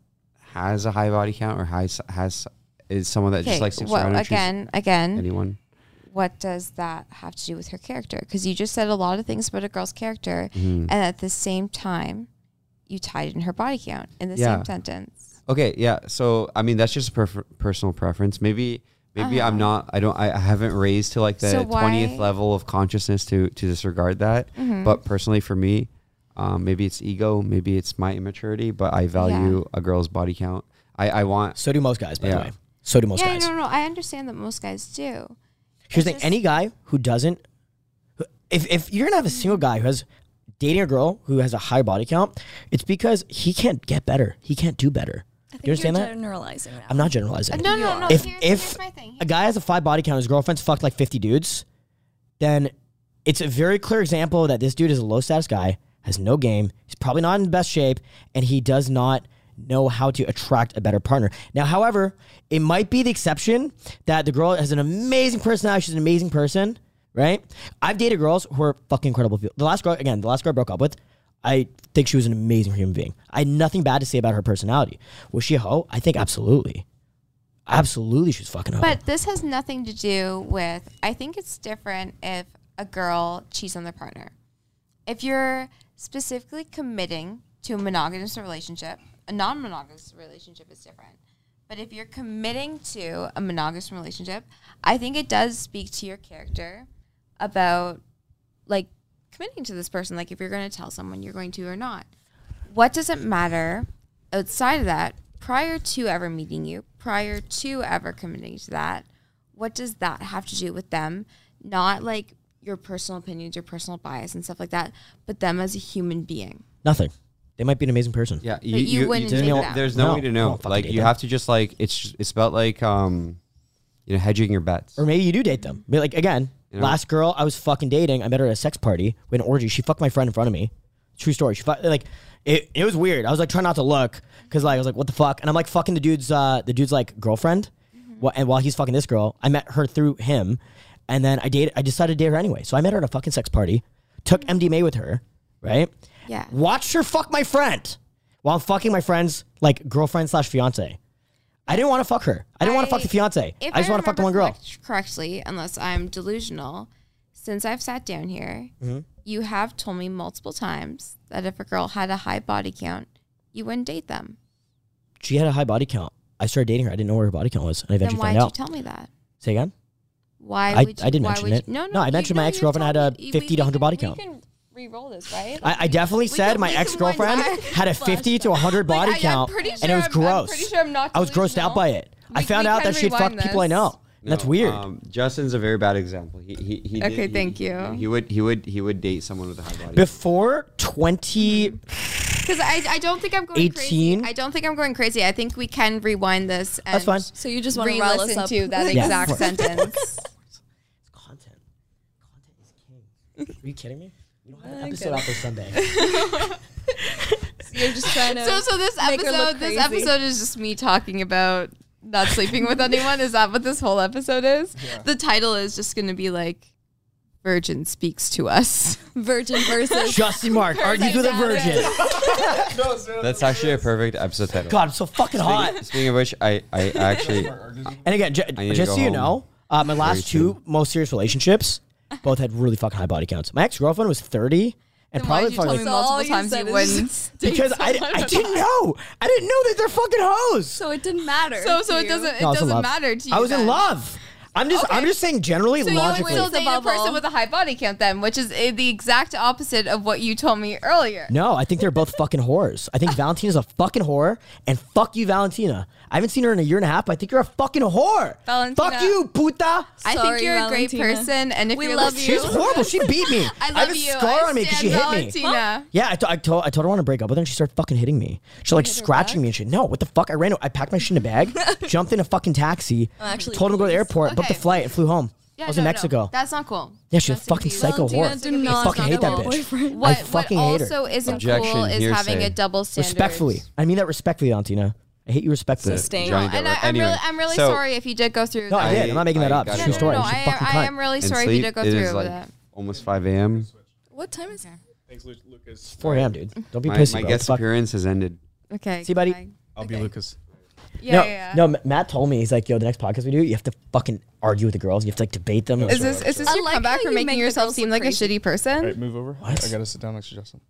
[SPEAKER 2] has a high body count or has has is someone that just like sticks around and
[SPEAKER 5] well,
[SPEAKER 2] treats
[SPEAKER 5] again, again,
[SPEAKER 2] anyone.
[SPEAKER 5] what does that have to do with her character? Because you just said a lot of things about a girl's character,
[SPEAKER 2] Mm. Mm-hmm.
[SPEAKER 5] and at the same time, you tied in her body count in the
[SPEAKER 2] Yeah.
[SPEAKER 5] same sentence.
[SPEAKER 2] Okay, yeah. So I mean, that's just a perf- personal preference. Maybe, maybe I'm not. I don't. I, I haven't raised to like the
[SPEAKER 5] Uh-huh. So
[SPEAKER 2] twentieth
[SPEAKER 5] why-
[SPEAKER 2] level of consciousness to to disregard that.
[SPEAKER 5] Mm-hmm.
[SPEAKER 2] But personally, for me, um, maybe it's ego. Maybe it's my immaturity. But I value a girl's body count. I I want.
[SPEAKER 1] So do most guys, by the
[SPEAKER 2] Yeah.
[SPEAKER 1] way. So do most
[SPEAKER 5] yeah,
[SPEAKER 1] guys.
[SPEAKER 5] no, no, I understand that most guys do.
[SPEAKER 1] Here's the thing: any guy who doesn't, who- if if you're gonna have a single guy who has dating a girl who has a high body count, it's because he can't get better. He can't do better.
[SPEAKER 4] I think
[SPEAKER 1] You understand
[SPEAKER 4] you're
[SPEAKER 1] that?
[SPEAKER 4] generalizing now.
[SPEAKER 1] I'm not generalizing.
[SPEAKER 5] No, no, no.
[SPEAKER 1] If
[SPEAKER 5] here's,
[SPEAKER 1] if
[SPEAKER 5] here's my thing.
[SPEAKER 1] a guy has a five body count, his girlfriend's fucked like 50 dudes, then it's a very clear example that this dude is a low status guy, has no game, he's probably not in the best shape, and he does not know how to attract a better partner. Now, however, it might be the exception that the girl has an amazing personality, she's an amazing person, right? I've dated girls who are fucking incredible people. The last girl, again, the last girl I broke up with, I think she was an amazing human being. I had nothing bad to say about her personality. Was she a hoe? I think absolutely. Absolutely, she's fucking up.
[SPEAKER 5] But this has nothing to do with. I think it's different if a girl cheats on their partner. If you're specifically committing to a monogamous relationship, a non monogamous relationship is different. But if you're committing to a monogamous relationship, I think it does speak to your character about like committing to this person. Like if you're going to tell someone you're going to or not. What does it matter outside of that prior to ever meeting you, prior to ever committing to that? What does that have to do with them? Not like your personal opinions, your personal bias, and stuff like that, but them as a human being.
[SPEAKER 1] Nothing. They might be an amazing person.
[SPEAKER 2] Yeah,
[SPEAKER 5] you wouldn't
[SPEAKER 2] there's
[SPEAKER 5] take
[SPEAKER 2] no-
[SPEAKER 5] it out.
[SPEAKER 2] There's no,
[SPEAKER 1] No,
[SPEAKER 2] way to
[SPEAKER 1] I
[SPEAKER 2] know.
[SPEAKER 1] don't fucking
[SPEAKER 2] Like
[SPEAKER 1] date
[SPEAKER 2] you
[SPEAKER 1] them.
[SPEAKER 2] have to just like it's it's about like um, you know, hedging your bets.
[SPEAKER 1] Or maybe you do date them. But like again,
[SPEAKER 2] know?
[SPEAKER 1] last girl I was fucking dating, I met her at a sex party with an orgy. She fucked my friend in front of me. True story. She fuck, like it, it was weird. I was like trying not to look because like I was like, what the fuck? And I'm like fucking the dude's uh the dude's like girlfriend.
[SPEAKER 5] Mm-hmm.
[SPEAKER 1] Wha- and while he's fucking this girl, I met her through him. And then I dated I decided to date her anyway. So I met her at a fucking sex party, took MDMA with her, right?
[SPEAKER 5] Yeah.
[SPEAKER 1] Watched her fuck my friend while I'm fucking my friend's like girlfriend slash fiance. I didn't want to fuck her. I didn't want to fuck
[SPEAKER 5] I-
[SPEAKER 1] the fiance. I
[SPEAKER 5] If
[SPEAKER 1] just want to fuck the one
[SPEAKER 5] remember
[SPEAKER 1] girl.
[SPEAKER 5] correct- correctly, unless I'm delusional, since I've sat down here,
[SPEAKER 1] Mm-hmm.
[SPEAKER 5] you have told me multiple times that if a girl had a high body count, you wouldn't date them.
[SPEAKER 1] she had a high body count. I started dating her. I didn't know what her body count was, and I
[SPEAKER 5] Then
[SPEAKER 1] eventually
[SPEAKER 5] why
[SPEAKER 1] found
[SPEAKER 5] did you
[SPEAKER 1] out.
[SPEAKER 5] tell me that?
[SPEAKER 1] Say again.
[SPEAKER 5] Why
[SPEAKER 1] I-
[SPEAKER 5] would you,
[SPEAKER 1] I didn't
[SPEAKER 5] why
[SPEAKER 1] mention
[SPEAKER 5] would you-
[SPEAKER 1] it.
[SPEAKER 5] No, no,
[SPEAKER 1] No, I
[SPEAKER 5] you-
[SPEAKER 1] mentioned my
[SPEAKER 5] you
[SPEAKER 1] ex-girlfriend
[SPEAKER 5] told
[SPEAKER 1] had a
[SPEAKER 5] me- we-
[SPEAKER 1] 50 to
[SPEAKER 5] we
[SPEAKER 1] 100
[SPEAKER 5] can-
[SPEAKER 1] body
[SPEAKER 5] we
[SPEAKER 1] count.
[SPEAKER 5] can re-roll this, right?
[SPEAKER 1] I, I definitely said
[SPEAKER 5] can-
[SPEAKER 1] my
[SPEAKER 5] we can
[SPEAKER 1] ex girlfriend
[SPEAKER 5] wind back.
[SPEAKER 1] had a fifty to hundred body
[SPEAKER 5] Like, I- I'm
[SPEAKER 1] count,
[SPEAKER 5] pretty
[SPEAKER 1] and it
[SPEAKER 5] sure
[SPEAKER 1] was
[SPEAKER 5] I'm- I'm
[SPEAKER 1] gross.
[SPEAKER 5] pretty sure I'm not
[SPEAKER 1] I was grossed out
[SPEAKER 5] delusional.
[SPEAKER 1] by it. I
[SPEAKER 5] We-
[SPEAKER 1] found
[SPEAKER 5] we
[SPEAKER 1] out
[SPEAKER 5] can
[SPEAKER 1] that she'd fucked
[SPEAKER 5] rewind
[SPEAKER 1] people I
[SPEAKER 5] this.
[SPEAKER 1] know. And That's
[SPEAKER 2] No,
[SPEAKER 1] weird.
[SPEAKER 2] Um, Justin's a very bad example. He he, he
[SPEAKER 5] Okay,
[SPEAKER 2] he-
[SPEAKER 5] thank you.
[SPEAKER 2] He would he would he would date someone with a high body. count.
[SPEAKER 1] Before twenty,
[SPEAKER 5] Mm-hmm. Because I, I don't think I'm going
[SPEAKER 1] 18?
[SPEAKER 5] crazy. I don't think I'm going crazy. I think we can rewind this. And
[SPEAKER 1] that's fine.
[SPEAKER 4] so you just want to rile us
[SPEAKER 5] Re-listen
[SPEAKER 4] up.
[SPEAKER 5] to that
[SPEAKER 1] Yeah.
[SPEAKER 5] exact
[SPEAKER 1] Of course.
[SPEAKER 5] sentence.
[SPEAKER 1] Content, content is king. Are you kidding me? We don't have an episode out for Sunday.
[SPEAKER 4] You're just trying to.
[SPEAKER 5] So, so this
[SPEAKER 4] Make her look
[SPEAKER 5] episode, this
[SPEAKER 4] crazy.
[SPEAKER 5] episode is just me talking about not sleeping with anyone. Is that what this whole episode is? The title is just going to be like, "Virgin speaks to us."
[SPEAKER 4] virgin versus.
[SPEAKER 1] Justin Mark argues with a virgin.
[SPEAKER 2] That's actually a perfect episode title.
[SPEAKER 1] God, I'm so fucking hot.
[SPEAKER 2] Speaking of which, I I actually
[SPEAKER 1] And again, ju-
[SPEAKER 2] I need to
[SPEAKER 1] just
[SPEAKER 2] go
[SPEAKER 1] so you
[SPEAKER 2] home
[SPEAKER 1] know, uh, my last
[SPEAKER 2] soon.
[SPEAKER 1] two most serious relationships both had really fucking high body counts. My ex girlfriend was 30 and
[SPEAKER 5] Why did
[SPEAKER 1] probably
[SPEAKER 5] you
[SPEAKER 1] fucking.
[SPEAKER 5] tell me
[SPEAKER 4] So all
[SPEAKER 5] multiple
[SPEAKER 4] you
[SPEAKER 5] times
[SPEAKER 4] said
[SPEAKER 5] you
[SPEAKER 4] is-
[SPEAKER 5] wouldn't?
[SPEAKER 1] because I, di- I didn't know. I didn't know that they're fucking hoes.
[SPEAKER 4] so it didn't matter.
[SPEAKER 5] So, so
[SPEAKER 4] to
[SPEAKER 5] it
[SPEAKER 4] you.
[SPEAKER 5] doesn't it
[SPEAKER 1] No, I was in
[SPEAKER 5] doesn't
[SPEAKER 1] love.
[SPEAKER 5] matter to you.
[SPEAKER 1] I was in
[SPEAKER 5] then.
[SPEAKER 1] love. I'm just I'm just saying generally
[SPEAKER 5] So
[SPEAKER 1] logically.
[SPEAKER 5] you would still date a
[SPEAKER 4] It's a
[SPEAKER 5] person
[SPEAKER 4] bubble.
[SPEAKER 5] with a high body count then, which is uh, the exact opposite of what you told me earlier.
[SPEAKER 1] no, I think they're both fucking whores. I think Valentina's a fucking whore, and fuck you, Valentina. I haven't seen her in a year and a half. But I think you're a fucking whore.
[SPEAKER 5] Valentina.
[SPEAKER 1] Fuck you, puta.
[SPEAKER 5] I think
[SPEAKER 4] Sorry,
[SPEAKER 5] you're a great
[SPEAKER 4] Valentina.
[SPEAKER 5] person, and if
[SPEAKER 4] We
[SPEAKER 5] you're
[SPEAKER 4] love
[SPEAKER 5] listening-
[SPEAKER 1] She's horrible. She beat me.
[SPEAKER 5] I love
[SPEAKER 1] have a
[SPEAKER 5] you.
[SPEAKER 1] scar
[SPEAKER 5] I
[SPEAKER 1] on me because she hit
[SPEAKER 5] stand
[SPEAKER 1] me.
[SPEAKER 5] Valentina.
[SPEAKER 1] Yeah, I, t- I, told, I told her I want to break up with her, and she started fucking hitting me. She like scratching me and shit. No, what the fuck? I ran. I packed my shit in a bag, jumped in a fucking taxi,
[SPEAKER 4] actually
[SPEAKER 1] told him to go to the
[SPEAKER 4] pleased.
[SPEAKER 1] airport, booked the
[SPEAKER 5] Oh, Okay.
[SPEAKER 1] flight, and flew home. I was in Mexico.
[SPEAKER 5] That's not cool.
[SPEAKER 1] yeah, she's a
[SPEAKER 5] That's
[SPEAKER 1] fucking
[SPEAKER 5] abuse.
[SPEAKER 1] psycho
[SPEAKER 4] Valentina,
[SPEAKER 1] whore.
[SPEAKER 4] do not
[SPEAKER 1] I fucking hate that
[SPEAKER 4] have a
[SPEAKER 1] bitch.
[SPEAKER 4] boyfriend.
[SPEAKER 1] I
[SPEAKER 5] What,
[SPEAKER 1] fucking
[SPEAKER 5] what
[SPEAKER 1] hate
[SPEAKER 5] also
[SPEAKER 1] her.
[SPEAKER 5] isn't
[SPEAKER 2] Objection,
[SPEAKER 5] cool is having
[SPEAKER 2] hearsay.
[SPEAKER 5] a double standard.
[SPEAKER 1] Respectfully, I mean that respectfully, Valentina. I hate you respectfully.
[SPEAKER 4] Sustained.
[SPEAKER 2] Johnny
[SPEAKER 5] And
[SPEAKER 2] Depp.
[SPEAKER 5] I, I'm
[SPEAKER 2] Anyway,
[SPEAKER 5] really, I'm really
[SPEAKER 2] so-
[SPEAKER 5] sorry if you did go through.
[SPEAKER 1] No,
[SPEAKER 5] that.
[SPEAKER 1] I did. I'm not making
[SPEAKER 2] I
[SPEAKER 1] that up.
[SPEAKER 2] got
[SPEAKER 1] It's
[SPEAKER 2] it
[SPEAKER 1] true
[SPEAKER 2] wrong.
[SPEAKER 1] story.
[SPEAKER 5] No,
[SPEAKER 1] She's a
[SPEAKER 5] I,
[SPEAKER 1] fucking
[SPEAKER 5] I
[SPEAKER 1] cunt.
[SPEAKER 5] am really
[SPEAKER 2] and
[SPEAKER 5] sorry if you
[SPEAKER 2] sleep,
[SPEAKER 5] did go
[SPEAKER 2] it
[SPEAKER 5] through
[SPEAKER 2] is
[SPEAKER 5] with
[SPEAKER 2] like
[SPEAKER 5] that.
[SPEAKER 2] almost five a.m.
[SPEAKER 4] What time is it?
[SPEAKER 7] Thanks, Lu- Lucas.
[SPEAKER 1] 4 a.m., dude. Don't be
[SPEAKER 2] My,
[SPEAKER 1] pissy,
[SPEAKER 2] my
[SPEAKER 1] bro.
[SPEAKER 2] guest
[SPEAKER 1] Fuck.
[SPEAKER 2] appearance has ended.
[SPEAKER 5] Okay.
[SPEAKER 1] See, buddy?
[SPEAKER 5] bye.
[SPEAKER 7] I'll be Lucas.
[SPEAKER 5] Yeah,
[SPEAKER 1] no,
[SPEAKER 5] yeah, yeah.
[SPEAKER 1] no. Ma- Matt told me he's like, "Yo, the next podcast we do, you have to fucking argue with the girls. You have to like debate them."
[SPEAKER 5] Is this is this
[SPEAKER 4] I
[SPEAKER 5] your
[SPEAKER 4] like
[SPEAKER 5] comeback
[SPEAKER 4] how
[SPEAKER 5] for
[SPEAKER 4] you
[SPEAKER 5] making
[SPEAKER 4] make the
[SPEAKER 5] yourself
[SPEAKER 4] girls
[SPEAKER 5] seem
[SPEAKER 4] look
[SPEAKER 5] like a
[SPEAKER 4] crazy.
[SPEAKER 5] shitty person?
[SPEAKER 7] All right, move over. I gotta sit down next to Justin.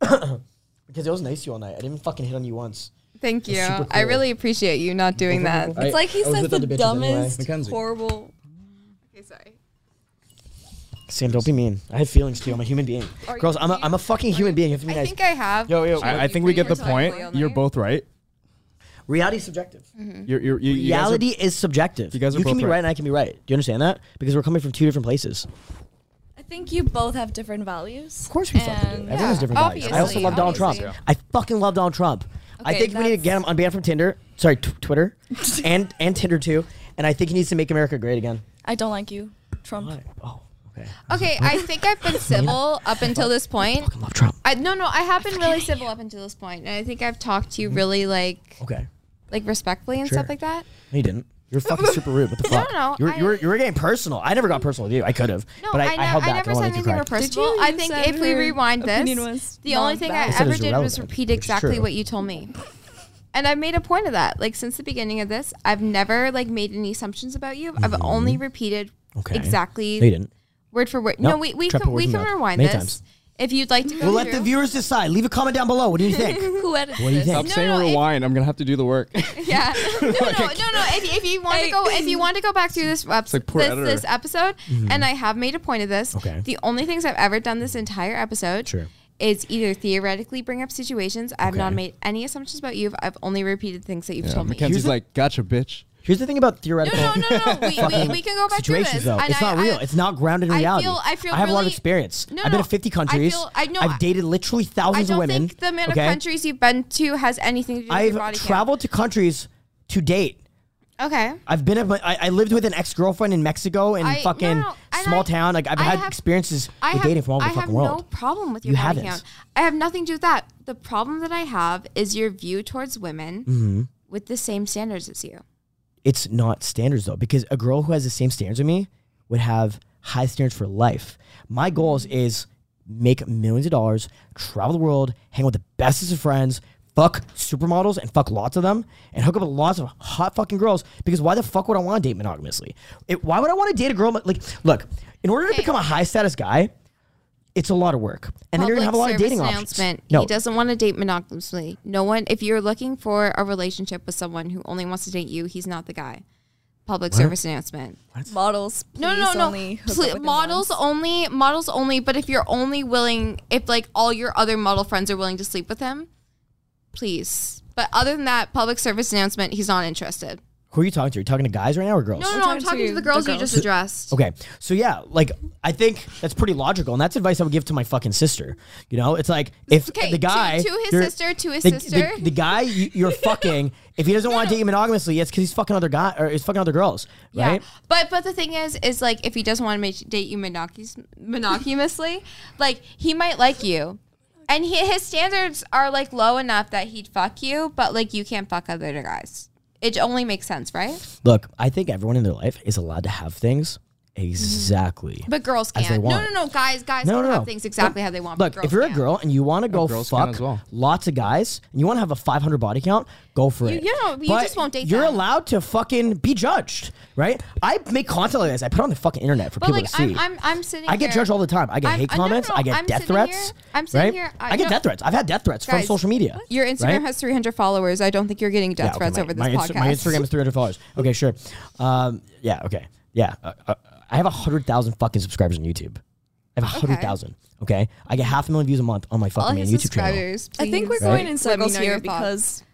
[SPEAKER 1] because it was nice to you all night? I didn't fucking hit on you once.
[SPEAKER 5] Thank you.
[SPEAKER 1] super
[SPEAKER 5] I
[SPEAKER 1] cool.
[SPEAKER 5] really appreciate you not doing that.
[SPEAKER 1] I-
[SPEAKER 4] It's like he
[SPEAKER 1] I was
[SPEAKER 4] says
[SPEAKER 1] with
[SPEAKER 4] the
[SPEAKER 1] other bitches anyway.
[SPEAKER 4] dumbest,
[SPEAKER 7] Mackenzie.
[SPEAKER 4] horrible.
[SPEAKER 5] Okay, sorry.
[SPEAKER 1] Sam, don't be mean. I have feelings too. I'm a human being. Girls, I'm a, I'm a fucking human being. You have to be
[SPEAKER 5] I
[SPEAKER 1] nice.
[SPEAKER 5] think I have.
[SPEAKER 1] Yo, yo.
[SPEAKER 5] Shown
[SPEAKER 7] I, I
[SPEAKER 5] you
[SPEAKER 7] think we
[SPEAKER 5] pretty
[SPEAKER 7] get the
[SPEAKER 5] much all
[SPEAKER 7] point.
[SPEAKER 5] night.
[SPEAKER 7] You're both right.
[SPEAKER 1] Reality is subjective.
[SPEAKER 7] You're, you're, you, you guys are-
[SPEAKER 1] Reality is subjective.
[SPEAKER 7] you guys are
[SPEAKER 1] can
[SPEAKER 7] both
[SPEAKER 1] be
[SPEAKER 7] right.
[SPEAKER 1] right and I can be right. Do you understand that? Because we're coming from two different places.
[SPEAKER 4] I think you both have different values.
[SPEAKER 1] Of course we fucking do.
[SPEAKER 4] And-
[SPEAKER 1] Everyone's different values. I also
[SPEAKER 5] obviously,
[SPEAKER 1] love Donald Trump.
[SPEAKER 5] obviously.
[SPEAKER 1] I fucking love Donald Trump. I
[SPEAKER 5] Okay,
[SPEAKER 1] think we need to get him unbanned from Tinder. Sorry, t- Twitter, and and Tinder too. And I think he needs to make America great again.
[SPEAKER 4] I don't like you, Trump.
[SPEAKER 1] Oh, okay.
[SPEAKER 5] Okay, I think I've been civil up until this point.
[SPEAKER 1] Fucking love Trump.
[SPEAKER 5] I, no, no, I have been really civil up until this point, and I think I've talked to you really like,
[SPEAKER 1] Okay.
[SPEAKER 5] like respectfully and
[SPEAKER 1] Sure.
[SPEAKER 5] stuff like that.
[SPEAKER 1] No, you didn't. You're fucking super rude. What the
[SPEAKER 5] No,
[SPEAKER 1] fuck?
[SPEAKER 5] no, no,
[SPEAKER 1] You were,
[SPEAKER 5] I-
[SPEAKER 1] you, were, you were getting personal. I never got personal with you. I could have,
[SPEAKER 5] No,
[SPEAKER 1] but I, I,
[SPEAKER 5] I, ne-
[SPEAKER 1] held
[SPEAKER 5] I
[SPEAKER 1] back.
[SPEAKER 5] never
[SPEAKER 1] I
[SPEAKER 5] said
[SPEAKER 1] wanted to
[SPEAKER 5] anything
[SPEAKER 1] cry.
[SPEAKER 5] reversible. I
[SPEAKER 4] you
[SPEAKER 5] think
[SPEAKER 4] said
[SPEAKER 5] if we
[SPEAKER 4] her
[SPEAKER 5] rewind this,
[SPEAKER 4] opinion was
[SPEAKER 5] the only thing I
[SPEAKER 4] non-valid?
[SPEAKER 1] said it
[SPEAKER 5] ever
[SPEAKER 1] was
[SPEAKER 5] did was
[SPEAKER 1] irrelevant,
[SPEAKER 5] repeat
[SPEAKER 1] which is
[SPEAKER 5] exactly
[SPEAKER 1] true.
[SPEAKER 5] what you told me. And I've made a point of that. Like since the beginning of this, I've never like made any assumptions about you. I've only repeated
[SPEAKER 1] Mm-hmm. Okay.
[SPEAKER 5] exactly
[SPEAKER 1] No, you didn't.
[SPEAKER 5] word for word.
[SPEAKER 1] No,
[SPEAKER 5] No, we we
[SPEAKER 1] trap
[SPEAKER 5] can,
[SPEAKER 1] your
[SPEAKER 5] we
[SPEAKER 1] words in
[SPEAKER 5] can
[SPEAKER 1] your mouth.
[SPEAKER 5] rewind
[SPEAKER 1] Many
[SPEAKER 5] this
[SPEAKER 1] times.
[SPEAKER 5] if you'd like to go
[SPEAKER 1] We'll let the
[SPEAKER 5] through.
[SPEAKER 1] viewers decide. Leave a comment down below. What do you think?
[SPEAKER 4] Who edits
[SPEAKER 1] What do you
[SPEAKER 4] this?
[SPEAKER 1] think?
[SPEAKER 7] Stop saying
[SPEAKER 5] no, it-
[SPEAKER 7] rewind. I'm gonna have to do the work.
[SPEAKER 5] Yeah. No, no, no, no. If, if you want to go, if you want to go back through this episode,
[SPEAKER 7] like poor
[SPEAKER 5] this,
[SPEAKER 7] editor.
[SPEAKER 5] this episode, and I have made a point of this.
[SPEAKER 1] Mm-hmm. Okay.
[SPEAKER 5] The only things I've ever done this entire episode
[SPEAKER 1] Sure.
[SPEAKER 5] is either theoretically bring up situations. I've not
[SPEAKER 1] Okay.
[SPEAKER 5] made any assumptions about you. I've only repeated things that you've
[SPEAKER 7] Yeah,
[SPEAKER 5] told me.
[SPEAKER 7] Mackenzie's
[SPEAKER 1] the-
[SPEAKER 7] like, gotcha, bitch.
[SPEAKER 1] Here's the thing about theoretical.
[SPEAKER 5] No, no, no, no. We, we, we can go back through
[SPEAKER 1] situations
[SPEAKER 5] this.
[SPEAKER 1] though.
[SPEAKER 5] And
[SPEAKER 1] It's
[SPEAKER 5] I-
[SPEAKER 1] not real.
[SPEAKER 5] I-
[SPEAKER 1] it's not grounded in
[SPEAKER 5] I
[SPEAKER 1] reality.
[SPEAKER 5] feel- I feel
[SPEAKER 1] have a lot of
[SPEAKER 5] really-
[SPEAKER 1] experience.
[SPEAKER 5] No,
[SPEAKER 1] I've been
[SPEAKER 5] no.
[SPEAKER 1] to 50
[SPEAKER 5] I
[SPEAKER 1] countries.
[SPEAKER 5] feel- I know-
[SPEAKER 1] have dated literally
[SPEAKER 5] I
[SPEAKER 1] thousands
[SPEAKER 5] don't
[SPEAKER 1] of women.
[SPEAKER 5] think the amount
[SPEAKER 1] okay?
[SPEAKER 5] of countries you've been to has anything to do with your
[SPEAKER 1] I've
[SPEAKER 5] body count.
[SPEAKER 1] traveled to countries to date.
[SPEAKER 5] Okay.
[SPEAKER 1] I've been. A, I, I lived with an ex girlfriend in Mexico in
[SPEAKER 5] I- no,
[SPEAKER 1] fucking
[SPEAKER 5] no, and
[SPEAKER 1] small
[SPEAKER 5] I-
[SPEAKER 1] town. Like I've
[SPEAKER 5] I
[SPEAKER 1] had
[SPEAKER 5] have-
[SPEAKER 1] experiences
[SPEAKER 5] I
[SPEAKER 1] with
[SPEAKER 5] have,
[SPEAKER 1] dating from all over
[SPEAKER 5] I
[SPEAKER 1] the fucking
[SPEAKER 5] have no
[SPEAKER 1] world.
[SPEAKER 5] problem with
[SPEAKER 1] You
[SPEAKER 5] your body
[SPEAKER 1] haven't.
[SPEAKER 5] count. I have nothing to do with that. The problem that I have is your view towards women
[SPEAKER 1] Mm-hmm.
[SPEAKER 5] with the same standards as you.
[SPEAKER 1] it's not standards though, because a girl who has the same standards as me would have high standards for life. My goals is make millions of dollars, travel the world, hang with the bestest of friends, fuck supermodels and fuck lots of them, and hook up with lots of hot fucking girls. Because why the fuck would I want to date monogamously? It, why would I want to date a girl? mo- Like, look, in order to become a high status guy. It's a lot of work, and then you're gonna have a lot of dating options.
[SPEAKER 5] He doesn't want to date monogamously. No one. If you're looking for a relationship with someone who only wants to date you, he's not the guy. Public service announcement.
[SPEAKER 4] Models, please
[SPEAKER 5] No, no, no.
[SPEAKER 4] only hook up
[SPEAKER 5] Pl-
[SPEAKER 4] with them
[SPEAKER 5] models
[SPEAKER 4] once.
[SPEAKER 5] only. Models only. But if you're only willing, if like all your other model friends are willing to sleep with him, please. But other than that, public service announcement. He's not interested.
[SPEAKER 1] Who are you talking to? You're talking to guys right now or girls?
[SPEAKER 5] No, no, no, I'm
[SPEAKER 4] Sometimes
[SPEAKER 5] talking to
[SPEAKER 4] you-
[SPEAKER 5] the girls
[SPEAKER 4] the
[SPEAKER 5] you just
[SPEAKER 4] girls.
[SPEAKER 5] addressed.
[SPEAKER 1] Okay. So yeah, like I think that's pretty logical, and that's advice I would give to my fucking sister. You know, it's like if
[SPEAKER 5] Okay,
[SPEAKER 1] the
[SPEAKER 5] to-
[SPEAKER 1] guy
[SPEAKER 5] to his
[SPEAKER 1] you're-
[SPEAKER 5] sister, to his
[SPEAKER 1] the, the-
[SPEAKER 5] sister.
[SPEAKER 1] the, guy you, you're fucking, if he doesn't want to date you monogamously, it's because he's fucking other guy or he's fucking other girls,
[SPEAKER 5] Yeah,
[SPEAKER 1] right?
[SPEAKER 5] but but the thing is, is like if he doesn't want to make, date you monogamous- monogamously, like he might like you, and he, his standards are like low enough that he'd fuck you, but like you can't fuck other guys. It only makes sense, right?
[SPEAKER 1] Look, I think everyone in their life is allowed to have things exactly.
[SPEAKER 5] Mm-hmm. But girls
[SPEAKER 1] As they
[SPEAKER 5] can't. No, no,
[SPEAKER 1] want.
[SPEAKER 5] no, guys, guys
[SPEAKER 1] No,
[SPEAKER 5] can
[SPEAKER 1] no,
[SPEAKER 5] have
[SPEAKER 1] no.
[SPEAKER 5] things exactly how they want.
[SPEAKER 1] Look,
[SPEAKER 5] but girls
[SPEAKER 1] if you're
[SPEAKER 5] can't.
[SPEAKER 1] a girl and you want to go
[SPEAKER 7] girls can
[SPEAKER 1] fuck
[SPEAKER 7] as well.
[SPEAKER 1] lots of guys and you want to have a 500 body count, go for
[SPEAKER 5] You-
[SPEAKER 1] it.
[SPEAKER 5] you don't- you
[SPEAKER 1] But
[SPEAKER 5] just won't date
[SPEAKER 1] You're
[SPEAKER 5] them.
[SPEAKER 1] allowed to fucking be judged, right? I make content like this. I put it on the fucking internet for
[SPEAKER 5] but
[SPEAKER 1] people
[SPEAKER 5] like
[SPEAKER 1] to see.
[SPEAKER 5] I'm, I'm, I'm sitting.
[SPEAKER 1] I get
[SPEAKER 5] here-
[SPEAKER 1] judged all the time. I get
[SPEAKER 5] I'm-
[SPEAKER 1] hate
[SPEAKER 5] uh, no, no,
[SPEAKER 1] comments.
[SPEAKER 5] no,
[SPEAKER 1] I get
[SPEAKER 5] I'm
[SPEAKER 1] death
[SPEAKER 5] sitting
[SPEAKER 1] threats.
[SPEAKER 5] here- I'm sitting
[SPEAKER 1] right?
[SPEAKER 5] here,
[SPEAKER 1] I,
[SPEAKER 5] I
[SPEAKER 1] get
[SPEAKER 5] know-
[SPEAKER 1] death threats. I've had death threats from
[SPEAKER 5] Guys,
[SPEAKER 1] social media.
[SPEAKER 5] Your Instagram
[SPEAKER 1] right?
[SPEAKER 5] has 300 followers. I don't think you're getting death
[SPEAKER 1] Yeah, okay,
[SPEAKER 5] threats over this
[SPEAKER 1] my,
[SPEAKER 5] podcast.
[SPEAKER 1] my Insta- my Instagram is 300 followers. Okay, sure. Um, yeah, okay. Yeah. Uh, uh, I have 100,000 fucking subscribers on YouTube. I have 100,000. Okay. I get half a million views a month on my
[SPEAKER 5] All
[SPEAKER 1] fucking main
[SPEAKER 5] his
[SPEAKER 1] YouTube channel.
[SPEAKER 5] subscribers.
[SPEAKER 4] I think we're
[SPEAKER 5] please.
[SPEAKER 4] going
[SPEAKER 1] Right.
[SPEAKER 4] in
[SPEAKER 5] Let me
[SPEAKER 4] circles
[SPEAKER 5] know
[SPEAKER 4] here
[SPEAKER 5] your
[SPEAKER 4] because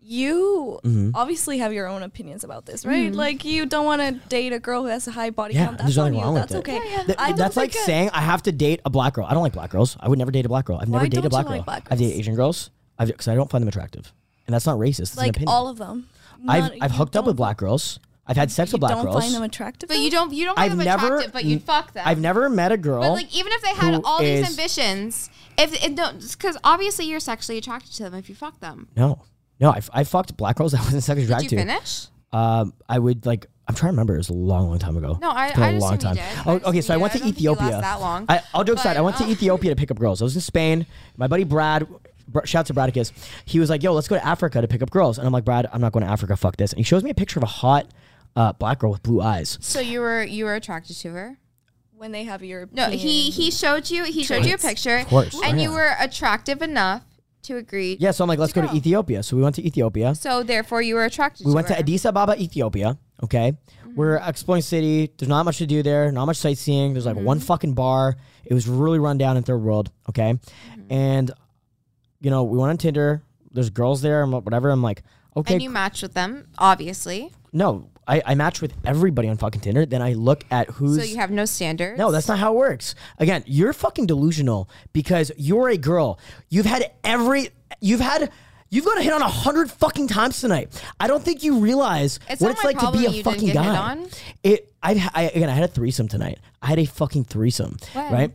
[SPEAKER 4] you
[SPEAKER 1] Mm-hmm.
[SPEAKER 4] obviously have your own opinions about this, right? Like you don't want to date a girl who has a high body
[SPEAKER 1] Yeah,
[SPEAKER 4] count.
[SPEAKER 1] there's
[SPEAKER 4] That's on
[SPEAKER 1] nothing
[SPEAKER 4] you.
[SPEAKER 1] wrong with
[SPEAKER 4] That's
[SPEAKER 1] it.
[SPEAKER 4] okay.
[SPEAKER 1] Th-
[SPEAKER 4] I don't
[SPEAKER 1] that's like
[SPEAKER 4] think I-
[SPEAKER 1] saying I have to date a black girl. I don't like black girls. I would never date a black girl. I've never
[SPEAKER 4] Why
[SPEAKER 1] dated a
[SPEAKER 4] don't
[SPEAKER 1] black
[SPEAKER 4] you
[SPEAKER 1] girl.
[SPEAKER 4] like black
[SPEAKER 1] I've dated
[SPEAKER 4] girls?
[SPEAKER 1] Asian girls because I don't find them attractive. And that's not racist. It's an
[SPEAKER 4] like
[SPEAKER 1] opinion.
[SPEAKER 4] all of them.
[SPEAKER 1] I've,
[SPEAKER 4] Not-
[SPEAKER 1] I've
[SPEAKER 4] you
[SPEAKER 1] hooked up
[SPEAKER 4] don't-
[SPEAKER 1] with black girls. I've had sex
[SPEAKER 4] You
[SPEAKER 1] with black
[SPEAKER 4] don't
[SPEAKER 1] girls.
[SPEAKER 4] find them attractive.
[SPEAKER 5] But you
[SPEAKER 4] though?
[SPEAKER 5] don't you don't find
[SPEAKER 1] I've
[SPEAKER 5] them
[SPEAKER 1] never
[SPEAKER 5] attractive, but you'd fuck them.
[SPEAKER 1] I've never met a girl.
[SPEAKER 5] But like even if they had
[SPEAKER 1] who
[SPEAKER 5] all these
[SPEAKER 1] is-
[SPEAKER 5] ambitions, if it don't because obviously you're sexually attracted to them if you fuck them.
[SPEAKER 1] no, no, I, I fucked black girls. I wasn't sexually
[SPEAKER 5] Did you
[SPEAKER 1] attracted to.
[SPEAKER 5] finish?
[SPEAKER 1] Um, I would like. I'm trying to remember. It was a long, long time ago.
[SPEAKER 5] No, I-
[SPEAKER 1] It's been
[SPEAKER 5] I
[SPEAKER 1] a
[SPEAKER 5] just
[SPEAKER 1] long time.
[SPEAKER 5] assume you did. I
[SPEAKER 1] Oh,
[SPEAKER 5] just
[SPEAKER 1] okay, so I
[SPEAKER 5] assume you
[SPEAKER 1] went
[SPEAKER 5] did.
[SPEAKER 1] to
[SPEAKER 5] I don't think you
[SPEAKER 1] Ethiopia.
[SPEAKER 5] last that long.
[SPEAKER 1] I, all jokes aside,
[SPEAKER 5] But,
[SPEAKER 1] I went to
[SPEAKER 5] um,
[SPEAKER 1] Ethiopia to pick up girls. I was in Spain. My buddy Brad, Br- shout out to Bradicus. He was like, "Yo, let's go to Africa to pick up girls," and I'm like, "Brad, I'm not going to Africa. Fuck this." And he shows me a picture of a hot uh, black girl with blue eyes.
[SPEAKER 5] So you were you were attracted to her?
[SPEAKER 4] when they have your
[SPEAKER 5] No, he he showed you he showed you a picture
[SPEAKER 1] Of course.
[SPEAKER 5] and
[SPEAKER 1] Yeah.
[SPEAKER 5] you were attractive enough to agree.
[SPEAKER 1] Yeah, so I'm like, "Let's go to Ethiopia." So we went to Ethiopia.
[SPEAKER 5] So therefore you were attracted
[SPEAKER 1] We
[SPEAKER 5] to
[SPEAKER 1] went to
[SPEAKER 5] her.
[SPEAKER 1] Addis Ababa, Ethiopia. Okay,
[SPEAKER 5] Mm-hmm.
[SPEAKER 1] we're exploring city. There's not much to do there. Not much sightseeing. There's like one
[SPEAKER 5] Mm-hmm.
[SPEAKER 1] fucking bar. It was really run down in third world.
[SPEAKER 5] Mm-hmm.
[SPEAKER 1] Okay, and you know we went on Tinder. There's girls there and wha- whatever. I'm like, Okay.
[SPEAKER 5] and you match with them, obviously.
[SPEAKER 1] no, I, I match with everybody on fucking Tinder. Then I look at who's.
[SPEAKER 5] So you have no standards.
[SPEAKER 1] No, that's not how it works. Again, you're fucking delusional because you're a girl. You've had every. You've had. You've got to hit on a hundred fucking times tonight. I don't think you realize
[SPEAKER 5] It's
[SPEAKER 1] what
[SPEAKER 5] not
[SPEAKER 1] it's
[SPEAKER 5] my
[SPEAKER 1] like to be
[SPEAKER 5] problem
[SPEAKER 1] a
[SPEAKER 5] you didn't
[SPEAKER 1] fucking
[SPEAKER 5] get hit
[SPEAKER 1] guy.
[SPEAKER 5] on.
[SPEAKER 1] It. I, I again. I had a threesome tonight. I had a fucking threesome.
[SPEAKER 5] When?
[SPEAKER 1] Right.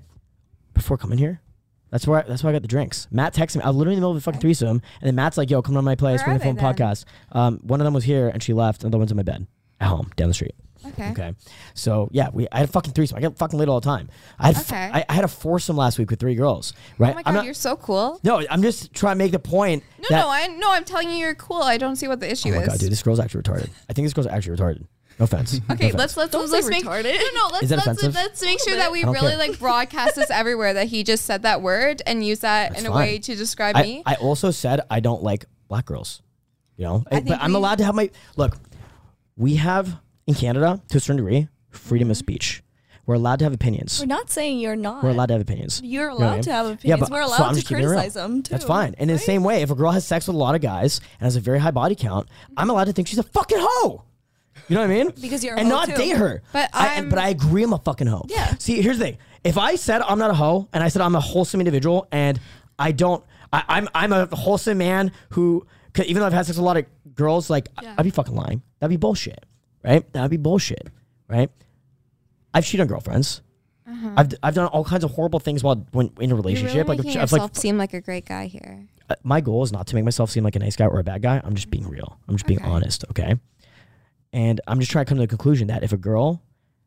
[SPEAKER 1] Before coming here. That's where I, that's why I got the drinks. Matt texted me. I was literally in the middle of a fucking threesome, and then Matt's like, "Yo, come to my place.
[SPEAKER 5] Where
[SPEAKER 1] We're
[SPEAKER 5] are
[SPEAKER 1] gonna film a
[SPEAKER 5] they then?
[SPEAKER 1] podcast." Um, one of them was here, and she left. and The other one's in my bed at home down the street.
[SPEAKER 5] Okay.
[SPEAKER 1] Okay. So yeah, we I had a fucking threesome. I get fucking laid all the time. I had f-
[SPEAKER 5] Okay.
[SPEAKER 1] I, I had a foursome last week with three girls. Right.
[SPEAKER 5] Oh my
[SPEAKER 1] I'm
[SPEAKER 5] god,
[SPEAKER 1] not-
[SPEAKER 5] you're so cool.
[SPEAKER 1] no, I'm just trying to make the point.
[SPEAKER 5] No,
[SPEAKER 1] that,
[SPEAKER 5] no, I no, I'm telling you, you're cool. I don't see what the issue
[SPEAKER 1] Oh my
[SPEAKER 5] is.
[SPEAKER 1] god, dude, this girl's actually retarded. I think this girl's actually retarded. No offense.
[SPEAKER 5] Okay, let's let's let's, let's make
[SPEAKER 4] retarded.
[SPEAKER 5] no no let's
[SPEAKER 1] Is that
[SPEAKER 5] let's,
[SPEAKER 1] offensive?
[SPEAKER 5] let's make sure that we
[SPEAKER 1] I don't
[SPEAKER 5] really
[SPEAKER 1] care.
[SPEAKER 5] like broadcast this everywhere that he just said that word and use that
[SPEAKER 1] That's
[SPEAKER 5] in a
[SPEAKER 1] fine.
[SPEAKER 5] way to describe
[SPEAKER 1] I,
[SPEAKER 5] me.
[SPEAKER 1] I also said I don't like black girls. You know,
[SPEAKER 5] I
[SPEAKER 1] but
[SPEAKER 5] think
[SPEAKER 1] I'm
[SPEAKER 5] we-
[SPEAKER 1] allowed to have my look. We have in Canada to a certain degree freedom
[SPEAKER 5] Mm-hmm.
[SPEAKER 1] of speech. We're allowed to have opinions.
[SPEAKER 4] We're not saying you're not.
[SPEAKER 1] We're allowed to have opinions.
[SPEAKER 4] You're
[SPEAKER 1] You know what I
[SPEAKER 4] allowed
[SPEAKER 1] mean?
[SPEAKER 4] to have opinions.
[SPEAKER 1] Yeah, but,
[SPEAKER 4] We're
[SPEAKER 1] so
[SPEAKER 4] allowed
[SPEAKER 1] I'm
[SPEAKER 4] to
[SPEAKER 1] just keeping it real.
[SPEAKER 4] criticize them too.
[SPEAKER 1] That's fine. And in the same way, if a girl has sex with a lot of guys and has a very high body count, I'm allowed to think she's a fucking hoe. You know what I mean?
[SPEAKER 4] Because you're a
[SPEAKER 1] and
[SPEAKER 4] hoe,
[SPEAKER 1] not
[SPEAKER 4] too.
[SPEAKER 1] date her.
[SPEAKER 5] But
[SPEAKER 1] I,
[SPEAKER 5] I'm-
[SPEAKER 1] but I agree I'm a fucking hoe.
[SPEAKER 4] Yeah.
[SPEAKER 1] See, here's the thing. If I said I'm not a hoe and I said I'm a wholesome individual and I don't, I, I'm I'm a wholesome man who, 'cause even though I've had sex with a lot of girls, like I- I'd be fucking lying. That'd be bullshit, right? That'd be bullshit, right? I've cheated on girlfriends. I've, d- I've done all kinds of horrible things while when in a
[SPEAKER 5] Uh-huh. You're
[SPEAKER 1] relationship.
[SPEAKER 5] really
[SPEAKER 1] like
[SPEAKER 5] making
[SPEAKER 1] I've,
[SPEAKER 5] yourself seem like a great guy here.
[SPEAKER 1] uh, my goal is not to make myself seem like a nice guy or a bad guy. I'm just being real. I'm just being
[SPEAKER 5] Okay.
[SPEAKER 1] honest, okay? And I'm just trying to come to the conclusion that if a girl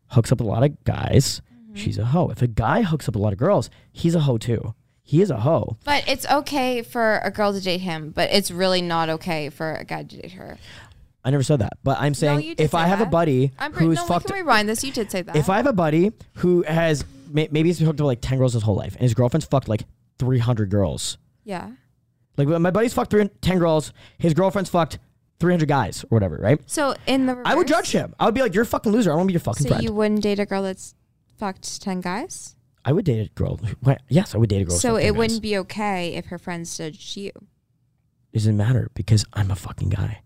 [SPEAKER 1] hooks up with a lot of guys,
[SPEAKER 5] Mm-hmm.
[SPEAKER 1] she's a hoe. If a guy hooks up with a lot of girls, he's a hoe too. He is a hoe.
[SPEAKER 5] But it's okay for a girl to date him, but it's really not okay for a guy to date her.
[SPEAKER 1] I never said that, but I'm saying
[SPEAKER 5] you did
[SPEAKER 1] if
[SPEAKER 5] say
[SPEAKER 1] I have a
[SPEAKER 5] that.
[SPEAKER 1] buddy
[SPEAKER 5] I'm pretty
[SPEAKER 1] who's
[SPEAKER 5] no, we
[SPEAKER 1] fucked
[SPEAKER 5] can rewind this. You did say that.
[SPEAKER 1] if I have a buddy who has may- maybe he's been hooked up with like 10 girls his whole life and his girlfriend's fucked like 300 girls.
[SPEAKER 5] yeah.
[SPEAKER 1] Like my buddy's fucked 300 10 girls, his girlfriend's fucked 300 guys or whatever, right?
[SPEAKER 5] So in the
[SPEAKER 1] I would
[SPEAKER 5] reverse,
[SPEAKER 1] judge him. I would be like, "You're a fucking loser. I want to be your fucking
[SPEAKER 5] So
[SPEAKER 1] friend."
[SPEAKER 5] you wouldn't date a girl that's fucked ten guys.
[SPEAKER 1] I would date a girl. who- why- Yes, I would date a girl.
[SPEAKER 5] so it wouldn't be okay if her friends judged you.
[SPEAKER 1] It doesn't matter because I'm a fucking guy.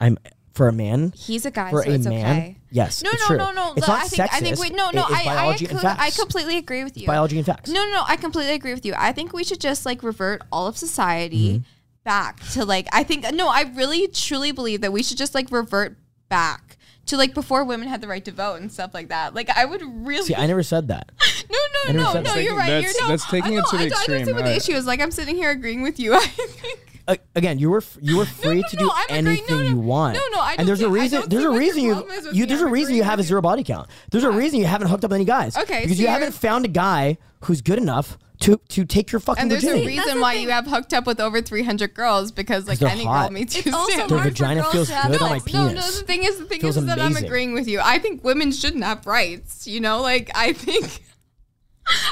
[SPEAKER 1] I'm for a man.
[SPEAKER 5] He's a guy,
[SPEAKER 1] For
[SPEAKER 5] so
[SPEAKER 1] a
[SPEAKER 5] it's
[SPEAKER 1] man,
[SPEAKER 5] okay.
[SPEAKER 1] yes,
[SPEAKER 5] No,
[SPEAKER 1] it's
[SPEAKER 5] no,
[SPEAKER 1] true.
[SPEAKER 5] no, no.
[SPEAKER 1] It's
[SPEAKER 5] the-
[SPEAKER 1] not
[SPEAKER 5] I think, I think.
[SPEAKER 1] sexist.
[SPEAKER 5] Wait, no,
[SPEAKER 1] It
[SPEAKER 5] no.
[SPEAKER 1] is
[SPEAKER 5] I, I,
[SPEAKER 1] biology and
[SPEAKER 5] co- I
[SPEAKER 1] facts.
[SPEAKER 5] completely agree with you.
[SPEAKER 1] Biology and facts.
[SPEAKER 5] No, no, no. I completely agree with you. I think we should just like revert all of
[SPEAKER 7] Mm-hmm.
[SPEAKER 5] society back to like. I think no. I really truly believe that we should just like revert back to like before women had the right to vote and stuff like that. Like I would really.
[SPEAKER 1] See, I never said that.
[SPEAKER 5] No,
[SPEAKER 1] I
[SPEAKER 5] no,
[SPEAKER 1] never
[SPEAKER 5] no,
[SPEAKER 1] said
[SPEAKER 5] no.
[SPEAKER 1] that.
[SPEAKER 5] You're right.
[SPEAKER 7] That's-
[SPEAKER 5] you're no.
[SPEAKER 7] that's
[SPEAKER 5] I
[SPEAKER 7] taking it
[SPEAKER 5] know,
[SPEAKER 7] to the
[SPEAKER 5] I, I don't see
[SPEAKER 7] extreme.
[SPEAKER 5] what the
[SPEAKER 7] I-
[SPEAKER 5] issue is. Like I'm sitting here agreeing with you. I think.
[SPEAKER 1] Uh, again, you were f- you were free
[SPEAKER 5] no,
[SPEAKER 1] to
[SPEAKER 5] no,
[SPEAKER 1] do
[SPEAKER 5] I'm agreeing. No,
[SPEAKER 1] anything
[SPEAKER 5] no.
[SPEAKER 1] you want.
[SPEAKER 5] No, no, I don't
[SPEAKER 1] And there's
[SPEAKER 5] see-
[SPEAKER 1] a
[SPEAKER 5] I
[SPEAKER 1] reason.
[SPEAKER 5] don't
[SPEAKER 1] There's
[SPEAKER 5] see
[SPEAKER 1] a
[SPEAKER 5] what your
[SPEAKER 1] reason you
[SPEAKER 5] problem is with
[SPEAKER 1] you
[SPEAKER 5] me.
[SPEAKER 1] there's
[SPEAKER 5] I'm
[SPEAKER 1] a reason
[SPEAKER 5] agreeing
[SPEAKER 1] you have a
[SPEAKER 5] with you.
[SPEAKER 1] zero body count. There's a reason you haven't hooked up with any guys.
[SPEAKER 5] Okay,
[SPEAKER 1] because
[SPEAKER 5] so
[SPEAKER 1] you
[SPEAKER 5] you're-
[SPEAKER 1] haven't found a guy who's good enough to to take your fucking
[SPEAKER 5] And there's a
[SPEAKER 1] virginity.
[SPEAKER 5] reason why you have hooked up with over 300 girls because like
[SPEAKER 1] they're
[SPEAKER 5] any
[SPEAKER 1] hot.
[SPEAKER 5] girl meets you
[SPEAKER 4] It's also
[SPEAKER 1] Their
[SPEAKER 5] soon.
[SPEAKER 4] hard for
[SPEAKER 1] vagina
[SPEAKER 4] girls
[SPEAKER 1] feels
[SPEAKER 4] to have
[SPEAKER 1] good on my
[SPEAKER 4] sex.
[SPEAKER 1] penis.
[SPEAKER 5] No, no. The thing is, the thing
[SPEAKER 1] Feels
[SPEAKER 5] is, that I'm
[SPEAKER 1] amazing.
[SPEAKER 5] agreeing with you. I think women shouldn't have rights. You know, like I think,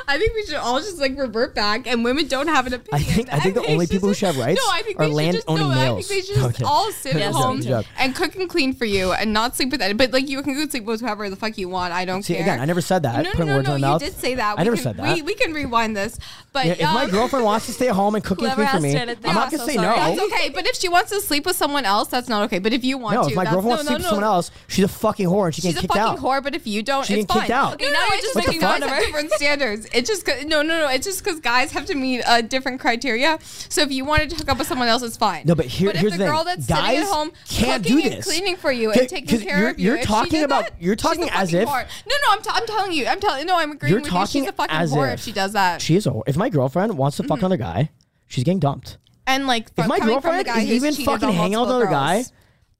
[SPEAKER 5] I think we should all just like revert back, and women don't have an opinion.
[SPEAKER 1] think- I think the
[SPEAKER 5] they
[SPEAKER 1] only
[SPEAKER 5] should
[SPEAKER 1] people who
[SPEAKER 5] just-
[SPEAKER 1] should have rights
[SPEAKER 5] no, I think
[SPEAKER 1] are
[SPEAKER 5] they should just-
[SPEAKER 1] land-owning
[SPEAKER 5] no,
[SPEAKER 1] males.
[SPEAKER 5] I think they should just
[SPEAKER 1] Okay.
[SPEAKER 5] all sit
[SPEAKER 1] Good
[SPEAKER 5] at
[SPEAKER 1] job,
[SPEAKER 5] home
[SPEAKER 1] good job.
[SPEAKER 5] and cook and clean for you, and not sleep with any. But like you can go sleep with whoever the fuck you want. I don't
[SPEAKER 1] See,
[SPEAKER 5] care.
[SPEAKER 1] again, I never said that.
[SPEAKER 5] No, no,
[SPEAKER 1] Putting
[SPEAKER 5] no,
[SPEAKER 1] words
[SPEAKER 5] no.
[SPEAKER 1] in
[SPEAKER 5] You
[SPEAKER 1] my mouth.
[SPEAKER 5] did say that.
[SPEAKER 1] I
[SPEAKER 5] we
[SPEAKER 1] never
[SPEAKER 5] can,
[SPEAKER 1] said that.
[SPEAKER 5] We, we can rewind this, but
[SPEAKER 1] Yeah, if my
[SPEAKER 5] um,
[SPEAKER 1] girlfriend wants to stay at home and cook and
[SPEAKER 6] Whoever
[SPEAKER 1] clean for
[SPEAKER 6] asked
[SPEAKER 1] me,
[SPEAKER 6] Janet that-
[SPEAKER 1] I'm not gonna
[SPEAKER 4] so
[SPEAKER 1] say
[SPEAKER 4] sorry.
[SPEAKER 1] no.
[SPEAKER 5] That's okay, but if she wants to sleep with someone else, that's not okay. But if you want
[SPEAKER 1] No,
[SPEAKER 5] to,
[SPEAKER 1] if my
[SPEAKER 5] that's,
[SPEAKER 1] girlfriend wants to
[SPEAKER 5] no,
[SPEAKER 1] sleep
[SPEAKER 5] no,
[SPEAKER 1] with someone
[SPEAKER 5] no.
[SPEAKER 1] else, she's a fucking whore and she
[SPEAKER 5] She's
[SPEAKER 1] gets
[SPEAKER 5] a
[SPEAKER 1] kicked
[SPEAKER 5] fucking
[SPEAKER 1] out.
[SPEAKER 5] whore, but if you don't,
[SPEAKER 1] She
[SPEAKER 5] it's
[SPEAKER 1] didn't kick
[SPEAKER 5] fine.
[SPEAKER 1] out.
[SPEAKER 5] Okay, now we're just
[SPEAKER 1] What the
[SPEAKER 5] making guys
[SPEAKER 1] fuck?
[SPEAKER 5] have different standards. It's just 'cause- no, no, no. It's just because guys have to meet uh, different criteria. So if you wanted to hook up with someone else, it's fine.
[SPEAKER 1] No, but here-
[SPEAKER 5] if
[SPEAKER 1] here's
[SPEAKER 5] the
[SPEAKER 1] the
[SPEAKER 5] girl
[SPEAKER 1] thing.
[SPEAKER 5] that's
[SPEAKER 1] Guys
[SPEAKER 5] sitting at home
[SPEAKER 1] can't
[SPEAKER 5] cooking
[SPEAKER 1] do
[SPEAKER 5] and
[SPEAKER 1] this.
[SPEAKER 5] cleaning for you
[SPEAKER 1] Okay,
[SPEAKER 5] and taking
[SPEAKER 1] 'cause
[SPEAKER 5] care
[SPEAKER 1] you're-
[SPEAKER 5] of you,
[SPEAKER 1] you're
[SPEAKER 5] if she
[SPEAKER 1] talking
[SPEAKER 5] did
[SPEAKER 1] about-
[SPEAKER 5] that,
[SPEAKER 1] you're
[SPEAKER 5] she's a
[SPEAKER 1] talking as
[SPEAKER 5] fucking
[SPEAKER 1] if-
[SPEAKER 5] whore. no, no. I'm, t- I'm telling you. I'm telling no. I'm agreeing
[SPEAKER 1] You're
[SPEAKER 5] with
[SPEAKER 1] talking
[SPEAKER 5] you. She's a fucking
[SPEAKER 1] as
[SPEAKER 5] whore
[SPEAKER 1] if
[SPEAKER 5] if she does that.
[SPEAKER 1] She is a whore. If my girlfriend wants to fuck another guy, she's getting dumped.
[SPEAKER 5] and like
[SPEAKER 1] If
[SPEAKER 5] from,
[SPEAKER 1] my
[SPEAKER 5] coming from the
[SPEAKER 1] girlfriend
[SPEAKER 5] guy
[SPEAKER 1] is
[SPEAKER 5] who's
[SPEAKER 1] even
[SPEAKER 5] cheated
[SPEAKER 1] fucking
[SPEAKER 5] on
[SPEAKER 1] hanging out with
[SPEAKER 5] multiple
[SPEAKER 1] another guy,
[SPEAKER 5] girls.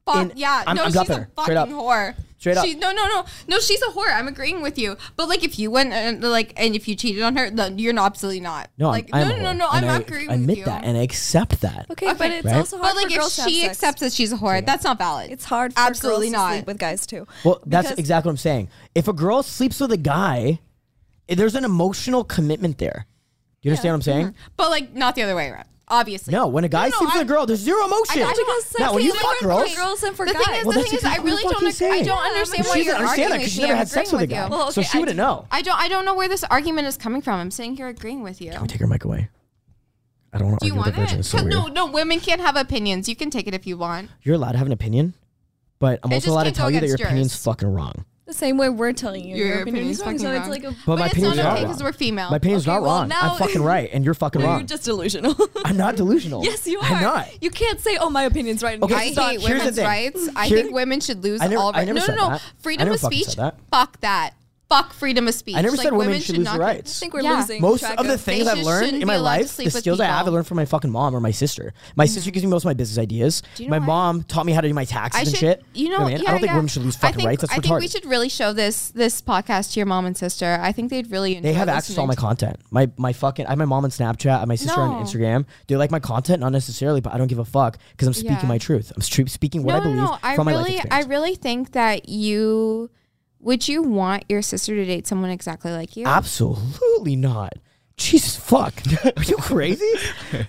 [SPEAKER 5] Fuck
[SPEAKER 1] in-
[SPEAKER 5] yeah,
[SPEAKER 1] I'm-
[SPEAKER 5] no,
[SPEAKER 1] I'm
[SPEAKER 5] she's
[SPEAKER 1] dumping
[SPEAKER 5] a
[SPEAKER 1] her, straight
[SPEAKER 5] fucking
[SPEAKER 1] up.
[SPEAKER 5] whore.
[SPEAKER 1] Straight up.
[SPEAKER 5] She, no, no, no, no. She's a whore. I'm agreeing with you. But like, if you went and like, and if you cheated on her, then you're not, absolutely not.
[SPEAKER 1] No,
[SPEAKER 5] like,
[SPEAKER 1] I'm, I'm
[SPEAKER 5] no,
[SPEAKER 1] a
[SPEAKER 5] no, no,
[SPEAKER 1] whore,
[SPEAKER 5] no. I'm
[SPEAKER 1] and I
[SPEAKER 5] not agreeing
[SPEAKER 1] admit
[SPEAKER 5] with you.
[SPEAKER 1] that and I accept that.
[SPEAKER 4] Okay, but it's
[SPEAKER 1] Right?
[SPEAKER 4] also hard
[SPEAKER 5] but like,
[SPEAKER 4] for
[SPEAKER 5] if
[SPEAKER 4] girls to have
[SPEAKER 5] she
[SPEAKER 4] sex.
[SPEAKER 5] accepts that she's a whore, that's not valid.
[SPEAKER 4] it's hard. For
[SPEAKER 5] absolutely
[SPEAKER 4] girls
[SPEAKER 5] not.
[SPEAKER 4] To sleep with guys too.
[SPEAKER 1] Well, that's
[SPEAKER 4] Because-
[SPEAKER 1] exactly what I'm saying. If a girl sleeps with a guy, eh, there's an emotional commitment there. Do you understand what I'm saying?
[SPEAKER 5] but like, not the other way around. Obviously,
[SPEAKER 1] No, when a guy
[SPEAKER 5] Mm-hmm. no,
[SPEAKER 1] sleeps with
[SPEAKER 5] I'm-
[SPEAKER 1] a girl, there's zero emotion.
[SPEAKER 5] I- I don't-
[SPEAKER 4] Because sex
[SPEAKER 1] now, when
[SPEAKER 4] is
[SPEAKER 1] you
[SPEAKER 4] different
[SPEAKER 1] fuck
[SPEAKER 4] for
[SPEAKER 1] girls,
[SPEAKER 4] girls and for
[SPEAKER 5] The
[SPEAKER 4] guys.
[SPEAKER 5] thing is,
[SPEAKER 1] Well,
[SPEAKER 5] the
[SPEAKER 1] that's
[SPEAKER 5] thing is, I
[SPEAKER 1] exactly
[SPEAKER 5] really
[SPEAKER 1] what
[SPEAKER 5] don't.
[SPEAKER 1] I'm
[SPEAKER 5] ag- I
[SPEAKER 1] saying.
[SPEAKER 5] don't understand why
[SPEAKER 1] she
[SPEAKER 5] you're
[SPEAKER 1] doesn't
[SPEAKER 5] arguing
[SPEAKER 1] understand that
[SPEAKER 5] with
[SPEAKER 1] because she's
[SPEAKER 5] me.
[SPEAKER 1] never
[SPEAKER 5] I'm
[SPEAKER 1] had sex with a
[SPEAKER 5] agreeing
[SPEAKER 1] guy,
[SPEAKER 5] you.
[SPEAKER 4] Well,
[SPEAKER 1] so
[SPEAKER 4] okay,
[SPEAKER 1] she
[SPEAKER 4] I
[SPEAKER 1] wouldn't
[SPEAKER 4] do-
[SPEAKER 1] know.
[SPEAKER 5] I don't. I don't know where this argument is coming from. I'm sitting here agreeing with you.
[SPEAKER 1] Can we take her mic away? I don't want
[SPEAKER 5] Do
[SPEAKER 1] to
[SPEAKER 5] you
[SPEAKER 1] argue with
[SPEAKER 5] want
[SPEAKER 1] the virgin.
[SPEAKER 5] it?
[SPEAKER 1] It's so
[SPEAKER 5] 'Cause
[SPEAKER 1] weird.
[SPEAKER 5] no, no, women can't have opinions. You can take it if you want.
[SPEAKER 1] You're allowed to have an opinion, but I'm
[SPEAKER 5] It
[SPEAKER 1] also
[SPEAKER 5] just
[SPEAKER 1] allowed to
[SPEAKER 5] can't go
[SPEAKER 1] tell you that your
[SPEAKER 5] against
[SPEAKER 1] opinion's
[SPEAKER 5] yours.
[SPEAKER 1] fucking wrong.
[SPEAKER 4] The same way we're telling you
[SPEAKER 5] Your
[SPEAKER 4] your, opinion's
[SPEAKER 5] opinion's
[SPEAKER 4] wrong, so
[SPEAKER 5] fucking
[SPEAKER 4] it's
[SPEAKER 5] wrong.
[SPEAKER 4] like a
[SPEAKER 1] But my
[SPEAKER 5] But it's
[SPEAKER 1] opinion's
[SPEAKER 5] not
[SPEAKER 1] not
[SPEAKER 5] okay
[SPEAKER 1] wrong.
[SPEAKER 5] because we're female.
[SPEAKER 1] My opinion's
[SPEAKER 4] Okay,
[SPEAKER 1] not
[SPEAKER 4] well,
[SPEAKER 1] wrong.
[SPEAKER 4] now-
[SPEAKER 1] I'm fucking right, and you're fucking
[SPEAKER 4] Well,
[SPEAKER 1] wrong.
[SPEAKER 4] You're just delusional.
[SPEAKER 1] I'm not delusional.
[SPEAKER 4] yes, you are.
[SPEAKER 1] I'm not.
[SPEAKER 4] You can't say, "Oh, my opinion's right." and
[SPEAKER 1] Okay.
[SPEAKER 5] I
[SPEAKER 4] yours is not."
[SPEAKER 5] hate
[SPEAKER 1] Here's the
[SPEAKER 5] women's
[SPEAKER 1] thing.
[SPEAKER 5] rights. I
[SPEAKER 1] Here-
[SPEAKER 5] think women should lose
[SPEAKER 1] I never-
[SPEAKER 5] all
[SPEAKER 1] I
[SPEAKER 5] rights.
[SPEAKER 1] never
[SPEAKER 5] No,
[SPEAKER 1] said
[SPEAKER 5] no, no.
[SPEAKER 1] that. I
[SPEAKER 5] Freedom
[SPEAKER 1] never
[SPEAKER 5] of
[SPEAKER 1] fucking
[SPEAKER 5] speech.
[SPEAKER 1] said that.
[SPEAKER 5] Fuck that. Fuck freedom of speech.
[SPEAKER 1] I never
[SPEAKER 5] Like,
[SPEAKER 1] said women,
[SPEAKER 5] women
[SPEAKER 1] should lose
[SPEAKER 5] not
[SPEAKER 1] their
[SPEAKER 5] get-
[SPEAKER 4] I
[SPEAKER 1] rights.
[SPEAKER 4] think we're
[SPEAKER 5] Yeah.
[SPEAKER 4] losing
[SPEAKER 1] Most
[SPEAKER 4] track
[SPEAKER 1] of the
[SPEAKER 4] of
[SPEAKER 1] things
[SPEAKER 5] They
[SPEAKER 1] I've
[SPEAKER 5] just
[SPEAKER 1] learned
[SPEAKER 5] shouldn't
[SPEAKER 1] in
[SPEAKER 5] be
[SPEAKER 1] my
[SPEAKER 5] allowed to
[SPEAKER 1] life, the
[SPEAKER 5] sleep with
[SPEAKER 1] skills I have, I
[SPEAKER 5] people.
[SPEAKER 1] learned from my fucking mom or my sister. My sister gives me most of my business ideas.
[SPEAKER 5] you know
[SPEAKER 1] my
[SPEAKER 5] what?
[SPEAKER 1] mom taught me how to do my taxes
[SPEAKER 5] I
[SPEAKER 1] and
[SPEAKER 5] should,
[SPEAKER 1] shit.
[SPEAKER 5] you know,
[SPEAKER 1] what I, mean?
[SPEAKER 5] yeah,
[SPEAKER 1] I don't think
[SPEAKER 5] yeah.
[SPEAKER 1] women should lose
[SPEAKER 5] I
[SPEAKER 1] fucking
[SPEAKER 5] think-
[SPEAKER 1] rights. That's
[SPEAKER 5] I
[SPEAKER 1] retarded.
[SPEAKER 5] think we should really show this this podcast to your mom and sister. I think they'd really enjoy.
[SPEAKER 1] They have access to all my
[SPEAKER 5] listening
[SPEAKER 1] content. My my fucking I have my mom on Snapchat, I have my sister on
[SPEAKER 5] No.
[SPEAKER 1] Instagram. They like my content, not necessarily, but I don't give a fuck because I'm speaking
[SPEAKER 5] Yeah.
[SPEAKER 1] my truth. I'm stre- speaking what I believe from
[SPEAKER 5] I
[SPEAKER 1] my life
[SPEAKER 5] really, I
[SPEAKER 1] experience.
[SPEAKER 5] really think that you would you want your sister to date someone exactly like
[SPEAKER 1] Ah,
[SPEAKER 5] you?
[SPEAKER 1] Absolutely not. Jesus fuck. Are you crazy?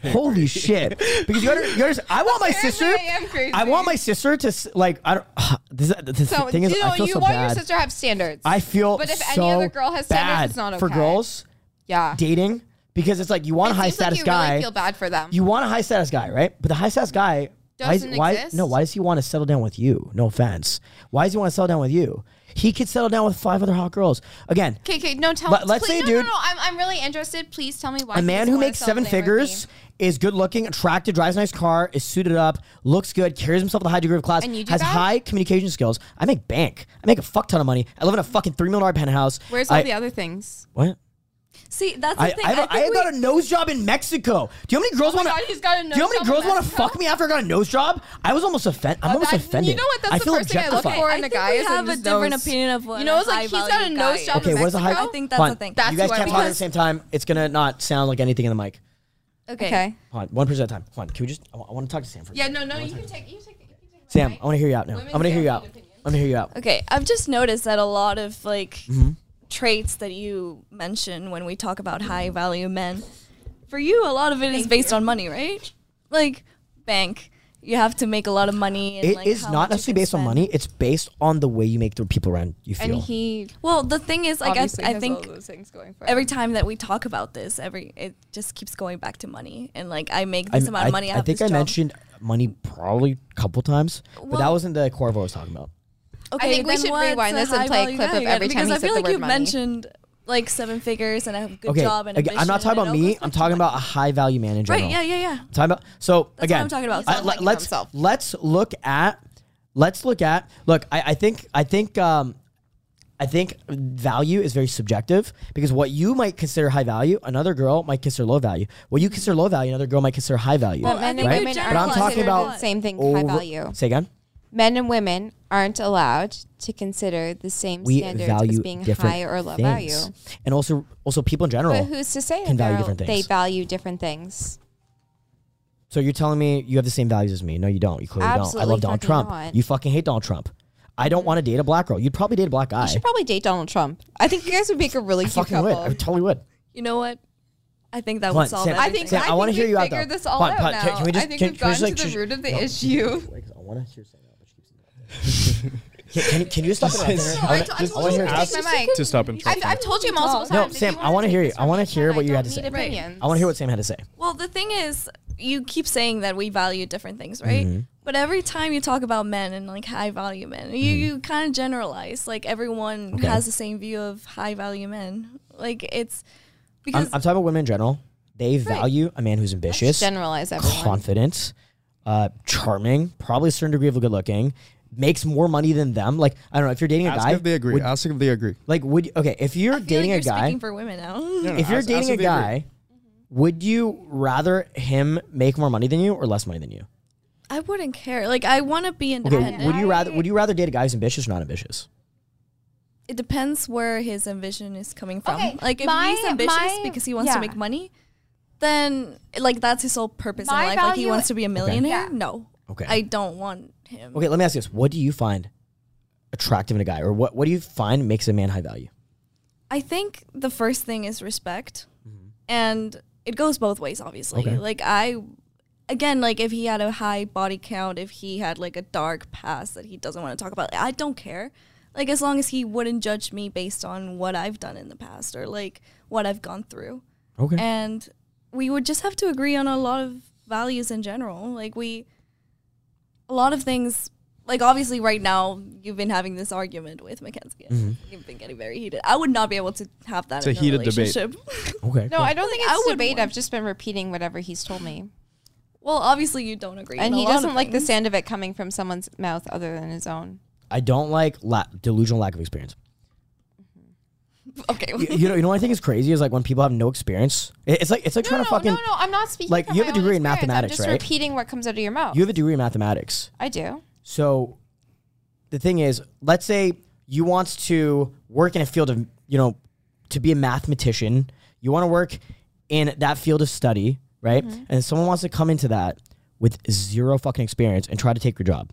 [SPEAKER 1] Holy shit. Because you gotta, you gotta I want my sister.
[SPEAKER 5] Apparently I am crazy.
[SPEAKER 1] I want my sister to s- like I don't this, the
[SPEAKER 5] so
[SPEAKER 1] thing is
[SPEAKER 5] you know,
[SPEAKER 1] I feel
[SPEAKER 5] you
[SPEAKER 1] so
[SPEAKER 5] want your
[SPEAKER 1] bad.
[SPEAKER 5] sister to have standards.
[SPEAKER 1] I feel
[SPEAKER 5] But if
[SPEAKER 1] so
[SPEAKER 5] any other girl has standards,
[SPEAKER 1] bad
[SPEAKER 5] it's not
[SPEAKER 1] for
[SPEAKER 5] okay.
[SPEAKER 1] girls
[SPEAKER 5] yeah.
[SPEAKER 1] dating because it's like you want
[SPEAKER 5] It
[SPEAKER 1] a high
[SPEAKER 5] seems like
[SPEAKER 1] status
[SPEAKER 5] you
[SPEAKER 1] guy.
[SPEAKER 5] Really feel bad for them.
[SPEAKER 1] you want a high status guy, right? But the high status guy why, is-
[SPEAKER 5] Doesn't
[SPEAKER 1] why
[SPEAKER 5] exist.
[SPEAKER 1] no, why does he want to settle down with you? No offense. Why does he want to settle down with you? He could settle down with five other hot girls. Again,
[SPEAKER 5] Okay, okay, no, tell
[SPEAKER 1] Let-
[SPEAKER 5] me.
[SPEAKER 1] let's
[SPEAKER 5] please,
[SPEAKER 1] say,
[SPEAKER 5] no,
[SPEAKER 1] dude-
[SPEAKER 5] No, no, I'm, I'm really interested. Please tell me why.
[SPEAKER 1] a
[SPEAKER 5] he
[SPEAKER 1] man
[SPEAKER 5] doesn't
[SPEAKER 1] who
[SPEAKER 5] wanna
[SPEAKER 1] makes
[SPEAKER 5] settle
[SPEAKER 1] seven
[SPEAKER 5] down with
[SPEAKER 1] figures
[SPEAKER 5] me.
[SPEAKER 1] is good looking, attractive, drives a nice car, is suited up, looks good, carries himself with a high degree of class,
[SPEAKER 5] And you do
[SPEAKER 1] has
[SPEAKER 5] that?
[SPEAKER 1] high communication skills. I make bank. I make a fuck ton of money. I live in a fucking three million dollar penthouse.
[SPEAKER 5] Where's all
[SPEAKER 1] I,
[SPEAKER 5] the other things?
[SPEAKER 1] what?
[SPEAKER 4] See, that's the
[SPEAKER 1] I,
[SPEAKER 4] thing.
[SPEAKER 1] I, have a- I
[SPEAKER 4] think we-
[SPEAKER 1] got a nose job in Mexico. Do you know how many girls
[SPEAKER 5] Oh my
[SPEAKER 1] want
[SPEAKER 5] God, he's got a
[SPEAKER 1] Do you know how
[SPEAKER 5] nose
[SPEAKER 1] many
[SPEAKER 5] job in
[SPEAKER 1] girls want to
[SPEAKER 5] Mexico? Oh,
[SPEAKER 1] fuck me after I got a nose job? I was almost offended. I'm almost
[SPEAKER 5] that- you
[SPEAKER 1] offended.
[SPEAKER 5] know what? That's
[SPEAKER 1] I
[SPEAKER 5] the
[SPEAKER 1] feel
[SPEAKER 5] first thing I look
[SPEAKER 1] objectified.
[SPEAKER 5] for.
[SPEAKER 4] I
[SPEAKER 5] in a
[SPEAKER 4] think
[SPEAKER 5] guy
[SPEAKER 4] we
[SPEAKER 5] is
[SPEAKER 4] have a
[SPEAKER 5] just
[SPEAKER 4] different
[SPEAKER 5] nose.
[SPEAKER 4] opinion of what
[SPEAKER 5] You know,
[SPEAKER 4] a
[SPEAKER 5] it's like he's got a
[SPEAKER 4] high-value
[SPEAKER 5] nose
[SPEAKER 4] guy
[SPEAKER 5] job
[SPEAKER 4] is.
[SPEAKER 1] Okay, what is a high?
[SPEAKER 5] Mexico?
[SPEAKER 4] I think that's
[SPEAKER 1] Hold on.
[SPEAKER 4] the thing.
[SPEAKER 5] That's
[SPEAKER 1] you guys
[SPEAKER 5] what
[SPEAKER 1] can't
[SPEAKER 5] I-
[SPEAKER 1] talk at the
[SPEAKER 5] because-
[SPEAKER 1] same time. It's gonna not sound like anything in the mic.
[SPEAKER 4] Okay.
[SPEAKER 1] Hold on, one percent time. Hold on. Can we just? I, want to talk to Sam for a
[SPEAKER 5] Yeah,
[SPEAKER 1] second.
[SPEAKER 5] no, no, you can take, you take, you take
[SPEAKER 1] Sam, I want to hear you out now. I'm
[SPEAKER 5] Women
[SPEAKER 1] gonna hear
[SPEAKER 5] don't
[SPEAKER 1] you out.
[SPEAKER 5] need opinions.
[SPEAKER 1] I'm gonna hear you out.
[SPEAKER 4] Okay, I've just noticed that a lot of like
[SPEAKER 1] Mm-hmm.
[SPEAKER 4] traits that you mention when we talk about high value men, for you, a lot of it is based on money, right? Like bank, you have to make a lot of money. And,
[SPEAKER 1] It is
[SPEAKER 4] like, how
[SPEAKER 1] not
[SPEAKER 4] much
[SPEAKER 1] necessarily
[SPEAKER 4] you can
[SPEAKER 1] based on
[SPEAKER 4] spend.
[SPEAKER 1] money. It's based on the way you make the people around you feel.
[SPEAKER 5] And he
[SPEAKER 4] Well, the thing is, like, I,
[SPEAKER 5] obviously
[SPEAKER 4] I
[SPEAKER 5] has all
[SPEAKER 4] think
[SPEAKER 5] those things going for him.
[SPEAKER 4] every time that we talk about this, every it just keeps going back to money. And like, I make this
[SPEAKER 1] I'm-
[SPEAKER 4] amount
[SPEAKER 1] I,
[SPEAKER 4] of money. I,
[SPEAKER 1] I
[SPEAKER 4] have
[SPEAKER 1] think
[SPEAKER 4] this
[SPEAKER 1] I
[SPEAKER 4] job.
[SPEAKER 1] mentioned money probably a couple times, but that
[SPEAKER 4] Well-
[SPEAKER 1] wasn't the core of what I was talking about.
[SPEAKER 4] Okay,
[SPEAKER 5] think we
[SPEAKER 4] then
[SPEAKER 5] should
[SPEAKER 4] what's
[SPEAKER 5] rewind
[SPEAKER 4] a
[SPEAKER 5] this and play a
[SPEAKER 4] high-value
[SPEAKER 5] clip of
[SPEAKER 4] guy?
[SPEAKER 5] every time
[SPEAKER 4] because
[SPEAKER 5] he
[SPEAKER 4] I
[SPEAKER 5] said
[SPEAKER 4] feel
[SPEAKER 5] the
[SPEAKER 4] like
[SPEAKER 5] word
[SPEAKER 4] you
[SPEAKER 5] money.
[SPEAKER 4] mentioned like seven figures and I have a good
[SPEAKER 1] okay,
[SPEAKER 4] job and
[SPEAKER 1] again, I'm not
[SPEAKER 4] ambition,
[SPEAKER 1] talking
[SPEAKER 4] and
[SPEAKER 1] about
[SPEAKER 4] it all
[SPEAKER 1] me.
[SPEAKER 4] goes
[SPEAKER 1] I'm
[SPEAKER 4] back to
[SPEAKER 1] talking
[SPEAKER 4] money.
[SPEAKER 1] about a high value man in general.
[SPEAKER 4] right? Yeah, yeah, yeah.
[SPEAKER 1] Time about so
[SPEAKER 4] That's
[SPEAKER 1] again.
[SPEAKER 4] what I'm talking about. He's
[SPEAKER 1] I- let,
[SPEAKER 4] not
[SPEAKER 5] liking
[SPEAKER 1] let's
[SPEAKER 5] himself.
[SPEAKER 1] let's look at let's look at look. I, I think I think um, I think value is very subjective because what you might consider high value, another girl might consider low value. What you consider low value, another girl might consider high value.
[SPEAKER 4] Well,
[SPEAKER 5] men
[SPEAKER 4] I
[SPEAKER 5] and
[SPEAKER 4] think
[SPEAKER 5] women
[SPEAKER 4] they're
[SPEAKER 5] aren't
[SPEAKER 1] But I'm talking
[SPEAKER 5] considered
[SPEAKER 1] about
[SPEAKER 5] the same thing high
[SPEAKER 1] Over-
[SPEAKER 5] value.
[SPEAKER 1] Say again.
[SPEAKER 5] Men and women aren't allowed to consider the same
[SPEAKER 1] We
[SPEAKER 5] standards
[SPEAKER 1] value
[SPEAKER 5] as being
[SPEAKER 1] different
[SPEAKER 5] high or low
[SPEAKER 1] things.
[SPEAKER 5] value.
[SPEAKER 1] and also also people in
[SPEAKER 5] But
[SPEAKER 1] general.
[SPEAKER 5] who's to say
[SPEAKER 1] can
[SPEAKER 5] that
[SPEAKER 1] value
[SPEAKER 5] they're-
[SPEAKER 1] different
[SPEAKER 5] they
[SPEAKER 1] things.
[SPEAKER 5] value different things?
[SPEAKER 1] So you're telling me you have the same values as me? No, you don't. You clearly don't. I
[SPEAKER 5] Absolutely
[SPEAKER 1] love Donald
[SPEAKER 5] fucking
[SPEAKER 1] Trump.
[SPEAKER 5] not.
[SPEAKER 1] You fucking hate Donald Trump. I don't want to date a black girl. You'd probably date a black guy.
[SPEAKER 5] You should probably date Donald Trump. I think you guys would make a really
[SPEAKER 1] I
[SPEAKER 5] cute
[SPEAKER 1] fucking would. I
[SPEAKER 5] couple.
[SPEAKER 1] totally would.
[SPEAKER 4] You know what? I think that
[SPEAKER 1] Come on,
[SPEAKER 4] would solve
[SPEAKER 1] Sam.
[SPEAKER 4] it.
[SPEAKER 1] I
[SPEAKER 5] I think
[SPEAKER 1] Sam,
[SPEAKER 5] I,
[SPEAKER 1] I wanna
[SPEAKER 5] think
[SPEAKER 1] hear
[SPEAKER 5] we
[SPEAKER 1] you out,
[SPEAKER 5] figure
[SPEAKER 1] though.
[SPEAKER 5] this all
[SPEAKER 1] Hold on,
[SPEAKER 5] out
[SPEAKER 1] hold on,
[SPEAKER 5] now.
[SPEAKER 1] can- can we just-
[SPEAKER 5] I think
[SPEAKER 1] can-
[SPEAKER 5] we've
[SPEAKER 1] can we
[SPEAKER 5] gotten
[SPEAKER 1] just, like,
[SPEAKER 5] to
[SPEAKER 1] just-
[SPEAKER 5] the root of the
[SPEAKER 1] no,
[SPEAKER 5] issue.
[SPEAKER 1] Like, I want to hear something out, but she keeps saying that. Can, can, you- can you stop it?
[SPEAKER 7] Just-
[SPEAKER 1] I,
[SPEAKER 5] I told- I
[SPEAKER 1] just, I
[SPEAKER 5] told
[SPEAKER 1] want to
[SPEAKER 5] you
[SPEAKER 1] hear.
[SPEAKER 5] to take my mic.
[SPEAKER 7] to stop and
[SPEAKER 5] I've, I've told you multiple
[SPEAKER 1] No,
[SPEAKER 5] times. if
[SPEAKER 1] Sam,
[SPEAKER 5] you
[SPEAKER 1] I wanna
[SPEAKER 5] take
[SPEAKER 1] hear you.
[SPEAKER 5] this
[SPEAKER 1] I wanna
[SPEAKER 5] from me,
[SPEAKER 1] hear
[SPEAKER 5] Ken,
[SPEAKER 1] what
[SPEAKER 5] I
[SPEAKER 1] you had
[SPEAKER 5] don't
[SPEAKER 1] to
[SPEAKER 5] need
[SPEAKER 1] say. Right.
[SPEAKER 5] opinions.
[SPEAKER 1] I want to hear what Sam had to say.
[SPEAKER 4] Well, the thing is, you keep saying that we value different things, right?
[SPEAKER 1] Mm-hmm.
[SPEAKER 4] But every time you talk about men and like high value men, you, you kind of generalize. Like everyone
[SPEAKER 1] Mm-hmm. Okay.
[SPEAKER 4] has the same view of high value men. Like it's
[SPEAKER 1] I'm,
[SPEAKER 4] because
[SPEAKER 1] I'm talking about women in general. They value a man who's ambitious,
[SPEAKER 5] generalize everyone.
[SPEAKER 1] confident, uh, charming, probably a certain degree of good looking, makes more money than them. Like I don't know if you're dating a
[SPEAKER 7] Ask
[SPEAKER 1] guy.
[SPEAKER 7] if they agree.
[SPEAKER 1] would-
[SPEAKER 7] ask if they agree.
[SPEAKER 1] like would okay if you're
[SPEAKER 4] I feel
[SPEAKER 1] dating
[SPEAKER 4] like
[SPEAKER 1] a
[SPEAKER 4] you're
[SPEAKER 1] guy.
[SPEAKER 4] speaking for women now.
[SPEAKER 1] if you're dating a guy, would you rather him make more money than you or less money than you?
[SPEAKER 4] I wouldn't care. Like I want to be
[SPEAKER 1] Okay,
[SPEAKER 4] independent.
[SPEAKER 1] would you rather would you rather date a guy who's ambitious or not ambitious?
[SPEAKER 4] It depends where his ambition is coming from.
[SPEAKER 5] Okay,
[SPEAKER 4] like if
[SPEAKER 5] my-
[SPEAKER 4] he's ambitious
[SPEAKER 5] my-
[SPEAKER 4] because he wants
[SPEAKER 5] yeah.
[SPEAKER 4] to make money, then like that's his sole purpose
[SPEAKER 5] My
[SPEAKER 4] in life. like he
[SPEAKER 5] value-
[SPEAKER 4] wants to be a millionaire. No,
[SPEAKER 1] Okay.
[SPEAKER 4] I don't want him.
[SPEAKER 1] Okay, let me ask you this: What do you find attractive in a guy, or what what do you find makes a man high value?
[SPEAKER 4] I think the first thing is respect, and it goes both ways. Obviously,
[SPEAKER 1] Okay.
[SPEAKER 4] like I. Again, like if he had a high body count, if he had like a dark past that he doesn't want to talk about, I don't care. Like as long as he wouldn't judge me based on what I've done in the past or like what I've gone through.
[SPEAKER 1] Okay,
[SPEAKER 4] and we would just have to agree on a lot of values in general. Like we, a lot of things. Like obviously, right now you've been having this argument with Mackenzie. You've been getting very heated. I would not be able to have that.
[SPEAKER 7] Mm-hmm. It's a
[SPEAKER 4] in
[SPEAKER 7] heated debate.
[SPEAKER 4] relationship.
[SPEAKER 1] Okay.
[SPEAKER 5] No, I don't think
[SPEAKER 4] I
[SPEAKER 5] it's
[SPEAKER 4] would
[SPEAKER 5] debate.
[SPEAKER 4] want-
[SPEAKER 5] I've just been repeating whatever he's told me,
[SPEAKER 4] well, obviously you don't agree,
[SPEAKER 5] and
[SPEAKER 4] on a
[SPEAKER 5] he
[SPEAKER 4] lot of
[SPEAKER 5] doesn't like the
[SPEAKER 4] things.
[SPEAKER 5] sound of it coming from someone's mouth other than his own.
[SPEAKER 1] I don't like la- delusional lack of experience.
[SPEAKER 4] Okay,
[SPEAKER 1] You, you know, you know what I think is crazy is like when people have no experience. It- It's like it's like
[SPEAKER 5] No,
[SPEAKER 1] trying
[SPEAKER 5] no,
[SPEAKER 1] to fucking.
[SPEAKER 5] no, no. I'm not speaking.
[SPEAKER 1] like,
[SPEAKER 5] from
[SPEAKER 1] you have
[SPEAKER 5] my
[SPEAKER 1] a
[SPEAKER 5] own
[SPEAKER 1] degree in
[SPEAKER 5] experience.
[SPEAKER 1] mathematics,
[SPEAKER 5] I'm just
[SPEAKER 1] right?
[SPEAKER 5] repeating what comes out of your mouth.
[SPEAKER 1] You have a degree in mathematics.
[SPEAKER 5] I do.
[SPEAKER 1] So the thing is, let's say you want to work in a field of, you know, to be a mathematician, you want to work in that field of study, right?
[SPEAKER 5] Mm-hmm.
[SPEAKER 1] And someone wants to come into that with zero fucking experience and try to take your job.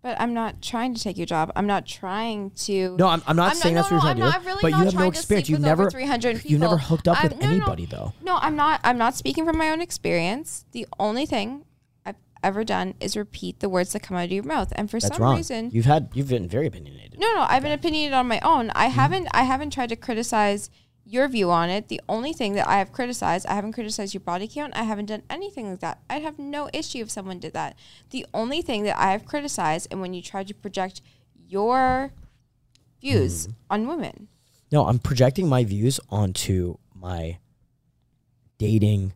[SPEAKER 5] But I'm not trying to take your job. I'm not trying to.
[SPEAKER 1] No, I'm, I'm not
[SPEAKER 5] I'm
[SPEAKER 1] saying that's
[SPEAKER 5] not- no,
[SPEAKER 1] what
[SPEAKER 5] no,
[SPEAKER 1] you're trying to
[SPEAKER 5] I'm not-
[SPEAKER 1] do.
[SPEAKER 5] I'm really
[SPEAKER 1] but you
[SPEAKER 5] not
[SPEAKER 1] have no
[SPEAKER 5] trying to
[SPEAKER 1] experience.
[SPEAKER 5] sleep
[SPEAKER 1] You've
[SPEAKER 5] with over
[SPEAKER 1] never
[SPEAKER 5] 300
[SPEAKER 1] You've never
[SPEAKER 5] people.
[SPEAKER 1] hooked up with
[SPEAKER 5] I'm- no, no.
[SPEAKER 1] anybody though.
[SPEAKER 5] No, I'm not. I'm not speaking from my own experience. The only thing I've ever done is repeat the words that come out of your mouth, and for
[SPEAKER 1] That's
[SPEAKER 5] some
[SPEAKER 1] wrong.
[SPEAKER 5] reason,
[SPEAKER 1] you've had you've been very opinionated.
[SPEAKER 5] no, no, I've been opinionated on my own. I
[SPEAKER 1] Mm-hmm.
[SPEAKER 5] haven't. I haven't tried to criticize your view on it. The only thing that I have criticized, I haven't criticized your body count. I haven't done anything like that. I'd have no issue if someone did that. The only thing that I have criticized, and when you try to project your views
[SPEAKER 1] Mm.
[SPEAKER 5] on women,
[SPEAKER 1] No, I'm projecting my views onto my dating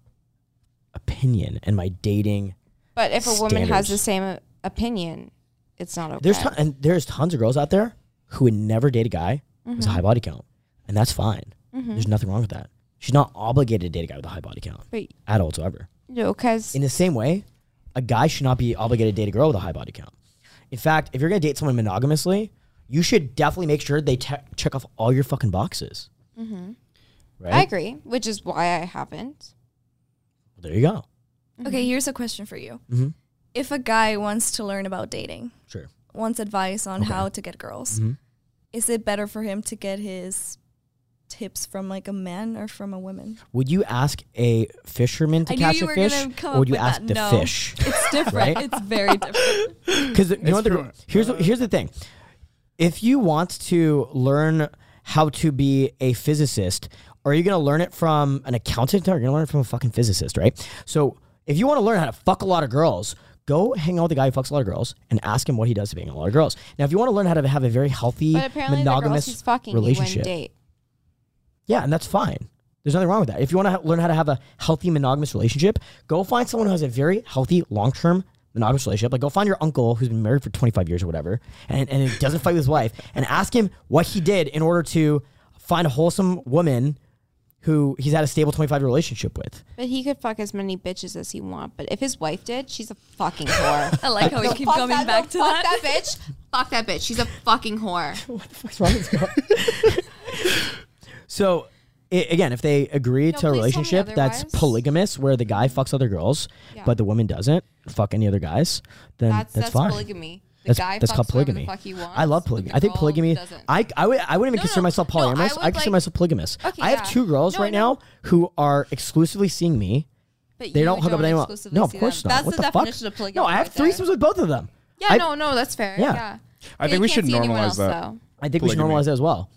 [SPEAKER 1] opinion and my dating
[SPEAKER 5] but if a woman has
[SPEAKER 1] Standards.
[SPEAKER 5] the same uh, opinion, it's not okay.
[SPEAKER 1] There's ton- and there's tons of girls out there who would never date a guy
[SPEAKER 5] Mm-hmm.
[SPEAKER 1] with a high body count, and that's fine. There's nothing wrong with that. She's not obligated to date a guy with a high body count
[SPEAKER 5] But-
[SPEAKER 1] at all whatsoever.
[SPEAKER 5] no, because
[SPEAKER 1] In the same way, a guy should not be obligated to date a girl with a high body count. In fact, if you're gonna date someone monogamously, you should definitely make sure they te- check off all your fucking boxes.
[SPEAKER 4] Mm-hmm.
[SPEAKER 1] Right?
[SPEAKER 5] I agree, which is why I haven't.
[SPEAKER 1] There you go.
[SPEAKER 4] okay. Here's a question for you:
[SPEAKER 1] Mhm.
[SPEAKER 4] If a guy wants to learn about dating,
[SPEAKER 1] Sure.
[SPEAKER 4] wants advice on how to get girls,
[SPEAKER 7] Mm-hmm.
[SPEAKER 1] Mhm.
[SPEAKER 4] is it better for him to get his tips from like a man or from a woman?
[SPEAKER 1] Would you ask a fisherman to
[SPEAKER 4] I knew
[SPEAKER 1] catch
[SPEAKER 4] you
[SPEAKER 1] a
[SPEAKER 4] were
[SPEAKER 1] fish,
[SPEAKER 4] gonna come
[SPEAKER 1] or would
[SPEAKER 4] up
[SPEAKER 1] you
[SPEAKER 4] with
[SPEAKER 1] ask
[SPEAKER 4] that.
[SPEAKER 1] the
[SPEAKER 4] No.
[SPEAKER 1] fish?
[SPEAKER 4] It's different.
[SPEAKER 1] Right?
[SPEAKER 4] It's very different.
[SPEAKER 1] Because you know what the gr- here's the- here's the thing. If you want to learn how to be a physicist, are you going to learn it from an accountant or you're going to learn it from a fucking physicist, right? So if you want to learn how to fuck a lot of girls, go hang out with the guy who fucks a lot of girls and ask him what he does to being a lot of girls. Now, if you want to learn how to have a very healthy
[SPEAKER 5] But apparently, the girls
[SPEAKER 1] monogamous
[SPEAKER 5] he's fucking he wouldn't
[SPEAKER 1] relationship,
[SPEAKER 5] date.
[SPEAKER 1] yeah, and that's fine. There's nothing wrong with that. If you want to ha- learn how to have a healthy monogamous relationship, go find someone who has a very healthy long term monogamous relationship. Like, go find your uncle who's been married for 25 years or whatever, and, and he doesn't fight with his wife, and ask him what he did in order to find a wholesome woman who he's had a stable 25 year relationship with.
[SPEAKER 5] But he could fuck as many bitches as he want. But if his wife did, she's a fucking whore.
[SPEAKER 4] I like how we keep
[SPEAKER 5] Fuck
[SPEAKER 4] coming
[SPEAKER 5] that-
[SPEAKER 4] back
[SPEAKER 5] no,
[SPEAKER 4] to
[SPEAKER 5] fuck
[SPEAKER 4] that.
[SPEAKER 5] bitch. Fuck that bitch. She's a fucking whore.
[SPEAKER 1] What's wrong with that? so, i again, if they agree to a
[SPEAKER 5] No, please tell me
[SPEAKER 1] relationship that's
[SPEAKER 5] otherwise.
[SPEAKER 1] polygamous, where the guy fucks other girls,
[SPEAKER 5] Yeah.
[SPEAKER 1] but the woman doesn't fuck any other guys, then that's,
[SPEAKER 5] That's that's,
[SPEAKER 1] fine.
[SPEAKER 5] polygamy. The
[SPEAKER 1] That's-
[SPEAKER 5] guy
[SPEAKER 1] that's
[SPEAKER 5] fucks
[SPEAKER 1] called
[SPEAKER 5] whoever
[SPEAKER 1] polygamy.
[SPEAKER 5] The fuck he wants,
[SPEAKER 1] I love
[SPEAKER 5] but the
[SPEAKER 1] polygamy. I think
[SPEAKER 5] girl
[SPEAKER 1] polygamy.
[SPEAKER 5] doesn't.
[SPEAKER 1] I I would I wouldn't even
[SPEAKER 5] No,
[SPEAKER 1] consider
[SPEAKER 5] no.
[SPEAKER 1] myself
[SPEAKER 5] No, I
[SPEAKER 1] polyamorous. I,
[SPEAKER 5] would,
[SPEAKER 1] consider
[SPEAKER 5] like-
[SPEAKER 1] myself polygamous.
[SPEAKER 5] Okay,
[SPEAKER 1] I have
[SPEAKER 5] yeah.
[SPEAKER 1] two girls
[SPEAKER 5] No, I
[SPEAKER 1] right
[SPEAKER 5] know.
[SPEAKER 1] now who are exclusively seeing me.
[SPEAKER 5] But
[SPEAKER 1] They
[SPEAKER 5] you
[SPEAKER 1] don't hook up with anyone. else.
[SPEAKER 5] exclusively
[SPEAKER 1] No, of
[SPEAKER 5] see
[SPEAKER 1] course
[SPEAKER 5] them.
[SPEAKER 1] not.
[SPEAKER 5] That's
[SPEAKER 1] what
[SPEAKER 5] the,
[SPEAKER 1] the,
[SPEAKER 5] definition
[SPEAKER 1] fuck?
[SPEAKER 5] of polygamy.
[SPEAKER 1] no, I have
[SPEAKER 5] right there.
[SPEAKER 1] threesomes with both of them.
[SPEAKER 5] Yeah,
[SPEAKER 1] I-
[SPEAKER 5] no, no, that's fair.
[SPEAKER 1] Yeah.
[SPEAKER 5] Yeah.
[SPEAKER 7] I
[SPEAKER 5] But
[SPEAKER 7] think
[SPEAKER 5] you
[SPEAKER 7] we
[SPEAKER 5] can't
[SPEAKER 7] should
[SPEAKER 5] see anyone
[SPEAKER 7] normalize
[SPEAKER 5] else,
[SPEAKER 7] that.
[SPEAKER 5] though.
[SPEAKER 1] I think we should
[SPEAKER 7] Polygamy.
[SPEAKER 1] normalize that as well.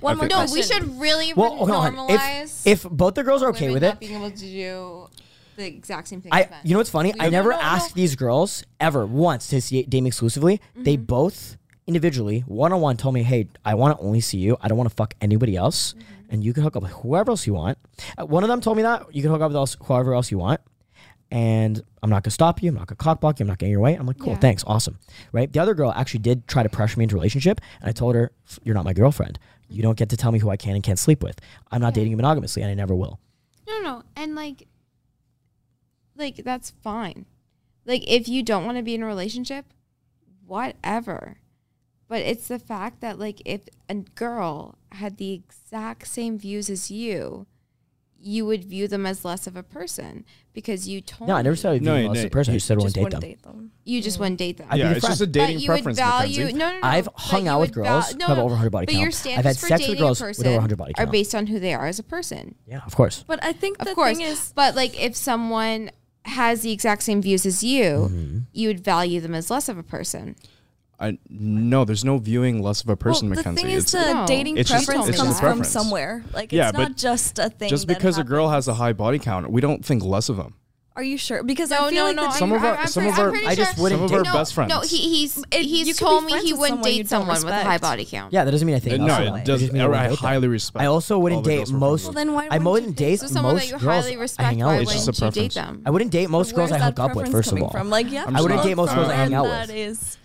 [SPEAKER 4] One more
[SPEAKER 7] think-
[SPEAKER 4] question.
[SPEAKER 5] No, we should really
[SPEAKER 1] Well,
[SPEAKER 5] re-
[SPEAKER 1] hold on. hold on.
[SPEAKER 5] normalize
[SPEAKER 1] If if both the girls are okay
[SPEAKER 5] women
[SPEAKER 1] with
[SPEAKER 5] not
[SPEAKER 1] it,
[SPEAKER 5] being able to do the exact same thing. as
[SPEAKER 1] I
[SPEAKER 5] men.
[SPEAKER 1] you know what's funny? I
[SPEAKER 5] No,
[SPEAKER 1] never
[SPEAKER 5] no, no.
[SPEAKER 1] asked these girls ever once to see date me exclusively. They
[SPEAKER 5] Mm-hmm.
[SPEAKER 1] both individually, one on one, told me, "Hey, I want to only see you. I don't want to fuck anybody else,
[SPEAKER 5] Mm-hmm.
[SPEAKER 1] and you can hook up with whoever else you want." Uh, one of them told me that you can hook up with else, whoever else you want, and I'm not gonna stop you. I'm not gonna cockblock you. I'm not getting in your way. I'm like, cool,
[SPEAKER 5] Yeah.
[SPEAKER 1] thanks, awesome, right? The other girl actually did try to pressure me into a relationship, and I told her, "F- "You're not my girlfriend.
[SPEAKER 5] Mm-hmm.
[SPEAKER 1] You don't get to tell me who I can and can't sleep with. I'm not dating you monogamously, and I never will."
[SPEAKER 5] No, no, and like, like that's fine. Like, if you don't want to be in a relationship, whatever. But it's the fact that like, if a girl had the exact same views as you, you would view them as less of a person because you told.
[SPEAKER 1] No, I never
[SPEAKER 5] me
[SPEAKER 1] said I would be
[SPEAKER 7] No, you
[SPEAKER 1] a
[SPEAKER 7] didn't.
[SPEAKER 1] person. I just said I wouldn't
[SPEAKER 4] Just
[SPEAKER 1] date them.
[SPEAKER 4] wouldn't date them.
[SPEAKER 5] you just wouldn't date them.
[SPEAKER 1] I'd be
[SPEAKER 7] yeah,
[SPEAKER 1] your
[SPEAKER 7] it's just a
[SPEAKER 1] friend.
[SPEAKER 7] Mm. dating
[SPEAKER 5] but you would
[SPEAKER 7] preference.
[SPEAKER 5] value.
[SPEAKER 7] Mackenzie.
[SPEAKER 5] No, no, no.
[SPEAKER 1] I've
[SPEAKER 5] but
[SPEAKER 1] hung
[SPEAKER 5] you
[SPEAKER 1] out with
[SPEAKER 5] would
[SPEAKER 1] girls
[SPEAKER 5] val-
[SPEAKER 1] who have over 100 body
[SPEAKER 5] but
[SPEAKER 1] count.
[SPEAKER 5] Your
[SPEAKER 1] I've
[SPEAKER 5] standards
[SPEAKER 1] had
[SPEAKER 5] for
[SPEAKER 1] sex with
[SPEAKER 5] dating a
[SPEAKER 1] girls with over
[SPEAKER 5] person
[SPEAKER 1] 100 body
[SPEAKER 5] Are
[SPEAKER 1] count.
[SPEAKER 5] based on who they are as a person.
[SPEAKER 1] Yeah, of course.
[SPEAKER 4] But I think
[SPEAKER 5] of
[SPEAKER 4] the
[SPEAKER 5] course.
[SPEAKER 4] thing is,
[SPEAKER 5] but like if
[SPEAKER 7] Mm-hmm.
[SPEAKER 5] someone has the exact same views as you, you would value them as less of a person.
[SPEAKER 7] I no, there's no viewing less of a person,
[SPEAKER 4] well, the
[SPEAKER 7] Mackenzie.
[SPEAKER 4] thing is,
[SPEAKER 7] It's-
[SPEAKER 4] the
[SPEAKER 5] No.
[SPEAKER 4] dating
[SPEAKER 7] It's
[SPEAKER 5] just-
[SPEAKER 4] preference
[SPEAKER 5] it's just
[SPEAKER 4] comes
[SPEAKER 5] a
[SPEAKER 4] from
[SPEAKER 7] preference.
[SPEAKER 4] somewhere. Like,
[SPEAKER 7] Yeah,
[SPEAKER 4] it's not
[SPEAKER 7] but
[SPEAKER 4] just a thing.
[SPEAKER 7] just
[SPEAKER 4] that
[SPEAKER 7] because a girl
[SPEAKER 4] happens.
[SPEAKER 7] has a high body count, we don't think less of them.
[SPEAKER 4] Are you sure? Because
[SPEAKER 5] No,
[SPEAKER 4] I feel
[SPEAKER 5] no,
[SPEAKER 4] like
[SPEAKER 5] no.
[SPEAKER 4] the
[SPEAKER 7] Some
[SPEAKER 5] I'm-
[SPEAKER 7] of our,
[SPEAKER 5] I'm
[SPEAKER 7] some
[SPEAKER 5] pretty-
[SPEAKER 7] of
[SPEAKER 5] I'm
[SPEAKER 7] our,
[SPEAKER 5] pretty
[SPEAKER 1] I just
[SPEAKER 5] sure-
[SPEAKER 1] wouldn't
[SPEAKER 7] some of
[SPEAKER 1] date
[SPEAKER 7] our
[SPEAKER 1] it.
[SPEAKER 7] best friends.
[SPEAKER 5] No, he, he's
[SPEAKER 4] It- you
[SPEAKER 5] he's
[SPEAKER 4] could be
[SPEAKER 5] told me
[SPEAKER 4] friends
[SPEAKER 5] he
[SPEAKER 4] with
[SPEAKER 5] wouldn't
[SPEAKER 4] someone you
[SPEAKER 5] date
[SPEAKER 4] don't
[SPEAKER 5] someone with a high
[SPEAKER 4] respect.
[SPEAKER 5] body count.
[SPEAKER 1] Yeah, that doesn't mean I think.
[SPEAKER 7] no,
[SPEAKER 1] also that.
[SPEAKER 4] it
[SPEAKER 7] it
[SPEAKER 4] doesn't-
[SPEAKER 1] just
[SPEAKER 7] doesn't.
[SPEAKER 1] means I wouldn't
[SPEAKER 7] I
[SPEAKER 1] date them.
[SPEAKER 7] highly respect.
[SPEAKER 1] I also wouldn't
[SPEAKER 7] all the
[SPEAKER 1] date
[SPEAKER 7] girls we're
[SPEAKER 1] most.
[SPEAKER 7] friends
[SPEAKER 4] Well,
[SPEAKER 7] with.
[SPEAKER 4] then why
[SPEAKER 1] I
[SPEAKER 4] wouldn't you
[SPEAKER 1] wouldn't
[SPEAKER 4] date
[SPEAKER 1] date
[SPEAKER 5] So someone
[SPEAKER 1] most
[SPEAKER 5] that you
[SPEAKER 1] girls.
[SPEAKER 5] highly
[SPEAKER 1] I
[SPEAKER 5] respect,
[SPEAKER 1] hang out
[SPEAKER 5] why
[SPEAKER 1] with.
[SPEAKER 7] It's just a
[SPEAKER 5] wouldn't you date
[SPEAKER 7] preference.
[SPEAKER 5] them?
[SPEAKER 1] I wouldn't date most girls
[SPEAKER 4] Where's
[SPEAKER 1] I
[SPEAKER 4] that
[SPEAKER 1] hook up with.
[SPEAKER 4] preference
[SPEAKER 1] First of
[SPEAKER 4] coming
[SPEAKER 1] all,
[SPEAKER 4] From? Like, you have
[SPEAKER 7] I
[SPEAKER 4] to
[SPEAKER 7] wouldn't
[SPEAKER 4] look
[SPEAKER 1] date most
[SPEAKER 4] for
[SPEAKER 1] girls I
[SPEAKER 4] where
[SPEAKER 1] hang out
[SPEAKER 4] that
[SPEAKER 1] with.
[SPEAKER 4] is.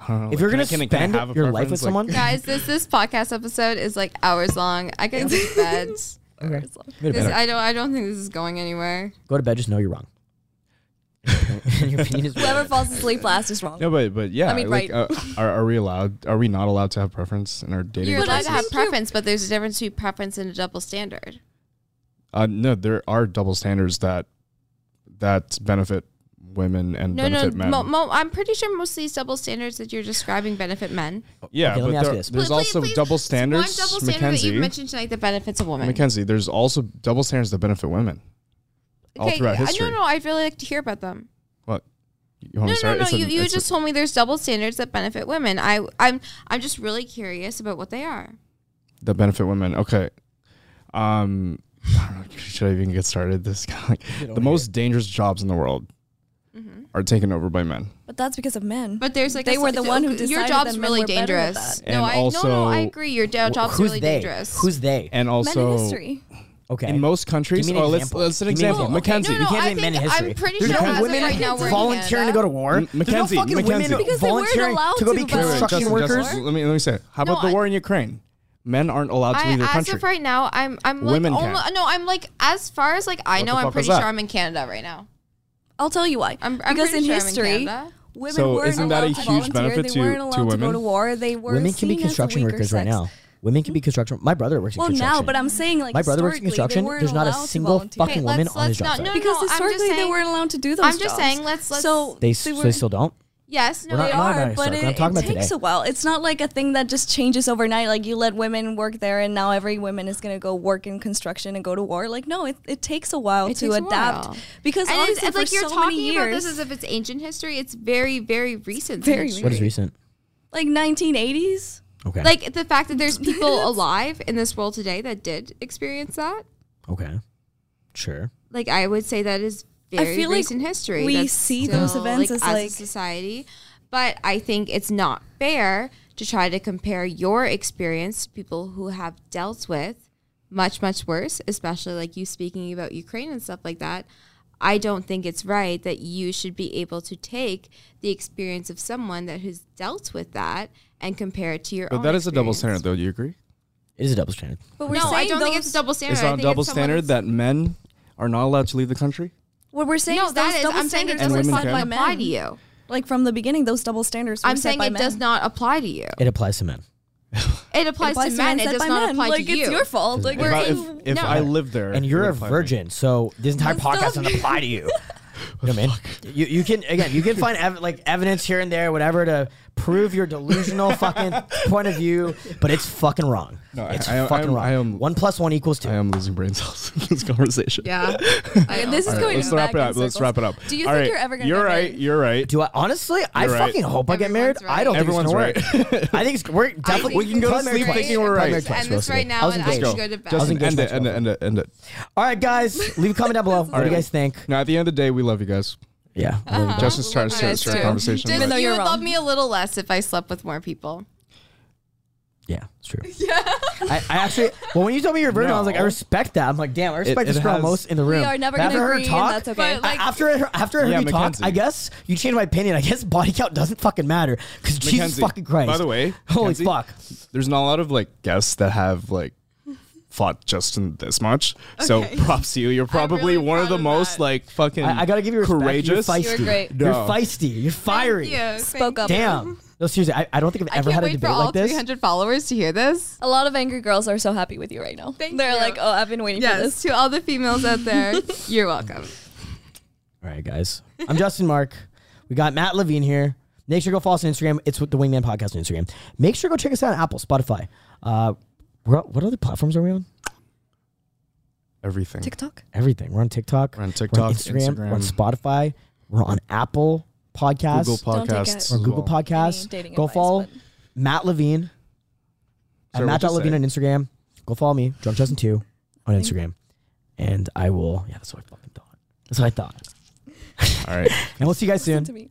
[SPEAKER 7] I don't know, like,
[SPEAKER 1] if you're
[SPEAKER 7] can I-
[SPEAKER 1] gonna
[SPEAKER 7] can I- can I
[SPEAKER 1] spend
[SPEAKER 7] have a
[SPEAKER 1] your life
[SPEAKER 7] preference?
[SPEAKER 1] with
[SPEAKER 7] Like,
[SPEAKER 1] someone,
[SPEAKER 5] Guys, this this podcast episode is like hours long. I could go to bed.
[SPEAKER 1] okay.
[SPEAKER 4] It's like-
[SPEAKER 1] Go to
[SPEAKER 5] This,
[SPEAKER 1] bed.
[SPEAKER 5] I don't I don't think this is going anywhere.
[SPEAKER 1] Go to bed. Just know you're wrong. your opinion is
[SPEAKER 4] Whoever
[SPEAKER 1] wrong.
[SPEAKER 4] falls asleep last is wrong.
[SPEAKER 7] No, but but yeah,
[SPEAKER 4] I mean,
[SPEAKER 7] like,
[SPEAKER 4] right.
[SPEAKER 7] uh, are, are we allowed? Are we not allowed to have preference in our dating?
[SPEAKER 5] You're
[SPEAKER 4] But
[SPEAKER 5] allowed
[SPEAKER 4] I
[SPEAKER 5] to have
[SPEAKER 4] think you-
[SPEAKER 5] preference, but there's a difference between preference and a double standard.
[SPEAKER 7] Uh, no, there are double standards that that benefit women and
[SPEAKER 5] No, no,
[SPEAKER 7] benefit men.
[SPEAKER 5] mo, mo, I'm pretty sure most of these double standards that you're describing benefit men.
[SPEAKER 7] yeah,
[SPEAKER 1] Okay, let
[SPEAKER 7] but
[SPEAKER 1] me ask
[SPEAKER 7] there-
[SPEAKER 1] you this.
[SPEAKER 7] there's
[SPEAKER 5] Please-
[SPEAKER 7] also
[SPEAKER 5] please-
[SPEAKER 7] double
[SPEAKER 5] please-
[SPEAKER 7] standards,
[SPEAKER 5] One double standard that
[SPEAKER 7] Mackenzie.
[SPEAKER 5] you mentioned tonight that benefits a woman.
[SPEAKER 7] Mackenzie, there's also double standards that benefit women. all throughout
[SPEAKER 5] uh,
[SPEAKER 7] history.
[SPEAKER 5] No, no, I'd really like to hear about them.
[SPEAKER 7] What? You
[SPEAKER 5] No,
[SPEAKER 7] want me to
[SPEAKER 5] no,
[SPEAKER 7] start?
[SPEAKER 5] no.
[SPEAKER 7] It's a-
[SPEAKER 5] You, you
[SPEAKER 7] it's a-
[SPEAKER 5] just told me there's double standards that benefit women. I, I'm, I'm just really curious about what they are.
[SPEAKER 7] that benefit women. Okay. Um, I don't know, should I even get started? This guy, the most dangerous jobs in the world
[SPEAKER 5] Mm-hmm.
[SPEAKER 7] are taken over by men.
[SPEAKER 4] But that's because of men.
[SPEAKER 5] But there's like
[SPEAKER 4] They
[SPEAKER 5] a-
[SPEAKER 4] were the one who
[SPEAKER 5] your
[SPEAKER 4] decided
[SPEAKER 5] job's
[SPEAKER 4] that men
[SPEAKER 5] really
[SPEAKER 4] were better at
[SPEAKER 5] dangerous.
[SPEAKER 7] that.
[SPEAKER 5] no,
[SPEAKER 7] And
[SPEAKER 5] I, no, no, I
[SPEAKER 7] also-
[SPEAKER 5] agree. Your da- job's
[SPEAKER 1] Who's
[SPEAKER 5] really
[SPEAKER 1] they?
[SPEAKER 5] dangerous.
[SPEAKER 1] Who's they?
[SPEAKER 7] And also,
[SPEAKER 4] men in history.
[SPEAKER 1] Okay.
[SPEAKER 7] in most countries,
[SPEAKER 1] Give me an
[SPEAKER 7] oh, let's
[SPEAKER 1] example.
[SPEAKER 7] let's an
[SPEAKER 1] Give me an
[SPEAKER 7] example.
[SPEAKER 1] example.
[SPEAKER 7] Mackenzie,
[SPEAKER 5] No, no,
[SPEAKER 1] you can't
[SPEAKER 5] I
[SPEAKER 1] name men in
[SPEAKER 5] think-
[SPEAKER 1] history.
[SPEAKER 5] I'm pretty
[SPEAKER 1] There's
[SPEAKER 5] sure
[SPEAKER 1] no
[SPEAKER 5] as of
[SPEAKER 1] women
[SPEAKER 5] right now, we're in
[SPEAKER 1] volunteering to
[SPEAKER 5] Canada.
[SPEAKER 1] go to war.
[SPEAKER 7] M- Mackenzie,
[SPEAKER 1] There's no fucking
[SPEAKER 7] Mackenzie.
[SPEAKER 1] women
[SPEAKER 4] Because they weren't
[SPEAKER 1] volunteering
[SPEAKER 4] allowed
[SPEAKER 1] to go be
[SPEAKER 4] to, but- Wait, wait,
[SPEAKER 1] construction
[SPEAKER 7] Justin, Justin,
[SPEAKER 1] workers.
[SPEAKER 7] let me let me say. it. How about
[SPEAKER 5] No,
[SPEAKER 7] the
[SPEAKER 5] I-
[SPEAKER 7] war in Ukraine? Men aren't allowed to
[SPEAKER 5] I,
[SPEAKER 7] leave
[SPEAKER 5] as
[SPEAKER 7] their country.
[SPEAKER 5] of right now, I'm I'm
[SPEAKER 7] Women
[SPEAKER 5] like
[SPEAKER 7] can.
[SPEAKER 5] almo- no, I'm like as far as like I
[SPEAKER 7] What
[SPEAKER 5] know,
[SPEAKER 7] the
[SPEAKER 5] I'm
[SPEAKER 7] fuck
[SPEAKER 5] pretty
[SPEAKER 7] was
[SPEAKER 5] sure
[SPEAKER 7] that?
[SPEAKER 5] I'm in Canada right now.
[SPEAKER 4] I'll tell you why.
[SPEAKER 5] I'm- I'm
[SPEAKER 4] because
[SPEAKER 5] pretty
[SPEAKER 4] in
[SPEAKER 5] sure I'm in
[SPEAKER 4] history,
[SPEAKER 5] Canada.
[SPEAKER 4] women
[SPEAKER 7] So
[SPEAKER 4] weren't
[SPEAKER 7] isn't
[SPEAKER 4] allowed
[SPEAKER 7] that a
[SPEAKER 4] to
[SPEAKER 7] huge
[SPEAKER 4] volunteer.
[SPEAKER 7] benefit
[SPEAKER 4] they
[SPEAKER 7] to-
[SPEAKER 4] weren't
[SPEAKER 7] to
[SPEAKER 4] allowed to go
[SPEAKER 7] women?
[SPEAKER 4] to war. They were
[SPEAKER 1] Women can be
[SPEAKER 4] seen as the
[SPEAKER 1] construction
[SPEAKER 4] weaker
[SPEAKER 1] workers right
[SPEAKER 4] sex.
[SPEAKER 1] now. Women can be construction. My brother works in
[SPEAKER 4] Well,
[SPEAKER 1] construction.
[SPEAKER 4] now, but I'm saying like
[SPEAKER 1] My brother works in
[SPEAKER 4] historically, they
[SPEAKER 1] construction.
[SPEAKER 4] weren't
[SPEAKER 1] There's not a
[SPEAKER 4] allowed to
[SPEAKER 1] single
[SPEAKER 4] volunteer.
[SPEAKER 1] fucking
[SPEAKER 5] Okay,
[SPEAKER 1] woman
[SPEAKER 5] let's-
[SPEAKER 1] on his
[SPEAKER 5] let's
[SPEAKER 1] job
[SPEAKER 5] not-
[SPEAKER 1] site.
[SPEAKER 5] no, no,
[SPEAKER 4] because
[SPEAKER 5] I'm just
[SPEAKER 4] historically they
[SPEAKER 5] saying-
[SPEAKER 4] weren't allowed to do those.
[SPEAKER 5] I'm just
[SPEAKER 4] jobs.
[SPEAKER 5] saying, let's- let's-
[SPEAKER 4] so
[SPEAKER 1] They, s-
[SPEAKER 4] they
[SPEAKER 1] so
[SPEAKER 4] were-
[SPEAKER 1] they still don't.
[SPEAKER 5] Yes, no,
[SPEAKER 1] We're not-
[SPEAKER 4] They are,
[SPEAKER 1] about
[SPEAKER 4] but
[SPEAKER 1] historically.
[SPEAKER 4] it,
[SPEAKER 1] I'm talking
[SPEAKER 4] it
[SPEAKER 1] about
[SPEAKER 4] takes
[SPEAKER 1] today.
[SPEAKER 4] a while. It's not like a thing that just changes overnight. Like you let women work there, and now every woman is going to go work in construction and go to war. Like no, it, it takes a while
[SPEAKER 5] It
[SPEAKER 4] to
[SPEAKER 5] takes a
[SPEAKER 4] adapt
[SPEAKER 5] while.
[SPEAKER 4] because
[SPEAKER 5] and it's,
[SPEAKER 4] obviously
[SPEAKER 5] it's
[SPEAKER 4] for
[SPEAKER 5] like you're
[SPEAKER 4] so many
[SPEAKER 5] talking
[SPEAKER 4] years,
[SPEAKER 5] about this as if it's ancient history. It's very, very recent.
[SPEAKER 4] Very
[SPEAKER 5] history.
[SPEAKER 1] What is recent?
[SPEAKER 4] like 1980s.
[SPEAKER 1] Okay.
[SPEAKER 5] Like the fact that there's people alive in this world today that did experience that.
[SPEAKER 1] okay. Sure.
[SPEAKER 5] Like I would say that is very
[SPEAKER 4] feel like
[SPEAKER 5] recent history.
[SPEAKER 4] we
[SPEAKER 5] That's
[SPEAKER 4] see those
[SPEAKER 5] still,
[SPEAKER 4] events as,
[SPEAKER 5] as
[SPEAKER 4] like-
[SPEAKER 5] a society, but I think it's not fair to try to compare your experience to people who have dealt with much much worse, especially like you speaking about Ukraine and stuff like that. I don't think it's right that you should be able to take the experience of someone that has dealt with that and compare it to your own.
[SPEAKER 7] but that is a double standard,
[SPEAKER 5] experience.
[SPEAKER 7] though. Do you agree?
[SPEAKER 1] It is a double standard.
[SPEAKER 4] But we're
[SPEAKER 5] No, I
[SPEAKER 4] saying
[SPEAKER 5] don't
[SPEAKER 4] those,
[SPEAKER 5] think it's a double standard.
[SPEAKER 7] It's
[SPEAKER 5] I
[SPEAKER 7] not a
[SPEAKER 5] think
[SPEAKER 7] double
[SPEAKER 5] it's someone
[SPEAKER 7] standard
[SPEAKER 5] that's-
[SPEAKER 7] that men are not allowed to leave the country.
[SPEAKER 4] What we're saying
[SPEAKER 5] no,
[SPEAKER 4] is those
[SPEAKER 5] that is.
[SPEAKER 4] double
[SPEAKER 5] I'm saying it
[SPEAKER 4] standards
[SPEAKER 7] And
[SPEAKER 5] doesn't
[SPEAKER 4] were
[SPEAKER 7] women
[SPEAKER 4] set
[SPEAKER 7] can.
[SPEAKER 4] by
[SPEAKER 5] fucking apply to
[SPEAKER 4] men.
[SPEAKER 5] you.
[SPEAKER 4] Like from the beginning, those double standards. Were
[SPEAKER 5] I'm
[SPEAKER 4] set
[SPEAKER 5] saying
[SPEAKER 4] by
[SPEAKER 5] it
[SPEAKER 4] men.
[SPEAKER 5] does not apply to you.
[SPEAKER 1] It applies to men.
[SPEAKER 5] It applies,
[SPEAKER 4] Applies
[SPEAKER 5] to men. It
[SPEAKER 4] set
[SPEAKER 5] does
[SPEAKER 4] by
[SPEAKER 5] not
[SPEAKER 4] men.
[SPEAKER 5] apply
[SPEAKER 4] like,
[SPEAKER 5] to you.
[SPEAKER 4] It's your fault. Like we're
[SPEAKER 7] If I, if,
[SPEAKER 4] in-
[SPEAKER 7] if
[SPEAKER 5] No.
[SPEAKER 7] I lived there,
[SPEAKER 1] And
[SPEAKER 7] it
[SPEAKER 1] you're
[SPEAKER 7] would
[SPEAKER 1] a
[SPEAKER 7] apply to me.
[SPEAKER 1] virgin, so this entire
[SPEAKER 4] But
[SPEAKER 1] podcast
[SPEAKER 4] still-
[SPEAKER 1] doesn't apply to you. You know what I mean? You, you can again, you can find ev- like evidence here and there, whatever, to prove your delusional fucking point of view, but it's fucking wrong.
[SPEAKER 7] No, I-
[SPEAKER 1] it's
[SPEAKER 7] I- I
[SPEAKER 1] fucking
[SPEAKER 7] am-
[SPEAKER 1] wrong.
[SPEAKER 7] I am-
[SPEAKER 1] one plus one equals two.
[SPEAKER 7] I am losing brain cells in this conversation.
[SPEAKER 5] yeah. I know.
[SPEAKER 4] this is
[SPEAKER 7] All right,
[SPEAKER 4] going.
[SPEAKER 7] let's
[SPEAKER 4] back
[SPEAKER 7] wrap it
[SPEAKER 4] in
[SPEAKER 7] up. Let's
[SPEAKER 4] circles.
[SPEAKER 7] wrap it up.
[SPEAKER 4] Do you
[SPEAKER 7] All
[SPEAKER 4] think
[SPEAKER 7] right,
[SPEAKER 4] you're ever gonna?
[SPEAKER 7] You're
[SPEAKER 4] get
[SPEAKER 7] right.
[SPEAKER 4] married?
[SPEAKER 7] You're right.
[SPEAKER 1] Do I honestly? I
[SPEAKER 7] You're right.
[SPEAKER 1] fucking hope I get married.
[SPEAKER 5] Everyone's
[SPEAKER 1] I don't think
[SPEAKER 7] Everyone's right.
[SPEAKER 1] it's gonna work. I think it's we're definitely
[SPEAKER 5] we can go to
[SPEAKER 1] primary
[SPEAKER 5] sleep
[SPEAKER 1] twice.
[SPEAKER 5] thinking we're right.
[SPEAKER 1] Primary
[SPEAKER 5] Let's
[SPEAKER 1] twice,
[SPEAKER 5] end this
[SPEAKER 1] mostly.
[SPEAKER 5] right now
[SPEAKER 1] I was
[SPEAKER 5] and
[SPEAKER 1] engaged.
[SPEAKER 5] I should go to bed.
[SPEAKER 7] Justin,
[SPEAKER 1] I was
[SPEAKER 7] end it.
[SPEAKER 1] engaged
[SPEAKER 7] End it. End it. End it.
[SPEAKER 1] All right, guys, leave a comment down below. What do you guys think?
[SPEAKER 7] Now, at the end of the day, we love you guys.
[SPEAKER 1] Yeah.
[SPEAKER 4] Uh-huh.
[SPEAKER 7] Justin's trying to
[SPEAKER 5] All
[SPEAKER 7] start,
[SPEAKER 5] right,
[SPEAKER 7] start a
[SPEAKER 5] so-
[SPEAKER 7] conversation.
[SPEAKER 5] Just,
[SPEAKER 7] but-
[SPEAKER 4] though
[SPEAKER 5] you
[SPEAKER 4] you're
[SPEAKER 5] would love
[SPEAKER 4] wrong.
[SPEAKER 5] me a little less if I slept with more people.
[SPEAKER 1] Yeah, it's true. I, I actually, well, when you told me you're virgin, I was like, I
[SPEAKER 7] No.
[SPEAKER 1] respect that. I'm like, damn, I respect
[SPEAKER 7] it
[SPEAKER 1] this girl
[SPEAKER 7] has-
[SPEAKER 1] most in the room.
[SPEAKER 4] We are never
[SPEAKER 1] But
[SPEAKER 4] going
[SPEAKER 1] after
[SPEAKER 4] to
[SPEAKER 1] her
[SPEAKER 4] agree,
[SPEAKER 1] talk-
[SPEAKER 4] and that's okay.
[SPEAKER 5] But, like-
[SPEAKER 1] I- after I- after I heard
[SPEAKER 7] Yeah,
[SPEAKER 1] you
[SPEAKER 7] Mackenzie.
[SPEAKER 1] talk, I guess you changed my opinion. I guess body count doesn't fucking matter because Jesus
[SPEAKER 7] Mackenzie,
[SPEAKER 1] fucking Christ.
[SPEAKER 7] by the way,
[SPEAKER 1] holy
[SPEAKER 7] Mackenzie,
[SPEAKER 1] fuck.
[SPEAKER 7] There's not a lot of like guests that have like fought Justin this much. So props to you. You're probably
[SPEAKER 5] really
[SPEAKER 7] one of
[SPEAKER 5] proud
[SPEAKER 7] the
[SPEAKER 5] of
[SPEAKER 7] most
[SPEAKER 5] that.
[SPEAKER 7] like fucking.
[SPEAKER 1] I, I gotta give you respect.
[SPEAKER 7] courageous.
[SPEAKER 1] You're feisty.
[SPEAKER 4] You were great.
[SPEAKER 1] You're
[SPEAKER 7] No.
[SPEAKER 1] feisty. You're fiery.
[SPEAKER 4] spoke up.
[SPEAKER 1] Damn. No, seriously, I, I don't think I've
[SPEAKER 5] I
[SPEAKER 1] ever
[SPEAKER 5] can't
[SPEAKER 1] had a
[SPEAKER 5] wait for
[SPEAKER 1] debate
[SPEAKER 5] all
[SPEAKER 1] like this.
[SPEAKER 5] 300 followers to hear this.
[SPEAKER 4] A lot of angry girls are so happy with you right now.
[SPEAKER 5] Thank
[SPEAKER 4] They're
[SPEAKER 5] you.
[SPEAKER 4] like, oh, I've been waiting for
[SPEAKER 5] Yes,
[SPEAKER 4] this.
[SPEAKER 5] to all the females out there, you're welcome.
[SPEAKER 1] All right, guys. I'm Justin Mark. We got Matt Levine here. Make sure to go follow us on Instagram. It's with the Wingman Podcast on Instagram. Make sure to go check us out on Apple, Spotify. Uh, we're, what other platforms are we on?
[SPEAKER 7] everything.
[SPEAKER 4] TikTok.
[SPEAKER 1] Everything. We're on TikTok.
[SPEAKER 7] We're on TikTok,
[SPEAKER 1] Instagram. We're on
[SPEAKER 7] Instagram.
[SPEAKER 1] Spotify. We're on Apple Podcasts
[SPEAKER 7] Google
[SPEAKER 4] Don't take
[SPEAKER 7] Podcasts.
[SPEAKER 4] it.
[SPEAKER 1] or Google Podcasts.
[SPEAKER 4] Dating
[SPEAKER 1] Go
[SPEAKER 4] advice,
[SPEAKER 1] follow
[SPEAKER 4] but-
[SPEAKER 1] Matt Levine at
[SPEAKER 7] Sorry,
[SPEAKER 1] Matt
[SPEAKER 7] what'd you
[SPEAKER 1] Levine
[SPEAKER 7] say?
[SPEAKER 1] on Instagram. Go follow me, Drunk Justin Two, on Instagram, and I will. Yeah, that's what I fucking thought. That's what I thought.
[SPEAKER 7] All right.
[SPEAKER 1] And we'll see you guys soon.
[SPEAKER 4] to me.